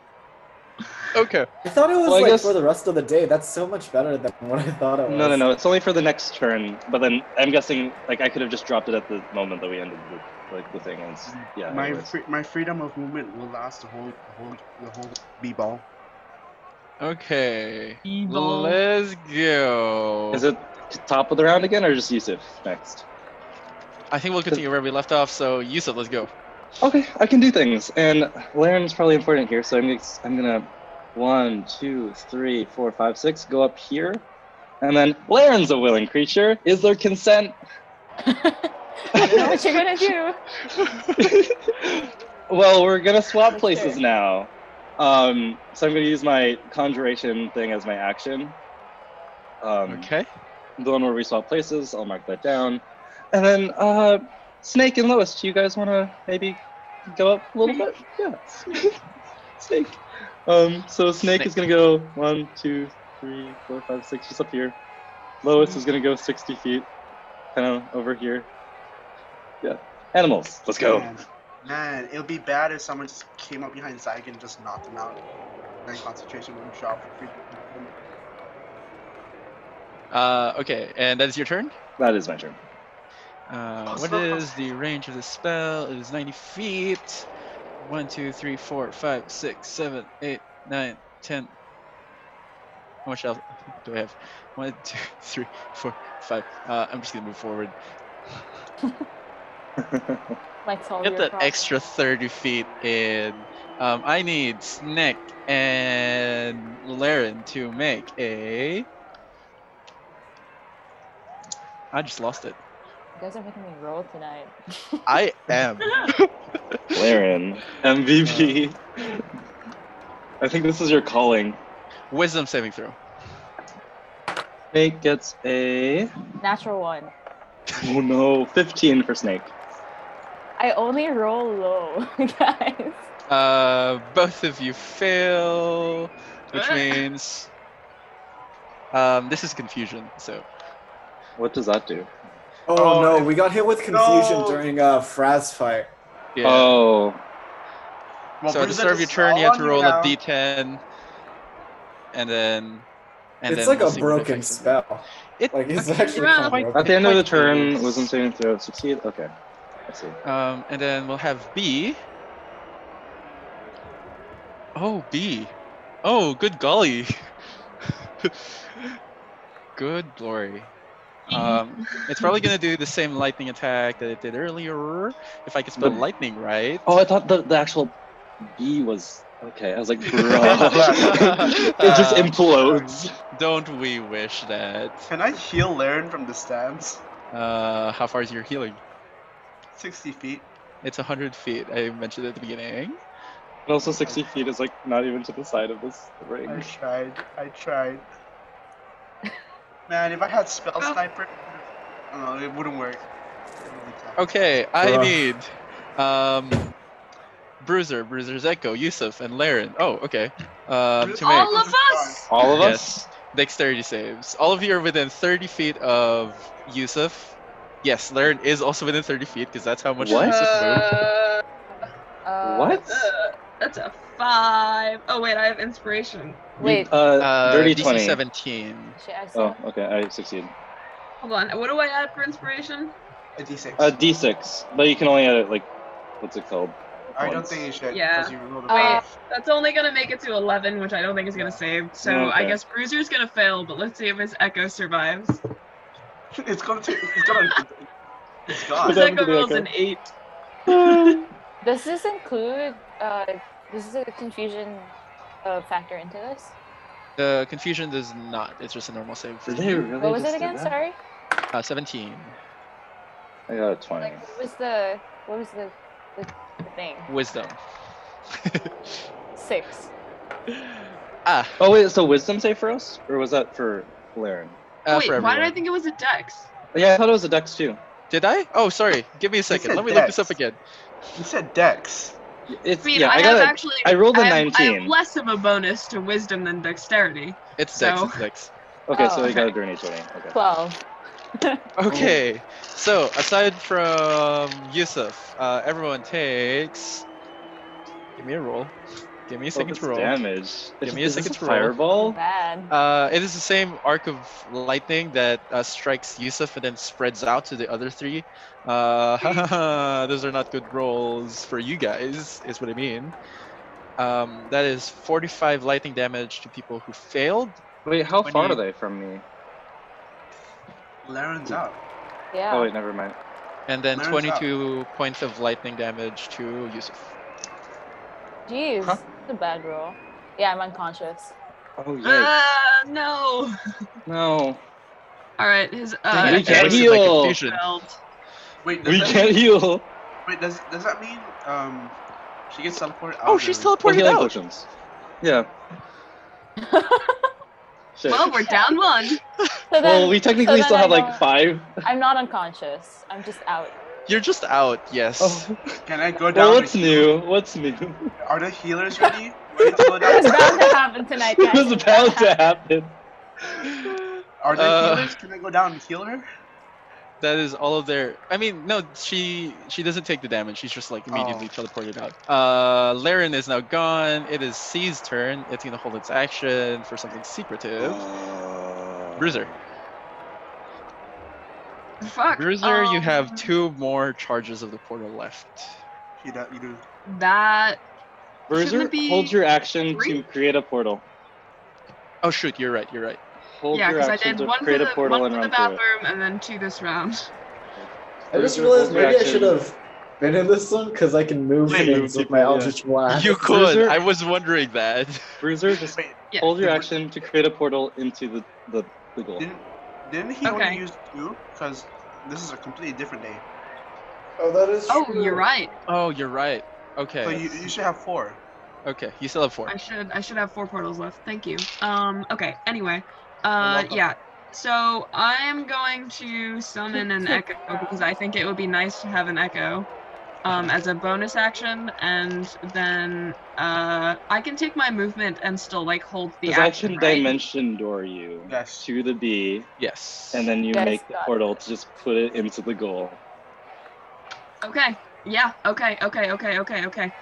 Speaker 4: Okay.
Speaker 6: I thought it was
Speaker 3: Well, I
Speaker 6: like
Speaker 3: guess-
Speaker 6: for the rest of the day. That's so much better than what I thought it was.
Speaker 3: No, no, no. It's only for the next turn. But then I'm guessing, like, I could have just dropped it at the moment that we ended the, like, the thing. And, s- <laughs> yeah.
Speaker 2: my
Speaker 3: anyways.
Speaker 2: free, my freedom of movement will last the whole the whole the whole B ball.
Speaker 4: Okay.
Speaker 7: Evil.
Speaker 4: Let's go.
Speaker 3: Is it t- top of the round again, or just Yusuf next?
Speaker 4: I think we'll continue where we left off. So Yusuf, let's go.
Speaker 3: Okay, I can do things, and Laren's probably important here, so I'm gonna, I'm gonna one, two, three, four, five, six, go up here, and then Laren's a willing creature. Is there
Speaker 8: <laughs>
Speaker 3: consent?
Speaker 8: I know what you're gonna do.
Speaker 3: <laughs> well, we're gonna swap places
Speaker 8: Okay.
Speaker 3: now. Um, so I'm gonna use my conjuration thing as my action. Um,
Speaker 4: Okay.
Speaker 3: The one where we swap places. I'll mark that down. And then uh, Snake and Lois, do you guys want to maybe go up a little bit? Yeah. Snake. Um, so Snake, is gonna go one, two, three, four, five, six, just up here. Lois is gonna go sixty feet, kind of over here. Yeah. Animals. Let's go.
Speaker 2: Man, man, it'll be bad if someone just came up behind Zyke and just knocked him out. Then concentration would drop. for free.
Speaker 4: Uh, okay, and that is your turn.
Speaker 3: That is my turn. <laughs>
Speaker 4: Uh,
Speaker 2: Oh,
Speaker 4: what
Speaker 2: spell
Speaker 4: is the range of the spell? It is 90 feet. 1, 2, 3, 4, 5, 6, 7, 8, 9, 10. How much health do I have? 1, 2, <laughs> 3, 4, 5. Uh, I'm just going to move forward.
Speaker 8: Might solve
Speaker 4: Get
Speaker 8: your
Speaker 4: that
Speaker 8: problem.
Speaker 4: extra 30 feet in. Um, I need Snick and Laren to make a. I just lost it.
Speaker 8: You guys are making me roll tonight.
Speaker 4: I am.
Speaker 3: Laren, MVP. I think this is your calling.
Speaker 4: Wisdom saving throw.
Speaker 3: Snake gets a
Speaker 8: Natural one.
Speaker 3: Oh no, 15 for Snake.
Speaker 8: I only roll low, <laughs> guys.
Speaker 4: Uh, both of you fail,
Speaker 2: Eh.
Speaker 4: which means um, this is confusion. So
Speaker 3: What does that do?
Speaker 6: Oh,
Speaker 2: Oh,
Speaker 6: no,
Speaker 2: if-
Speaker 6: we got hit with confusion
Speaker 2: No.
Speaker 6: during a Fraz fight.
Speaker 4: yeah.
Speaker 3: Oh,
Speaker 2: Well,
Speaker 4: so at the
Speaker 2: Bruiser
Speaker 4: start of your
Speaker 2: just
Speaker 4: turn, you have to
Speaker 2: on
Speaker 4: roll a
Speaker 2: now.
Speaker 4: d10, and then and
Speaker 6: it's
Speaker 4: then
Speaker 6: like
Speaker 4: we'll
Speaker 6: a
Speaker 4: see what
Speaker 6: broken
Speaker 4: affects it.
Speaker 6: spell.
Speaker 4: It-
Speaker 6: like it's
Speaker 4: okay,
Speaker 6: actually
Speaker 7: yeah.
Speaker 6: kind of
Speaker 4: Quite-
Speaker 6: broken.
Speaker 3: at the end of the
Speaker 4: Quite
Speaker 3: turn,
Speaker 4: close.
Speaker 3: wisdom saving throw succeed. Okay, I see.
Speaker 4: Um, and then we'll have B. Oh, B. Oh, good golly. <laughs> good glory. Um, it's probably gonna do the same lightning attack that it did earlier. If I can spell
Speaker 3: The-
Speaker 4: lightning right.
Speaker 3: Oh, I thought the, the actual B was okay. I was like, <laughs> bruh. it just
Speaker 4: Uh,
Speaker 3: implodes.
Speaker 4: Don't we wish that?
Speaker 2: Can I heal Laren from the stands?
Speaker 4: Uh, how far is your healing?
Speaker 2: 60 feet.
Speaker 4: It's 100 feet. I mentioned at the beginning.
Speaker 3: And also, 60 feet is like not even to the side of this
Speaker 2: I
Speaker 3: ring.
Speaker 2: tried. I tried. Man, if I had Spell
Speaker 7: Oh.
Speaker 2: Sniper, no, it wouldn't work. It wouldn't work.
Speaker 4: Okay, I
Speaker 6: Bruh.
Speaker 4: need um, Bruiser, Bruiser's Echo, Yusuf, and Laren. Oh, okay. Um, to
Speaker 7: All
Speaker 4: make
Speaker 7: of us.
Speaker 3: All of us?
Speaker 4: yes, dexterity saves. All of you are within 30 feet of Yusuf. Yes, Laren is also within 30 feet because that's how much
Speaker 3: What?
Speaker 4: Yusuf moved.
Speaker 7: Uh,
Speaker 8: Uh,
Speaker 3: What?
Speaker 7: uh, that's a five. Oh wait, I have inspiration.
Speaker 3: You-
Speaker 8: Wait.
Speaker 3: uh,
Speaker 4: Uh,
Speaker 3: dirty
Speaker 4: DC
Speaker 3: 20.
Speaker 4: 17.
Speaker 8: Shit, I saw-
Speaker 3: Oh, okay, I succeed.
Speaker 7: Hold on. What do I add for inspiration?
Speaker 2: A d6.
Speaker 3: Uh, D6, but you can only edit like, what's it called?
Speaker 2: I don't
Speaker 3: once.
Speaker 2: think you should.
Speaker 7: Yeah.
Speaker 2: because You rolled a
Speaker 7: Wait.
Speaker 2: five.
Speaker 7: That's only gonna make it to eleven, which I don't think is gonna save. So I
Speaker 3: Mm, Okay.
Speaker 7: guess Bruiser's gonna fail. But let's see if his Echo survives.
Speaker 2: <laughs> It's gonna take. It's gonna. It's gone.
Speaker 7: <laughs>
Speaker 3: What
Speaker 7: His
Speaker 3: happened to
Speaker 7: Echo
Speaker 3: the
Speaker 7: rolls
Speaker 3: Echo?
Speaker 7: an eight.
Speaker 8: Does this include? Uh, does the confusion uh, factor into this?
Speaker 4: The confusion does not. It's just a normal save for
Speaker 3: Did they
Speaker 4: you.
Speaker 3: really
Speaker 8: What was
Speaker 3: just
Speaker 8: it
Speaker 3: do
Speaker 8: again?
Speaker 3: that?
Speaker 8: Sorry.
Speaker 4: Uh, 17.
Speaker 3: I got a 20.
Speaker 8: Like, what was the what was the the, the thing?
Speaker 4: Wisdom. <laughs>
Speaker 8: Six.
Speaker 4: ah,
Speaker 3: Oh, wait, so wisdom save for us? Or was that for Laren? Oh,
Speaker 4: uh,
Speaker 7: Oh, wait,
Speaker 4: for
Speaker 7: why did I
Speaker 4: everyone.
Speaker 7: think it was a Dex?
Speaker 3: Yeah, I thought it was a dex too.
Speaker 4: Did I? Oh, sorry. Give me a second.
Speaker 2: said
Speaker 4: Let me look this up
Speaker 2: dex.
Speaker 4: again.
Speaker 2: You said Dex.
Speaker 3: It's,
Speaker 7: I mean,
Speaker 3: yeah,
Speaker 7: I,
Speaker 3: I, got
Speaker 7: have
Speaker 3: a,
Speaker 7: actually.
Speaker 3: I rolled a
Speaker 7: I have, I
Speaker 3: 19.
Speaker 7: have less of a bonus to wisdom than dexterity.
Speaker 4: It's Dex.
Speaker 7: So-
Speaker 4: It's Dex.
Speaker 3: Okay,
Speaker 8: Oh,
Speaker 3: so I got a
Speaker 7: okay.
Speaker 3: dirty 20. Okay. Oh,
Speaker 8: Twelve.
Speaker 4: Okay. So aside from Yusuf, uh, everyone takes. Give me a roll. Give me a second
Speaker 3: Focus
Speaker 4: to roll.
Speaker 3: Damage.
Speaker 4: Give
Speaker 3: Is-
Speaker 4: me a
Speaker 3: is this
Speaker 4: second to roll.
Speaker 3: Fireball?
Speaker 8: Bad.
Speaker 4: Uh, it is the same arc of lightning that uh, strikes Yusuf and then spreads out to the other three. Uh, <laughs> those are not good rolls for you guys, is what I mean. Um, that is 45 lightning damage to people who failed.
Speaker 3: Wait, how
Speaker 4: When
Speaker 3: far
Speaker 4: you-
Speaker 3: are they from me?
Speaker 2: Laren's out.
Speaker 8: Yeah.
Speaker 3: Oh, wait, never mind.
Speaker 4: and then
Speaker 2: Marin's up.
Speaker 4: 22 points of lightning damage to Yusuf.
Speaker 8: Jeez.
Speaker 4: Huh?
Speaker 8: That's a bad roll. Yeah, I'm unconscious. <laughs>
Speaker 3: Oh, yikes.
Speaker 7: Ah, no. <laughs>
Speaker 3: no.
Speaker 7: All right, his uh,
Speaker 4: Dang
Speaker 3: We
Speaker 4: it,
Speaker 3: can't
Speaker 4: this is
Speaker 7: Echo's
Speaker 4: like
Speaker 3: heal.
Speaker 4: confusion.
Speaker 7: failed.
Speaker 2: Wait, does
Speaker 3: We
Speaker 2: that
Speaker 3: can't heal.
Speaker 2: Wait, does does that mean um she gets teleported out?
Speaker 4: Oh,
Speaker 2: of the
Speaker 4: she's
Speaker 2: room?
Speaker 3: Or
Speaker 4: teleported
Speaker 3: healing
Speaker 4: out.
Speaker 3: potions. Yeah. Shit.
Speaker 7: Well, we're down one.
Speaker 8: So then,
Speaker 3: Well, we technically
Speaker 8: so
Speaker 3: still
Speaker 8: then I
Speaker 3: have like
Speaker 8: don't-
Speaker 3: five.
Speaker 8: I'm not unconscious. I'm just
Speaker 3: <laughs>
Speaker 8: out.
Speaker 4: You're just out. Yes.
Speaker 3: Oh,
Speaker 2: Can I go down?
Speaker 3: well,
Speaker 2: to
Speaker 3: what's
Speaker 2: heal-
Speaker 3: new?
Speaker 2: <laughs>
Speaker 3: What's new?
Speaker 2: Are the healers ready? Ready to go
Speaker 8: It was
Speaker 2: down?
Speaker 8: <laughs> bound to happen tonight,
Speaker 3: it
Speaker 8: guys.
Speaker 3: was
Speaker 8: It bound <laughs>
Speaker 3: about
Speaker 7: <laughs>
Speaker 3: to happen.
Speaker 2: Are the
Speaker 4: Uh,
Speaker 2: healers? Can I go down and heal her?
Speaker 4: That is all of their. I mean, no, she she doesn't take the damage. She's just like immediately
Speaker 3: Oh.
Speaker 4: teleported out. Uh, Laren is now gone. It is C's turn. It's gonna hold its action for something secretive.
Speaker 3: Oh.
Speaker 4: Bruiser,
Speaker 7: Fuck.
Speaker 4: Bruiser, you have
Speaker 7: um,
Speaker 4: two more charges of the portal left.
Speaker 2: You do. You do.
Speaker 7: That Shouldn't
Speaker 3: Bruiser,
Speaker 7: it be
Speaker 3: hold your action to
Speaker 7: three?
Speaker 3: create a portal.
Speaker 4: Oh shoot, you're right. You're right.
Speaker 3: Hold
Speaker 7: yeah,
Speaker 3: your
Speaker 7: because I
Speaker 3: action
Speaker 7: did
Speaker 3: to
Speaker 7: one for
Speaker 3: create
Speaker 7: the
Speaker 3: a portal
Speaker 7: one
Speaker 3: and
Speaker 7: for the
Speaker 3: run through it.
Speaker 7: bathroom and then two this round. <laughs>
Speaker 6: I just
Speaker 3: Bruiser,
Speaker 6: realized
Speaker 3: hold
Speaker 6: maybe
Speaker 3: your
Speaker 6: I
Speaker 3: action.
Speaker 6: should have been in this one because I can move
Speaker 2: Wait,
Speaker 6: things
Speaker 3: you-
Speaker 6: with my
Speaker 3: yeah.
Speaker 6: Eldritch Blast.
Speaker 4: You could.
Speaker 3: Uh, Bruiser-
Speaker 4: I was wondering that. <laughs>
Speaker 3: Bruiser, just
Speaker 2: Wait,
Speaker 7: Yeah.
Speaker 3: hold your action to create a portal into the the, the goal.
Speaker 2: didn't didn't he
Speaker 7: Okay.
Speaker 2: only use two? Because this is a completely different day.
Speaker 6: Oh, that is
Speaker 7: Oh,
Speaker 6: true.
Speaker 7: you're right.
Speaker 4: Oh, you're right. Okay.
Speaker 2: So you, you should have four.
Speaker 4: Okay, you still have four.
Speaker 7: I should I should have four portals left. Thank you. Um. Okay. Anyway.
Speaker 2: You're
Speaker 7: Uh.
Speaker 2: welcome.
Speaker 7: Yeah. So I am going to
Speaker 2: <laughs>
Speaker 7: summon an echo because I think it would be nice to have an echo um, as a bonus action, and then uh, I can take my movement and still like hold the
Speaker 3: Does
Speaker 7: action.
Speaker 3: action
Speaker 7: right?
Speaker 3: dimension door you
Speaker 2: Yes.
Speaker 3: to the B,
Speaker 4: Yes.
Speaker 3: and then you
Speaker 8: Yes,
Speaker 3: make the
Speaker 8: got it.
Speaker 3: portal to just put it into the goal.
Speaker 7: Okay. Yeah. Okay. Okay. Okay. Okay. Okay.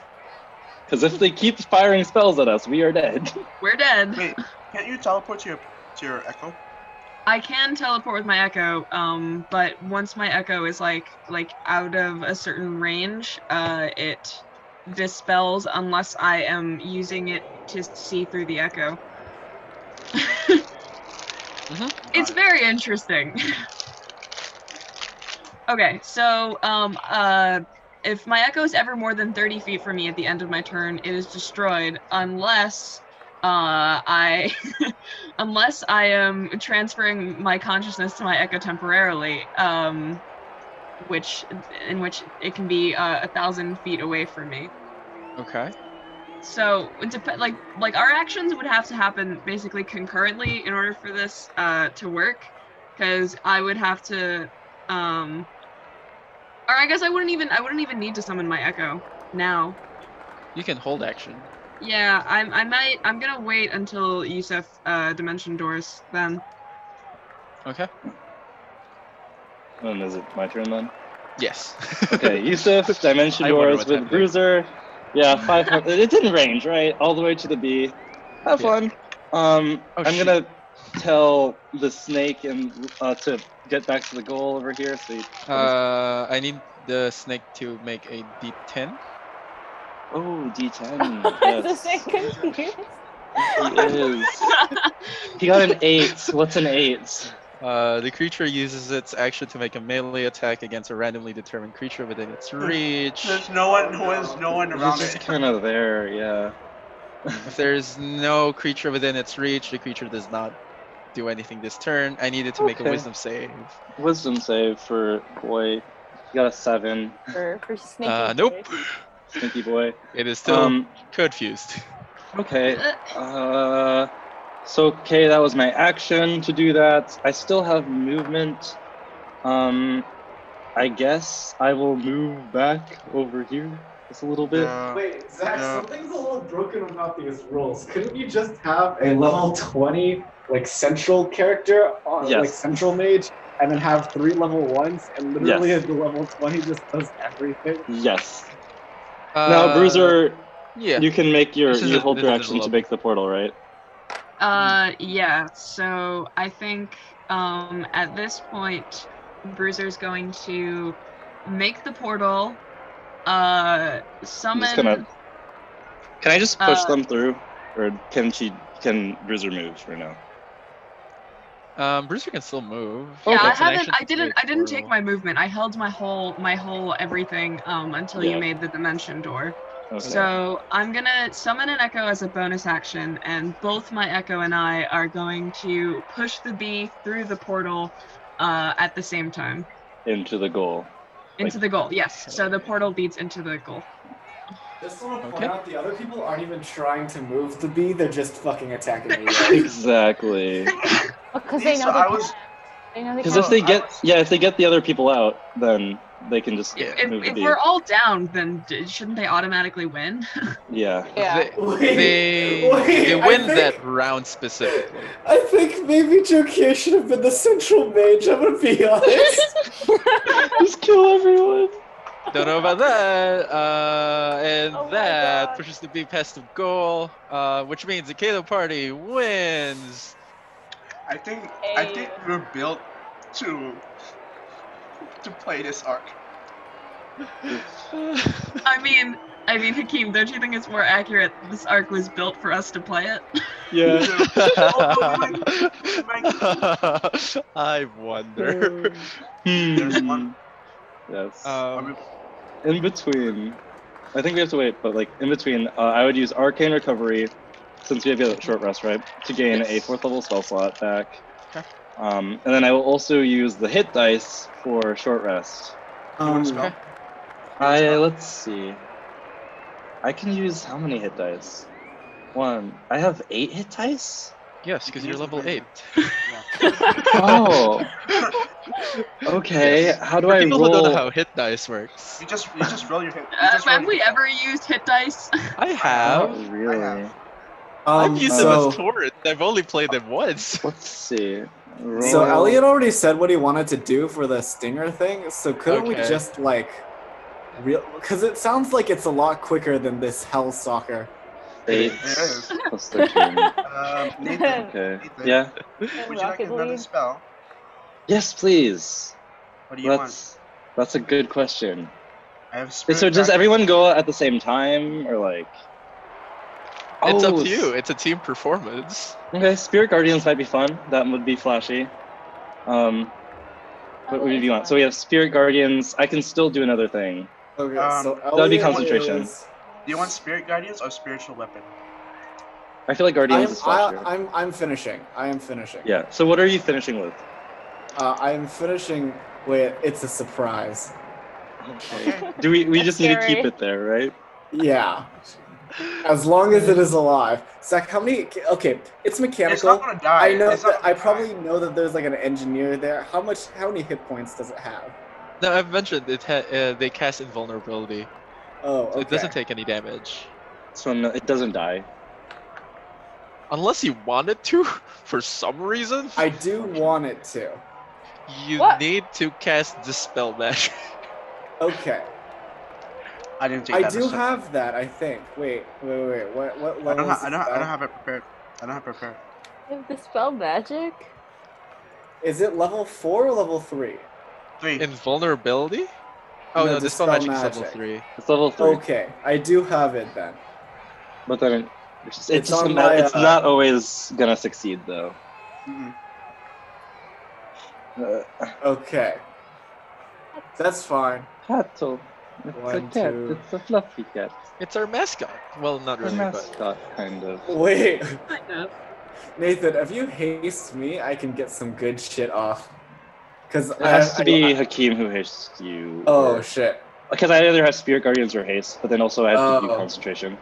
Speaker 3: Because if they keep firing spells at us, we are dead. <laughs>
Speaker 7: We're dead.
Speaker 2: Wait, can't you teleport to your to your echo?
Speaker 7: I can teleport with my echo, um, but once my echo is like like out of a certain range, uh, it dispels unless I am using it to see through the echo. It's
Speaker 2: Got it.
Speaker 7: very interesting. okay, so um, uh, if my echo is ever more than 30 feet from me at the end of my turn, it is destroyed unless uh, I <laughs> unless I am transferring my consciousness to my echo temporarily, um, which in which it can be uh, a thousand feet away from me.
Speaker 9: Okay.
Speaker 7: So it dep- like like our actions would have to happen basically concurrently in order for this uh, to work, because I would have to, um, or I guess I wouldn't even I wouldn't even need to summon my echo now.
Speaker 9: You can hold action.
Speaker 7: Yeah, I'm I might I'm gonna wait until Yusuf uh, dimension doors then.
Speaker 9: Okay.
Speaker 3: And is it my turn then?
Speaker 4: Yes.
Speaker 3: <laughs> Okay,
Speaker 4: <laughs>
Speaker 3: Yusuf, Dimension
Speaker 4: I wonder
Speaker 3: Doors
Speaker 4: what's
Speaker 3: with
Speaker 4: happening.
Speaker 3: Bruiser. Yeah, five. hun- it didn't range, right? All the way to the B. Have
Speaker 4: Yeah.
Speaker 3: fun. Um,
Speaker 4: Oh,
Speaker 3: I'm
Speaker 4: shoot.
Speaker 3: gonna tell the snake and uh, to get back to the goal over here. So, you-
Speaker 9: Uh, I need the snake to make a D10.
Speaker 3: oh,
Speaker 8: <laughs>
Speaker 3: D10.
Speaker 8: I'm
Speaker 3: yes.
Speaker 8: just like confused.
Speaker 3: He is. He got an eight. What's an eight?
Speaker 9: Uh, the creature uses its action to make a melee attack against a randomly determined creature within its
Speaker 3: Hmm.
Speaker 9: reach.
Speaker 2: There's no one. No one's no one
Speaker 3: It's
Speaker 2: around
Speaker 3: just
Speaker 2: it.
Speaker 3: kind of there, yeah.
Speaker 9: If there's no creature within its reach, the creature does not do anything this turn. I need it to make a
Speaker 3: Okay.
Speaker 9: wisdom save.
Speaker 3: Wisdom save for boy. He got a seven.
Speaker 8: For, for sneaky
Speaker 9: Uh, nope.
Speaker 3: Stinky boy.
Speaker 9: It is still
Speaker 3: Um,
Speaker 9: confused.
Speaker 3: okay. Uh, so okay, that was my action to do that. I still have movement. Um, I guess I will move back over here just a little bit.
Speaker 2: Yeah.
Speaker 6: Wait, Zach,
Speaker 2: Yeah.
Speaker 6: something's a little broken about these rules. Couldn't you just have a level 20 like central character on like
Speaker 3: Yes.
Speaker 6: central mage and then have three level ones and literally
Speaker 3: Yes.
Speaker 6: the level 20 just does everything?
Speaker 3: Yes.
Speaker 9: Uh,
Speaker 3: <laughs> now, Bruiser,
Speaker 9: Yeah.
Speaker 3: you can make your
Speaker 9: This is
Speaker 3: you
Speaker 9: a-
Speaker 3: hold
Speaker 9: this
Speaker 3: your
Speaker 9: is a
Speaker 3: action to
Speaker 9: level.
Speaker 3: make the portal, right?
Speaker 7: Uh, yeah. So I think um, at this point, Bruiser's going to make the portal, uh,
Speaker 3: I'm
Speaker 7: summon.
Speaker 3: just gonna. Can I just push
Speaker 7: Uh,
Speaker 3: them through, or can she? Can Bruiser move for now?
Speaker 9: Um, Bruiser can still move.
Speaker 7: Yeah,
Speaker 9: It's
Speaker 7: I
Speaker 9: an
Speaker 7: haven't.
Speaker 9: action
Speaker 7: I
Speaker 9: to
Speaker 7: didn't.
Speaker 9: create
Speaker 7: I didn't take
Speaker 9: portal.
Speaker 7: my movement. I held my whole, my whole everything um, until
Speaker 3: Yeah.
Speaker 7: you made the dimension door.
Speaker 3: Okay.
Speaker 7: So I'm gonna summon an echo as a bonus action, and both my echo and I are going to push the bee through the portal uh, at the same time.
Speaker 3: Into the goal.
Speaker 7: Into the goal, yes. So the portal leads into the goal.
Speaker 6: Just want to point
Speaker 9: Okay.
Speaker 6: out the other people aren't even trying to move the bee, they're just fucking attacking me.
Speaker 3: <laughs> Exactly.
Speaker 8: Because Oh, they
Speaker 2: See,
Speaker 8: know
Speaker 2: so
Speaker 8: they
Speaker 2: I
Speaker 8: can.
Speaker 2: was-
Speaker 8: They know they
Speaker 3: Because
Speaker 8: can.
Speaker 3: if they
Speaker 2: I
Speaker 3: get
Speaker 2: was-
Speaker 3: yeah, if they get the other people out, then they can just
Speaker 9: Yeah.
Speaker 7: If,
Speaker 3: move the
Speaker 7: if
Speaker 3: beat.
Speaker 7: we're all down, then d- shouldn't they automatically win? <laughs>
Speaker 3: Yeah.
Speaker 8: Yeah.
Speaker 9: They,
Speaker 6: Wait,
Speaker 9: they,
Speaker 6: wait,
Speaker 9: they
Speaker 6: I
Speaker 9: win
Speaker 6: think-
Speaker 9: that round specifically.
Speaker 6: I think maybe Jokia should have been the central mage, I'm gonna be
Speaker 8: <laughs>
Speaker 6: honest.
Speaker 3: just kill everyone.
Speaker 9: Don't know about that. Uh, and
Speaker 8: Oh my
Speaker 9: that
Speaker 8: God.
Speaker 9: pushes the bee past the goal, uh, which means the Kato party
Speaker 4: <laughs>
Speaker 9: wins.
Speaker 2: I think I think
Speaker 8: Hey.
Speaker 2: we're built to to play this arc.
Speaker 7: I mean, I mean, Hakeem, don't you think it's more accurate? This arc was built for us to play it.
Speaker 2: <laughs>
Speaker 3: Yeah. <laughs> Um.
Speaker 9: I wonder.
Speaker 2: There's one.
Speaker 3: Hmm. Yes.
Speaker 9: Um,
Speaker 3: in between, I think we have to wait, but like in between, uh, I would use Arcane Recovery, since we have a short rest, right, to gain a
Speaker 9: Yes.
Speaker 3: fourth level spell slot back.
Speaker 9: Okay.
Speaker 3: Um, and then I will also use the hit dice for short rest.
Speaker 6: Um,
Speaker 2: spell?
Speaker 3: I let's see. I can use how many hit dice? One. I have eight hit dice.
Speaker 4: Yes, because you're
Speaker 2: Use the
Speaker 4: level eight.
Speaker 2: vision.
Speaker 3: Oh. Okay. How do
Speaker 4: For
Speaker 3: I
Speaker 4: people who don't
Speaker 3: roll?
Speaker 4: know how hit dice works,
Speaker 2: You just you just roll your hit. You
Speaker 7: Uh,
Speaker 2: just roll
Speaker 7: have
Speaker 2: your
Speaker 7: we
Speaker 2: hit.
Speaker 7: ever used hit dice?
Speaker 4: I have.
Speaker 3: Not really.
Speaker 2: have.
Speaker 6: Um,
Speaker 4: I've used them
Speaker 6: so,
Speaker 4: as torrents. I've only played
Speaker 3: <laughs>
Speaker 4: them once.
Speaker 3: Let's see. Roll.
Speaker 6: so Elliot already said what he wanted to do for the stinger thing. So couldn't we
Speaker 4: Okay.
Speaker 6: just like real? Because it sounds like it's a lot quicker than this hell soccer.
Speaker 3: Eight
Speaker 2: Yes.
Speaker 3: plus thirteen.
Speaker 8: <laughs>
Speaker 7: <laughs>
Speaker 2: Um, Nathan,
Speaker 3: Okay.
Speaker 4: <laughs>
Speaker 2: Ethan.
Speaker 3: Yeah.
Speaker 2: would you like
Speaker 8: Rocket
Speaker 2: another
Speaker 8: League.
Speaker 2: spell?
Speaker 3: Yes, please.
Speaker 2: What do you want?
Speaker 3: That's that's a good question.
Speaker 2: I have
Speaker 3: Wait,
Speaker 2: spirit.
Speaker 3: so does
Speaker 2: guide-
Speaker 3: everyone go at the same time, or like?
Speaker 4: It's up
Speaker 3: Oh,
Speaker 4: to you. It's a team performance.
Speaker 3: Okay, Spirit Guardians might be fun. That would be flashy. Um, what would you want? So we have Spirit Guardians. I can still do another thing.
Speaker 6: Okay,
Speaker 2: Um,
Speaker 6: so
Speaker 2: that'd
Speaker 3: be
Speaker 6: Elliot
Speaker 3: concentration.
Speaker 6: is-
Speaker 2: Do you want spirit guardians or spiritual weapon?
Speaker 3: I feel like Guardians
Speaker 6: I'm,
Speaker 3: is
Speaker 6: I,
Speaker 3: flashier.
Speaker 6: I'm I'm finishing. I am finishing.
Speaker 3: yeah. So what are you finishing
Speaker 8: <laughs>
Speaker 3: with?
Speaker 6: Uh, I am finishing with it's a surprise.
Speaker 2: Okay.
Speaker 3: Do we? We
Speaker 8: That's
Speaker 3: just need to keep
Speaker 8: scary.
Speaker 3: it there, right?
Speaker 6: Yeah. As long as it is alive. Zach, how many? Okay, it's
Speaker 2: It's not
Speaker 6: mechanical.
Speaker 2: gonna die.
Speaker 6: I know
Speaker 2: It's not
Speaker 6: that I
Speaker 2: gonna die.
Speaker 6: probably know that there's like an engineer there. How much? How many hit points does it have?
Speaker 4: No, I've mentioned it. Ha- uh, they cast invulnerability,
Speaker 6: Oh,
Speaker 4: so
Speaker 6: okay.
Speaker 4: it doesn't take any damage
Speaker 3: So no, it doesn't die.
Speaker 4: unless you want it to <laughs> for some reason.
Speaker 6: I do want it to.
Speaker 4: you
Speaker 8: What?
Speaker 4: need to cast dispel magic. <laughs>
Speaker 6: Okay.
Speaker 2: I didn't take
Speaker 6: I
Speaker 2: that.
Speaker 6: do
Speaker 2: as a-
Speaker 6: have that. I think. Wait, wait, wait. wait. What? What?
Speaker 2: I
Speaker 6: what
Speaker 2: don't,
Speaker 6: was
Speaker 2: ha- I, don't
Speaker 6: this
Speaker 2: ha- I don't
Speaker 6: about?
Speaker 2: have it prepared. I don't have it prepared.
Speaker 8: If the spell magic?
Speaker 6: Is it level four or level three?
Speaker 2: Three.
Speaker 4: Invulnerability? Oh no,
Speaker 6: No,
Speaker 4: dispel
Speaker 6: dispel
Speaker 4: magic is level
Speaker 6: magic.
Speaker 4: three.
Speaker 3: It's level three.
Speaker 6: Okay, I do have it then.
Speaker 3: But then it's, just-
Speaker 6: It's
Speaker 3: it's, just
Speaker 6: on
Speaker 3: a ma-
Speaker 6: my,
Speaker 3: it's
Speaker 6: uh, Mm-hmm.
Speaker 3: not always gonna succeed though.
Speaker 2: Mm-mm.
Speaker 3: Uh,
Speaker 6: Okay. That's fine.
Speaker 3: Hato. It's a
Speaker 6: One,
Speaker 3: cat.
Speaker 6: two.
Speaker 3: It's a fluffy cat.
Speaker 4: It's our mascot. Well, not
Speaker 3: It's
Speaker 4: really,
Speaker 3: a
Speaker 4: but
Speaker 3: mascot, kind of.
Speaker 6: Wait,
Speaker 7: Kind of.
Speaker 6: Nathan, if you haste me, I can get some good shit off. Cause
Speaker 3: It has to be Hakim who hastes you.
Speaker 6: oh
Speaker 3: or-
Speaker 6: shit.
Speaker 3: Because I either have Spirit Guardians or Haste, but then also I have to do
Speaker 6: Oh.
Speaker 3: concentration.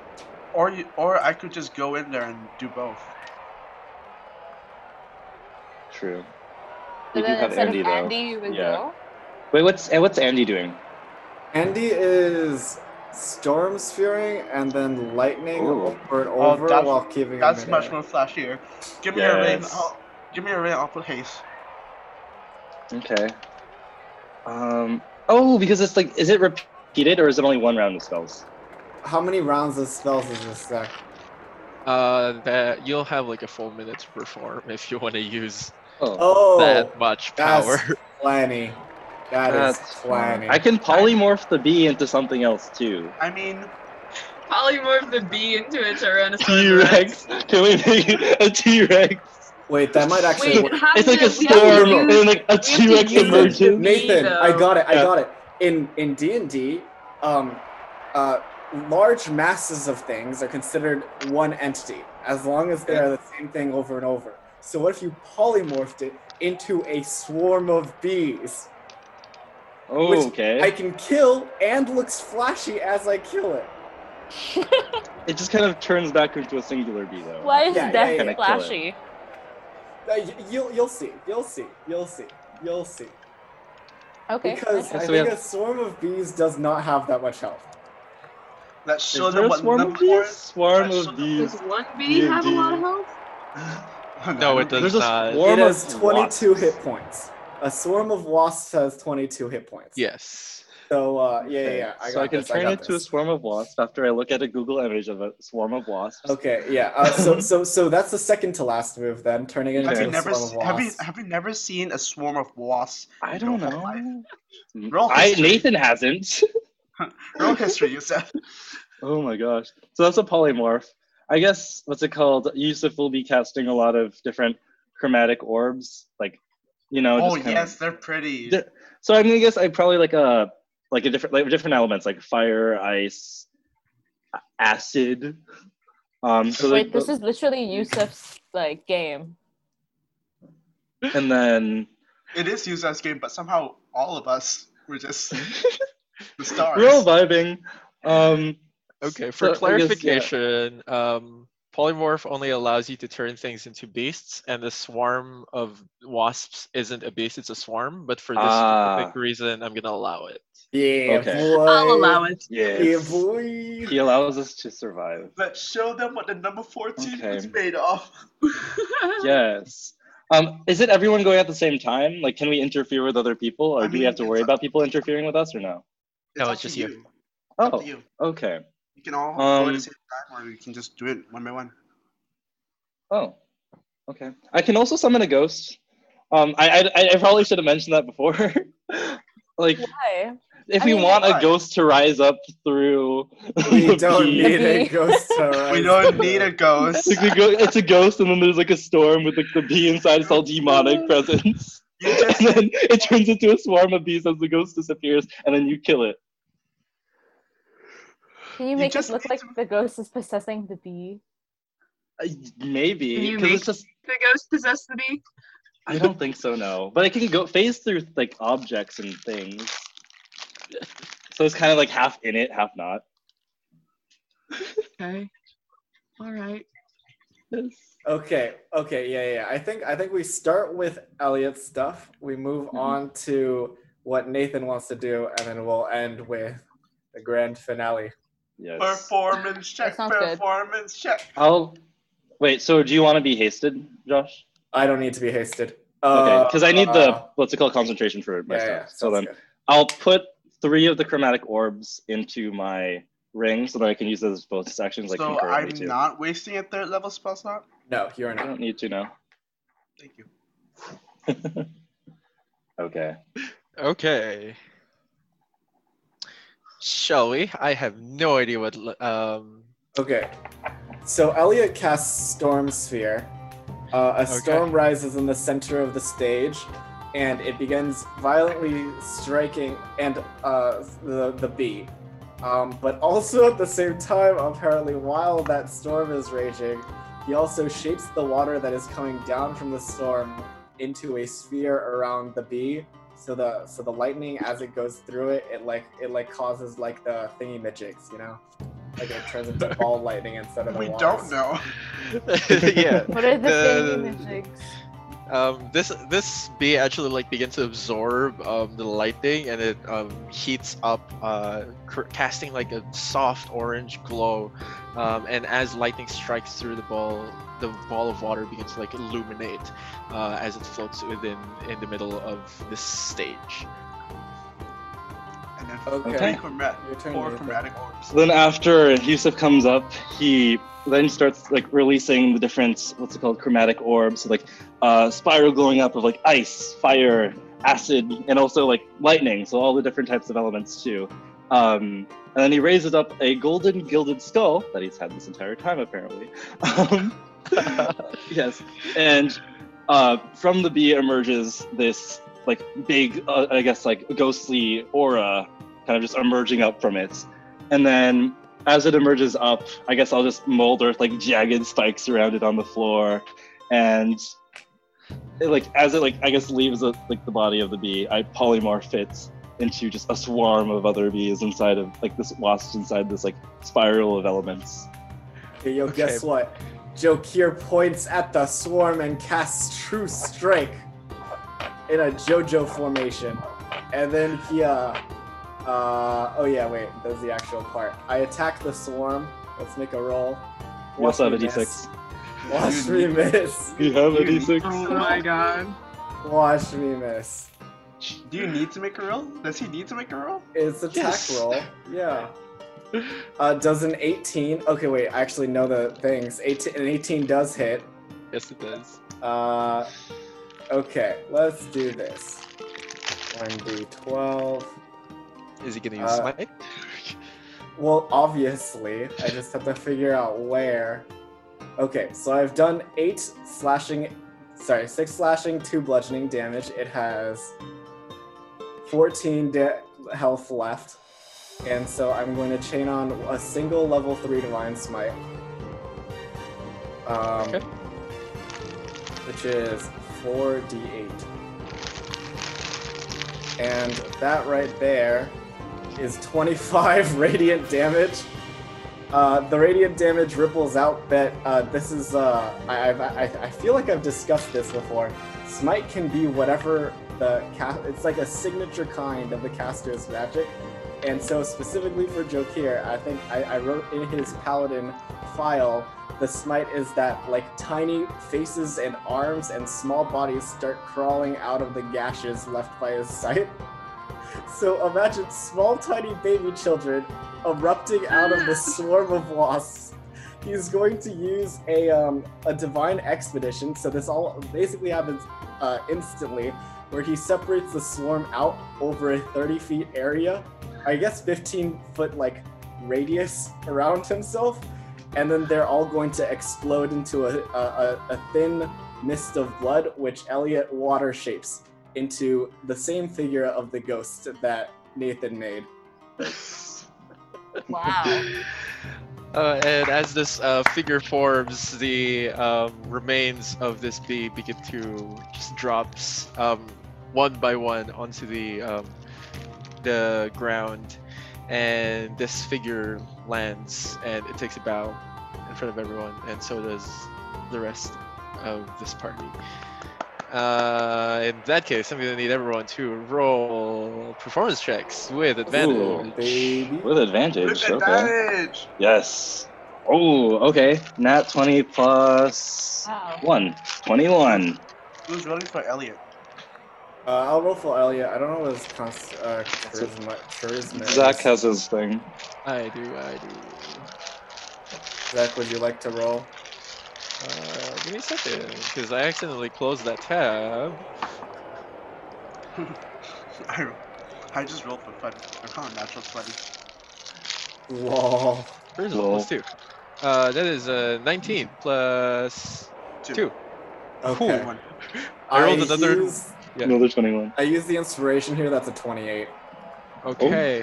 Speaker 2: Or you, or I could just go in there and do both.
Speaker 3: True.
Speaker 8: So
Speaker 3: We do
Speaker 8: then
Speaker 3: have
Speaker 8: instead
Speaker 3: Andy
Speaker 8: of
Speaker 3: though.
Speaker 8: Andy, you would
Speaker 3: Yeah.
Speaker 8: go?
Speaker 3: Wait, what's eh, what's Andy doing?
Speaker 6: Andy is storm sphearing and then lightning
Speaker 3: Ooh.
Speaker 6: over and over
Speaker 2: that's-
Speaker 6: while keeping.
Speaker 2: That's
Speaker 6: him
Speaker 2: much more flashier. Give me a ring.
Speaker 3: Yes.
Speaker 2: I'll, give me a ring. I'll put haste.
Speaker 3: Okay. Um. Oh, because it's like, is it repeated or is it only one round of spells?
Speaker 6: How many rounds of spells is this deck?
Speaker 4: uh, that you'll have like a full minute to perform if you want to use
Speaker 3: Oh.
Speaker 6: Oh,
Speaker 4: that much
Speaker 6: that's
Speaker 4: power. <laughs>
Speaker 6: plenty. That is
Speaker 3: That's
Speaker 6: plenty.
Speaker 3: I can polymorph the bee into something else
Speaker 6: <laughs>
Speaker 3: too.
Speaker 2: I mean,
Speaker 7: Polymorph the bee into a
Speaker 3: <laughs> T
Speaker 7: Tyrannosaurus.
Speaker 3: Rex. Can we make it a T Rex?
Speaker 6: Wait, that might actually.
Speaker 7: Wait,
Speaker 6: work.
Speaker 7: how
Speaker 3: It's like
Speaker 7: do
Speaker 3: a
Speaker 7: we have to
Speaker 3: storm,
Speaker 7: use-
Speaker 3: and like a
Speaker 7: have to
Speaker 3: T Rex
Speaker 7: use it.
Speaker 3: emerges.
Speaker 6: Nathan,
Speaker 7: though.
Speaker 6: I got it. I
Speaker 3: Yeah.
Speaker 6: got it. In in D and D, um, uh, large masses of things are considered one entity as long as they are the same thing over and over. So what if you polymorphed it into a swarm of bees?
Speaker 3: Oh,
Speaker 6: Which
Speaker 3: okay.
Speaker 6: I can kill and looks flashy as I kill it.
Speaker 3: It just kind of turns back into a singular bee though.
Speaker 8: <laughs> Why is
Speaker 6: Yeah, yeah,
Speaker 8: that
Speaker 6: yeah.
Speaker 8: flashy?
Speaker 6: Uh, y- you'll you'll see. You'll see. You'll see. You'll see.
Speaker 8: Okay.
Speaker 6: Because
Speaker 3: Okay,
Speaker 6: I
Speaker 3: so we
Speaker 6: think
Speaker 3: have-
Speaker 6: a swarm of bees does not have that much health.
Speaker 2: let's
Speaker 3: Is
Speaker 2: show
Speaker 3: there
Speaker 2: them
Speaker 3: a
Speaker 2: what
Speaker 3: swarm
Speaker 2: the
Speaker 3: of bees?
Speaker 6: <laughs>
Speaker 2: chorus.
Speaker 3: Swarm
Speaker 2: That's
Speaker 3: of
Speaker 2: so-
Speaker 3: bees.
Speaker 7: Does one bee have a lot of health?
Speaker 4: No, it does
Speaker 3: There's a
Speaker 4: not.
Speaker 3: swarm
Speaker 6: it
Speaker 3: of
Speaker 6: has 22
Speaker 3: wasps.
Speaker 6: hit points. A swarm of wasps has 22 hit points.
Speaker 4: Yes.
Speaker 6: So uh, yeah, yeah,
Speaker 3: Okay,
Speaker 6: yeah. I
Speaker 3: so
Speaker 6: got
Speaker 3: I can
Speaker 6: this,
Speaker 3: turn
Speaker 6: got
Speaker 3: it to a
Speaker 6: this.
Speaker 3: swarm of wasps after I look at a Google image of a swarm of wasps.
Speaker 6: Okay, yeah. Uh, so so so that's the second to last move then, turning it
Speaker 2: Have
Speaker 6: into
Speaker 2: you
Speaker 6: a
Speaker 2: never
Speaker 6: swarm of
Speaker 2: se- have you
Speaker 6: wasps.
Speaker 2: have you never seen a swarm of wasps?
Speaker 3: I
Speaker 2: in
Speaker 3: don't
Speaker 2: your whole life?
Speaker 3: know.
Speaker 2: <laughs> Roll
Speaker 3: I
Speaker 2: history.
Speaker 3: Nathan hasn't.
Speaker 2: Roll history, you said.
Speaker 3: <laughs> Oh my gosh. So that's a polymorph. I guess what's it called? Yusuf will be casting a lot of different chromatic orbs, like you know.
Speaker 2: Oh
Speaker 3: just kinda-
Speaker 2: yes, they're pretty.
Speaker 3: They're- So I'm gonna guess I probably like a like a different like different elements like fire, ice, a- acid. Um. So
Speaker 8: Wait,
Speaker 3: like,
Speaker 8: this is literally Yusuf's like game.
Speaker 3: and then
Speaker 2: It is used as game, but somehow all of us were just the <laughs> stars.
Speaker 3: we're all vibing. Um. so I
Speaker 4: Okay. For
Speaker 3: guess, yeah.
Speaker 4: clarification, um, Polymorph only allows you to turn things into beasts, and the swarm of wasps isn't a beast; it's a swarm. But for this
Speaker 3: Ah.
Speaker 4: specific reason, I'm gonna allow it.
Speaker 6: Yeah,
Speaker 3: Okay.
Speaker 6: boy.
Speaker 7: I'll allow it.
Speaker 6: Yeah,
Speaker 3: Yes.
Speaker 6: boy.
Speaker 3: He allows us to survive.
Speaker 2: Let's show them what the number 14
Speaker 3: Okay.
Speaker 2: is made of.
Speaker 7: <laughs>
Speaker 3: Yes. Um, is it everyone going at the same time? Like, can we interfere with other people, or
Speaker 2: I
Speaker 3: do we have to
Speaker 2: mean,
Speaker 3: worry
Speaker 2: it's-
Speaker 3: about people interfering with us, or no?
Speaker 4: No,
Speaker 2: up
Speaker 4: it's
Speaker 2: to
Speaker 4: just you.
Speaker 2: It's up
Speaker 3: Oh,
Speaker 2: to you.
Speaker 3: okay.
Speaker 2: You can all go at
Speaker 3: Um,
Speaker 2: the same time, or you can just do it one by one.
Speaker 3: Oh, okay. I can also summon a ghost. Um, I I, I probably should have mentioned that before. <laughs> like,
Speaker 8: Why?
Speaker 3: if
Speaker 8: I
Speaker 3: we
Speaker 8: mean,
Speaker 3: want a
Speaker 2: why?
Speaker 3: ghost to rise up through,
Speaker 6: We
Speaker 3: <laughs> the
Speaker 6: don't
Speaker 3: bees-
Speaker 6: need a
Speaker 7: <laughs>
Speaker 8: Me.
Speaker 6: ghost to
Speaker 2: We
Speaker 6: rise
Speaker 2: don't
Speaker 6: to
Speaker 2: need a
Speaker 6: it.
Speaker 2: ghost.
Speaker 3: It's like a go- it's a ghost, and then there's like a storm with like the bee inside. It's all
Speaker 2: <laughs>
Speaker 3: demonic presence, <laughs>
Speaker 2: You just
Speaker 3: and then it turns into a swarm of bees as the ghost disappears, and then you kill it.
Speaker 8: Can you
Speaker 2: You
Speaker 8: make it
Speaker 2: just
Speaker 8: look
Speaker 2: need
Speaker 8: like
Speaker 2: to-
Speaker 8: the ghost is possessing the bee?
Speaker 3: Uh, Maybe
Speaker 7: You
Speaker 3: because
Speaker 7: make-
Speaker 3: it's just
Speaker 7: the ghost possessed the bee.
Speaker 3: I don't think so. No, but it can go phase through like objects and things. So it's kind of like half in it, half not.
Speaker 7: Okay. All right.
Speaker 6: Okay, okay, yeah, yeah. I think I think we start with Elliot's stuff. We move
Speaker 3: Mm-hmm.
Speaker 6: on to what Nathan wants to do, and then we'll end with the grand finale.
Speaker 3: Yes.
Speaker 2: <laughs> performance check,
Speaker 8: sounds good.
Speaker 2: performance check.
Speaker 3: How? Wait. So do you want to be hasted, Josh?
Speaker 6: I don't need to be hasted.
Speaker 3: Okay. Because I need the
Speaker 6: uh,
Speaker 3: what's it called concentration for
Speaker 6: yeah,
Speaker 3: my
Speaker 6: yeah,
Speaker 3: stuff. so
Speaker 6: sounds
Speaker 3: then
Speaker 6: good.
Speaker 3: I'll put three of the chromatic orbs into my ring so that I can use those as bonus actions like
Speaker 2: so I'm
Speaker 3: concurrently too.
Speaker 2: not wasting a third level spell slot.
Speaker 6: no, you're
Speaker 3: I
Speaker 6: not.
Speaker 3: don't need to know.
Speaker 2: Thank you.
Speaker 6: <laughs>
Speaker 3: okay.
Speaker 4: Okay. Shall we? I have no idea what. l- Um, <laughs>
Speaker 6: Okay. So Elliot casts Storm Sphere. Uh, a storm rises in the center of the stage, and it begins violently striking and uh, the the bee. Um, but also at the same time, apparently, while that storm is raging, he also shapes the water that is coming down from the storm into a sphere around the bee. So the so the lightning, as it goes through it, it like it like causes like the thingy majigs, you know, like it turns into
Speaker 2: <laughs>
Speaker 6: ball lightning instead of the
Speaker 2: We don't
Speaker 6: waters. <laughs>
Speaker 2: know.
Speaker 4: yeah.
Speaker 8: What are the
Speaker 4: The-
Speaker 8: thingy
Speaker 4: Um, this this bee actually like begins to absorb um, the lightning and it um, heats up, uh, cr- casting like a soft orange glow. Um, and as lightning strikes through the ball, the ball of water begins to like illuminate uh, as it floats within in the middle of this stage.
Speaker 2: And then
Speaker 6: Okay.
Speaker 2: three chromatic,
Speaker 6: Your turn.
Speaker 2: four
Speaker 6: Nathan.
Speaker 2: chromatic orbs.
Speaker 3: So then after Yusuf comes up, he then starts like releasing the different what's it called chromatic orbs, so, like uh, spiral glowing up of like ice, fire, acid, and also like lightning. So all the different types of elements too. Um, and then he raises up a golden gilded skull that he's had this entire time apparently. Um, <laughs> yes, and uh, from the bee emerges this like big, uh, I guess like ghostly aura, kind of just emerging up from it. And then as it emerges up, I guess I'll just molder like jagged spikes around it on the floor. And it, like as it like I guess leaves the, like the body of the bee, I polymorph it into just a swarm of other bees inside of like this wasp inside this like spiral of elements.
Speaker 6: Okay, yo,
Speaker 4: Okay.
Speaker 6: guess what? Jokir points at the swarm and casts True Strike in a JoJo formation. And then he, uh, uh, oh yeah, wait, that's the actual part. I attack the swarm. Let's make a roll.
Speaker 3: You also have a
Speaker 6: me
Speaker 3: d6.
Speaker 6: miss. Watch me miss.
Speaker 3: You have a
Speaker 2: You-
Speaker 7: Oh
Speaker 3: d6.
Speaker 7: my god.
Speaker 6: Watch me miss.
Speaker 2: Do you need to make a roll? Does he need to make a roll?
Speaker 6: It's attack
Speaker 4: Yes.
Speaker 6: roll. Yeah. Uh, does an 18? Okay, wait. I actually know the things. 18, an 18 does hit.
Speaker 4: Yes, it does.
Speaker 6: Uh, okay, let's do this. 1d12.
Speaker 4: Is he gonna use
Speaker 6: Uh,
Speaker 4: smite?
Speaker 6: Well, obviously, I just have to figure out where. Okay, so I've done eight slashing, sorry, six slashing, two bludgeoning damage. It has 14 da- health left. And so I'm going to chain on a single level three divine smite. Um,
Speaker 4: Okay.
Speaker 6: Which is 4d8. And <laughs> that right there is 25 radiant damage. Uh, the radiant damage ripples out, but uh, this is. Uh, I, I've- I, I feel like I've discussed this before. Smite can be whatever the cast. It's like a signature kind of the caster's magic. And so, specifically for Jokir, I think I, I wrote in his paladin file the smite is that like tiny faces and arms and small bodies start crawling out of the gashes left by his sight. <laughs> So imagine small, tiny baby children erupting out of the swarm of wasps. He's going to use a um, a divine expedition. So this all basically happens uh, instantly, where he separates the swarm out over a 30 feet area, I guess 15 foot like radius around himself, and then they're all going to explode into a a, a, a thin mist of blood, which Elliot water shapes into the same figure of the ghost that Nathan made.
Speaker 9: <laughs>
Speaker 8: Wow.
Speaker 4: Uh, and as this uh, figure forms, the um, remains of this bee begin to just drops um, one by one onto the um, the ground, and this figure lands and it takes a bow in front of everyone, and so does the rest of this party. Uh, in that case, I'm gonna need everyone to roll performance checks with advantage.
Speaker 6: Baby.
Speaker 3: With
Speaker 2: With
Speaker 3: advantage. Okay.
Speaker 2: advantage!
Speaker 3: Yes. Oh, okay. Nat 20 plus
Speaker 8: Wow.
Speaker 3: 1. 21.
Speaker 2: Who's running for Elliot?
Speaker 6: Uh, I'll roll for Elliot. I don't know what his const- uh, charisma, charisma is.
Speaker 3: Zach has his thing.
Speaker 4: I do, I do.
Speaker 6: Zach, would you like to roll?
Speaker 4: Uh, give me a second, because I accidentally closed that tab.
Speaker 2: <laughs> I, I just rolled for fun. I found a natural 20.
Speaker 6: Lol.
Speaker 4: First of all, plus two. Uh, that is uh, 19 plus. Two.
Speaker 6: Okay.
Speaker 2: One.
Speaker 4: I rolled
Speaker 6: I
Speaker 4: another-
Speaker 6: Use,
Speaker 4: Yeah.
Speaker 3: Another 21.
Speaker 6: I use the inspiration here. That's a 28.
Speaker 4: Okay.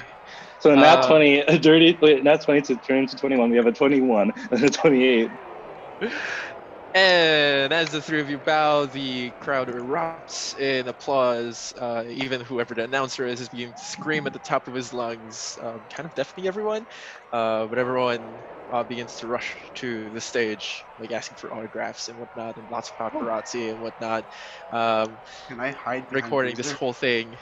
Speaker 3: So nat
Speaker 4: Uh,
Speaker 3: 20, a <laughs> dirty, wait, nat 20 to turn into 21. We have a 21 <laughs> and a 28.
Speaker 4: And as the three of you bow, the crowd erupts in applause. Uh, even whoever the announcer is is beginning to scream at the top of his lungs, um, kind of deafening everyone. Uh, but everyone uh, begins to rush to the stage, like asking for autographs and whatnot, and lots of paparazzi and whatnot. Um,
Speaker 2: Can I hide behind
Speaker 4: recording this
Speaker 2: Boozer?
Speaker 4: whole thing.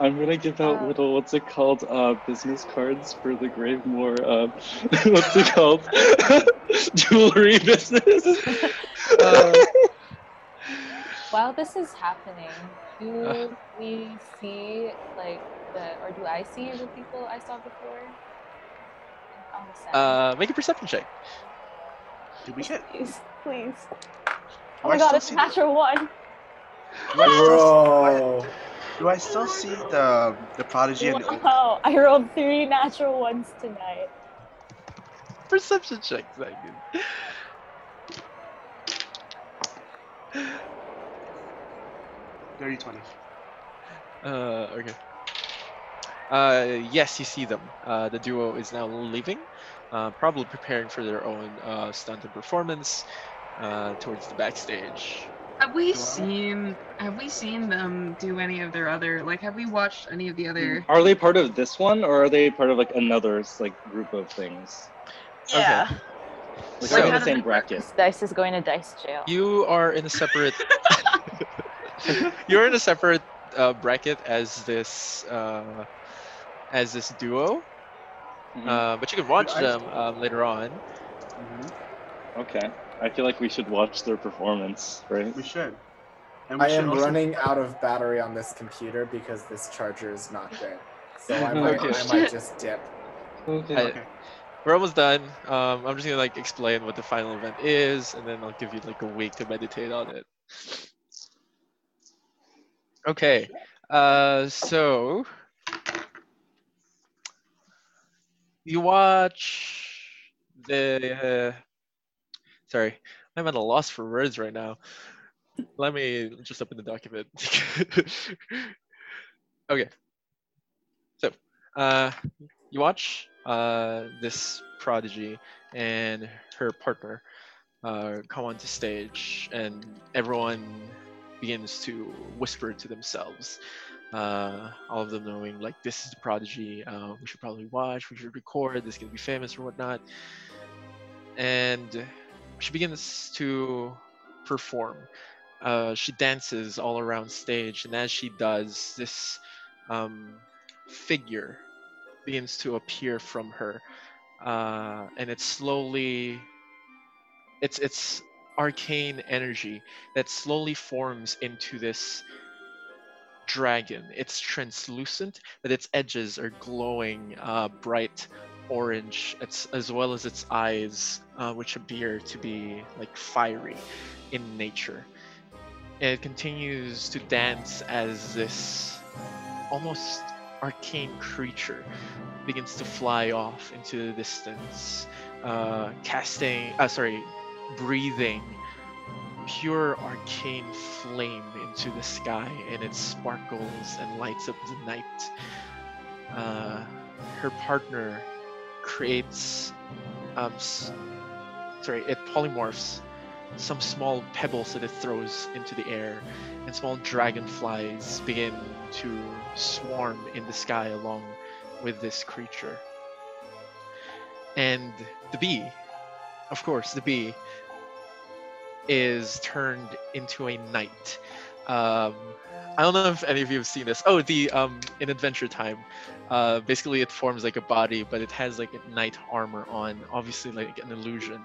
Speaker 3: I'm gonna give out
Speaker 8: Uh,
Speaker 3: little what's it called uh business cards for the Gravemore uh <laughs> what's it called <laughs> jewelry business.
Speaker 4: Uh,
Speaker 8: While this is happening, do
Speaker 4: Uh.
Speaker 8: we see like the or do I see the people I saw before? On the sand.
Speaker 4: Uh, make a perception check. <laughs>
Speaker 2: Did we get?
Speaker 8: please, please.
Speaker 2: Do
Speaker 8: Oh
Speaker 2: I
Speaker 8: my god,
Speaker 2: still
Speaker 8: it's
Speaker 2: see
Speaker 8: a
Speaker 2: the-
Speaker 8: natural one.
Speaker 2: do I still-
Speaker 6: Bro.
Speaker 2: Do I still see the the prodigy
Speaker 8: <laughs>
Speaker 2: and the old?
Speaker 8: Wow, I rolled three natural ones tonight.
Speaker 4: Perception check. Thank you.
Speaker 2: Dirty 20.
Speaker 4: Uh, okay. Uh, yes, you see them. Uh, the duo is now leaving, uh, probably preparing for their own uh, stunt and performance uh, towards the backstage.
Speaker 7: Have we
Speaker 2: Wow.
Speaker 7: seen? Have we seen them do any of their other? Like, have we watched any of the other?
Speaker 3: Are they part of this one or are they part of like another like group of things?
Speaker 4: Yeah.
Speaker 3: Like
Speaker 4: So-
Speaker 3: they're in the same bracket.
Speaker 8: This dice is going to dice jail.
Speaker 4: You are in a separate. You're in a separate uh, bracket as this uh, as this duo,
Speaker 3: Mhm,
Speaker 4: uh, but you can watch
Speaker 2: I-
Speaker 4: them um, later on.
Speaker 2: Mhm.
Speaker 3: okay. I feel like we should watch their performance, right?
Speaker 2: We should. And we
Speaker 6: I
Speaker 2: should
Speaker 6: am
Speaker 2: also-
Speaker 6: running out of battery on this computer because this charger is not good.
Speaker 2: <laughs>
Speaker 6: So I
Speaker 3: Okay.
Speaker 6: might, I might
Speaker 7: Shit.
Speaker 6: just dip.
Speaker 3: Okay.
Speaker 4: I- we're almost done. Um, I'm just gonna like explain what the final event is, and then I'll give you like a week to meditate on it. Okay. Uh, so you watch the. sorry, I'm at a loss for words right now. Let me just open the document. <laughs> okay. So. Uh, you watch uh, this prodigy and her partner uh, come onto stage, and everyone begins to whisper to themselves. uh, all of them knowing like this is the prodigy. Uh, we should probably watch. We should record. This can be famous or whatnot. And she begins to perform. Uh, she dances all around stage, and as she does, this um, figure begins to appear from her, uh, and it's slowly, it's it's arcane energy that slowly forms into this dragon. It's translucent, but its edges are glowing uh, bright orange, it's, as well as its eyes, uh, which appear to be like fiery in nature. And it continues to dance as this almost arcane creature begins to fly off into the distance, uh, casting, uh, sorry, breathing pure arcane flame into the sky and it sparkles and lights up the night. Uh, her partner creates, um, s- sorry, it polymorphs some small pebbles that it throws into the air, and small dragonflies begin to swarm in the sky along with this creature. And the bee, of course, the bee is turned into a knight. Um, I don't know if any of you have seen this. Oh, the um, in Adventure Time, uh, basically it forms like a body, but it has like a knight armor on, obviously like an illusion.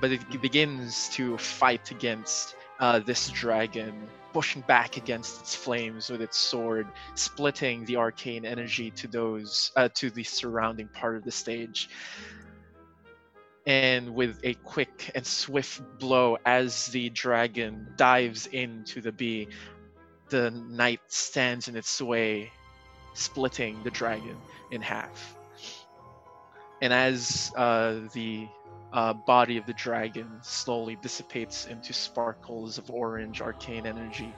Speaker 4: But it begins to fight against uh, this dragon, pushing back against its flames with its sword, splitting the arcane energy to those uh, to the surrounding part of the stage and with a quick and swift blow as the dragon dives into the bee the knight stands in its way splitting the dragon in half and as uh, the uh, body of the dragon slowly dissipates into sparkles of orange arcane energy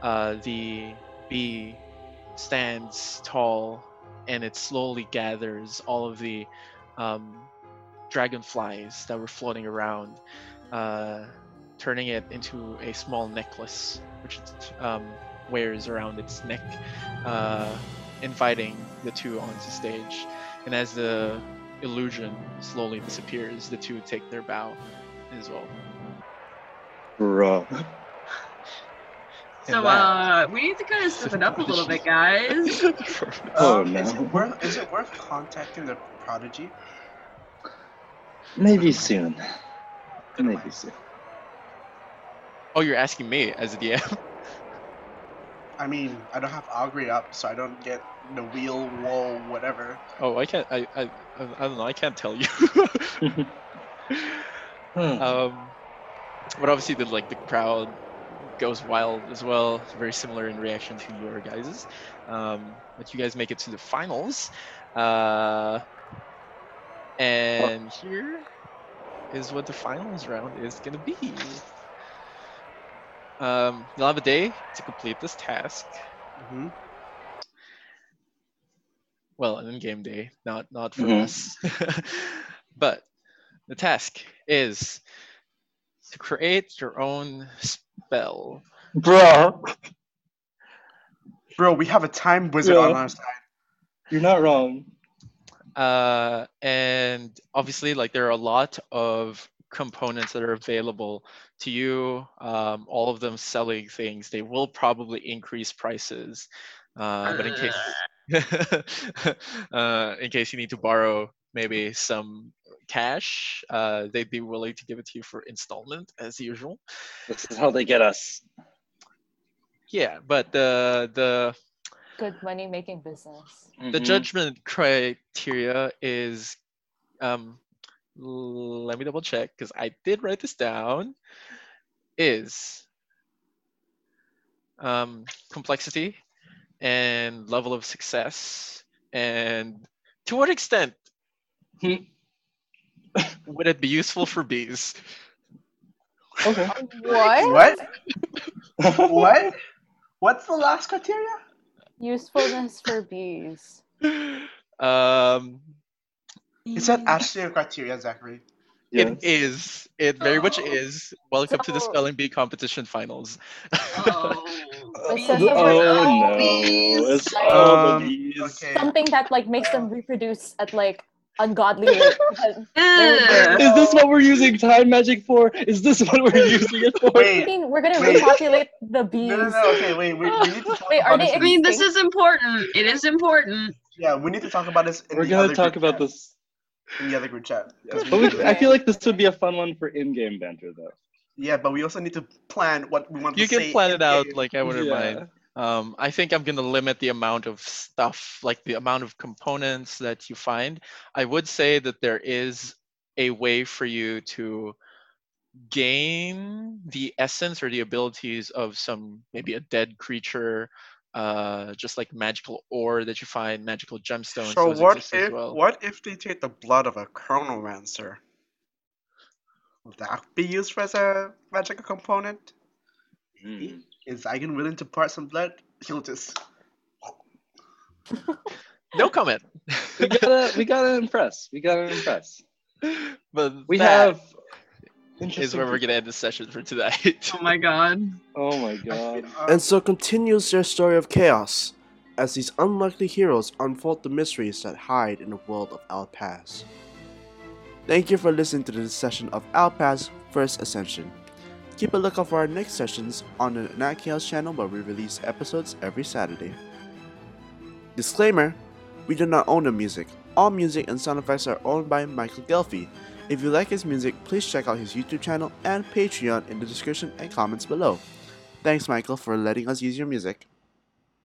Speaker 4: uh, the bee stands tall and it slowly gathers all of the um, dragonflies that were floating around, uh, turning it into a small necklace, which it um, wears around its neck, uh, inviting the two onto stage. And as the illusion slowly disappears, the two take their bow as well.
Speaker 3: Bro.
Speaker 7: So
Speaker 4: And that-
Speaker 7: uh, we need to kind of step it up a little
Speaker 4: <laughs>
Speaker 7: bit, guys.
Speaker 3: oh
Speaker 2: Um, Is it
Speaker 3: no.
Speaker 2: worth is it worth contacting the prodigy?
Speaker 3: Maybe soon. Maybe soon.
Speaker 4: oh, you're asking me as a DM.
Speaker 2: I mean, I don't have augury up, so I don't get the wheel, woe, whatever.
Speaker 4: Oh, I can't. I, I, I I don't know. I can't tell you. <laughs>
Speaker 3: Hmm.
Speaker 4: Um, but obviously, the like the crowd goes wild as well. It's very similar in reaction to your guys's. Um, but you guys make it to the finals, uh, and here is what the finals round is gonna be. Um, you'll have a day to complete this task.
Speaker 2: Mm-hmm.
Speaker 4: well an in-game day not not for
Speaker 3: Mhm.
Speaker 4: us <laughs> but the task is to create your own spell
Speaker 3: Bro,
Speaker 2: Bro, we have a time wizard
Speaker 3: Yeah.
Speaker 2: on our side.
Speaker 3: you're not wrong.
Speaker 4: uh, and obviously like there are a lot of components that are available to you um, all of them selling things they will probably increase prices uh, but in case <laughs> uh, in case you need to borrow maybe some cash uh, they'd be willing to give it to you for installment as usual
Speaker 3: This is how they get us.
Speaker 4: yeah but the the
Speaker 8: Good money making business.
Speaker 4: the
Speaker 2: <laughs>
Speaker 3: Mhm.
Speaker 4: judgment criteria is um l- let me double check because i did write this down is um complexity and level of success and to what extent
Speaker 3: Hmm.
Speaker 4: <laughs> would it be useful for bees
Speaker 3: Okay.
Speaker 8: What?
Speaker 2: What? what? What's the last criteria?
Speaker 8: Usefulness for bees.
Speaker 4: um
Speaker 7: <laughs>
Speaker 8: <laughs>
Speaker 7: Oh.
Speaker 2: Is that actually a criteria, Zachary?
Speaker 3: Yes.
Speaker 4: It is. It very much
Speaker 7: Oh.
Speaker 4: is. Welcome to the
Speaker 8: So-
Speaker 4: spelling bee competition finals.
Speaker 8: But
Speaker 7: Oh.
Speaker 8: so- so for
Speaker 3: Oh no!
Speaker 7: bees.
Speaker 3: It's all
Speaker 1: Um,
Speaker 3: the bees.
Speaker 2: Okay.
Speaker 8: something that like makes them reproduce at like
Speaker 2: <laughs>
Speaker 8: ungodly rate. because
Speaker 7: Ugh.
Speaker 3: Is this what we're using time magic for? Is this what we're
Speaker 2: <laughs>
Speaker 3: using it for?
Speaker 8: I
Speaker 2: Wait.
Speaker 8: mean, we're gonna
Speaker 2: Wait.
Speaker 8: repopulate the bees.
Speaker 2: No, no, no. Okay, wait. We, we need to talk
Speaker 8: Wait, are
Speaker 2: about
Speaker 8: they
Speaker 2: this.
Speaker 7: I mean, this is important. It is important.
Speaker 2: yeah, we need to talk about this. In
Speaker 3: We're
Speaker 2: the
Speaker 3: gonna
Speaker 2: other
Speaker 3: talk
Speaker 2: group
Speaker 3: about
Speaker 2: chat,
Speaker 3: this.
Speaker 2: in the other group chat. 'cause we
Speaker 3: But
Speaker 2: need
Speaker 3: we,
Speaker 2: to-
Speaker 3: I feel like this would be a fun one for in-game banter, though.
Speaker 2: yeah, but we also need to plan what we want
Speaker 4: You
Speaker 2: to say.
Speaker 4: can plan it out.
Speaker 2: in-game.
Speaker 4: Like I wouldn't mind. Um, I think I'm gonna limit the amount of stuff, like the amount of components that you find. I would say that there is a way for you to gain the essence or the abilities of some maybe a dead creature, uh, just like magical ore that you find, magical gemstones.
Speaker 2: So
Speaker 4: those
Speaker 2: what
Speaker 4: exist as
Speaker 2: if
Speaker 4: well.
Speaker 2: what if they take the blood of a chronomancer? Would that be used as a magical component?
Speaker 3: Mm.
Speaker 2: Is Eigen willing to part some blood? He'll just <laughs>
Speaker 4: No comment.
Speaker 3: We gotta, we gotta impress. We gotta impress.
Speaker 4: <laughs> but
Speaker 3: We
Speaker 4: that
Speaker 3: have.
Speaker 4: is where we're gonna end the session for tonight. <laughs>
Speaker 7: Oh my god.
Speaker 3: Oh my god.
Speaker 2: Uh,
Speaker 1: And so continues their story of chaos as these unlikely heroes unfold the mysteries that hide in the world of Alpaz. Thank you for listening to this session of Alpaz First Ascension. Keep a lookout for our next sessions on the Nat Chaos channel where we release episodes every Saturday. Disclaimer We do not own the music. All music and sound effects are owned by Michael Gelfi. If you like his music, please check out his YouTube channel and Patreon in the description and comments below. Thanks, Michael, for letting us use your music.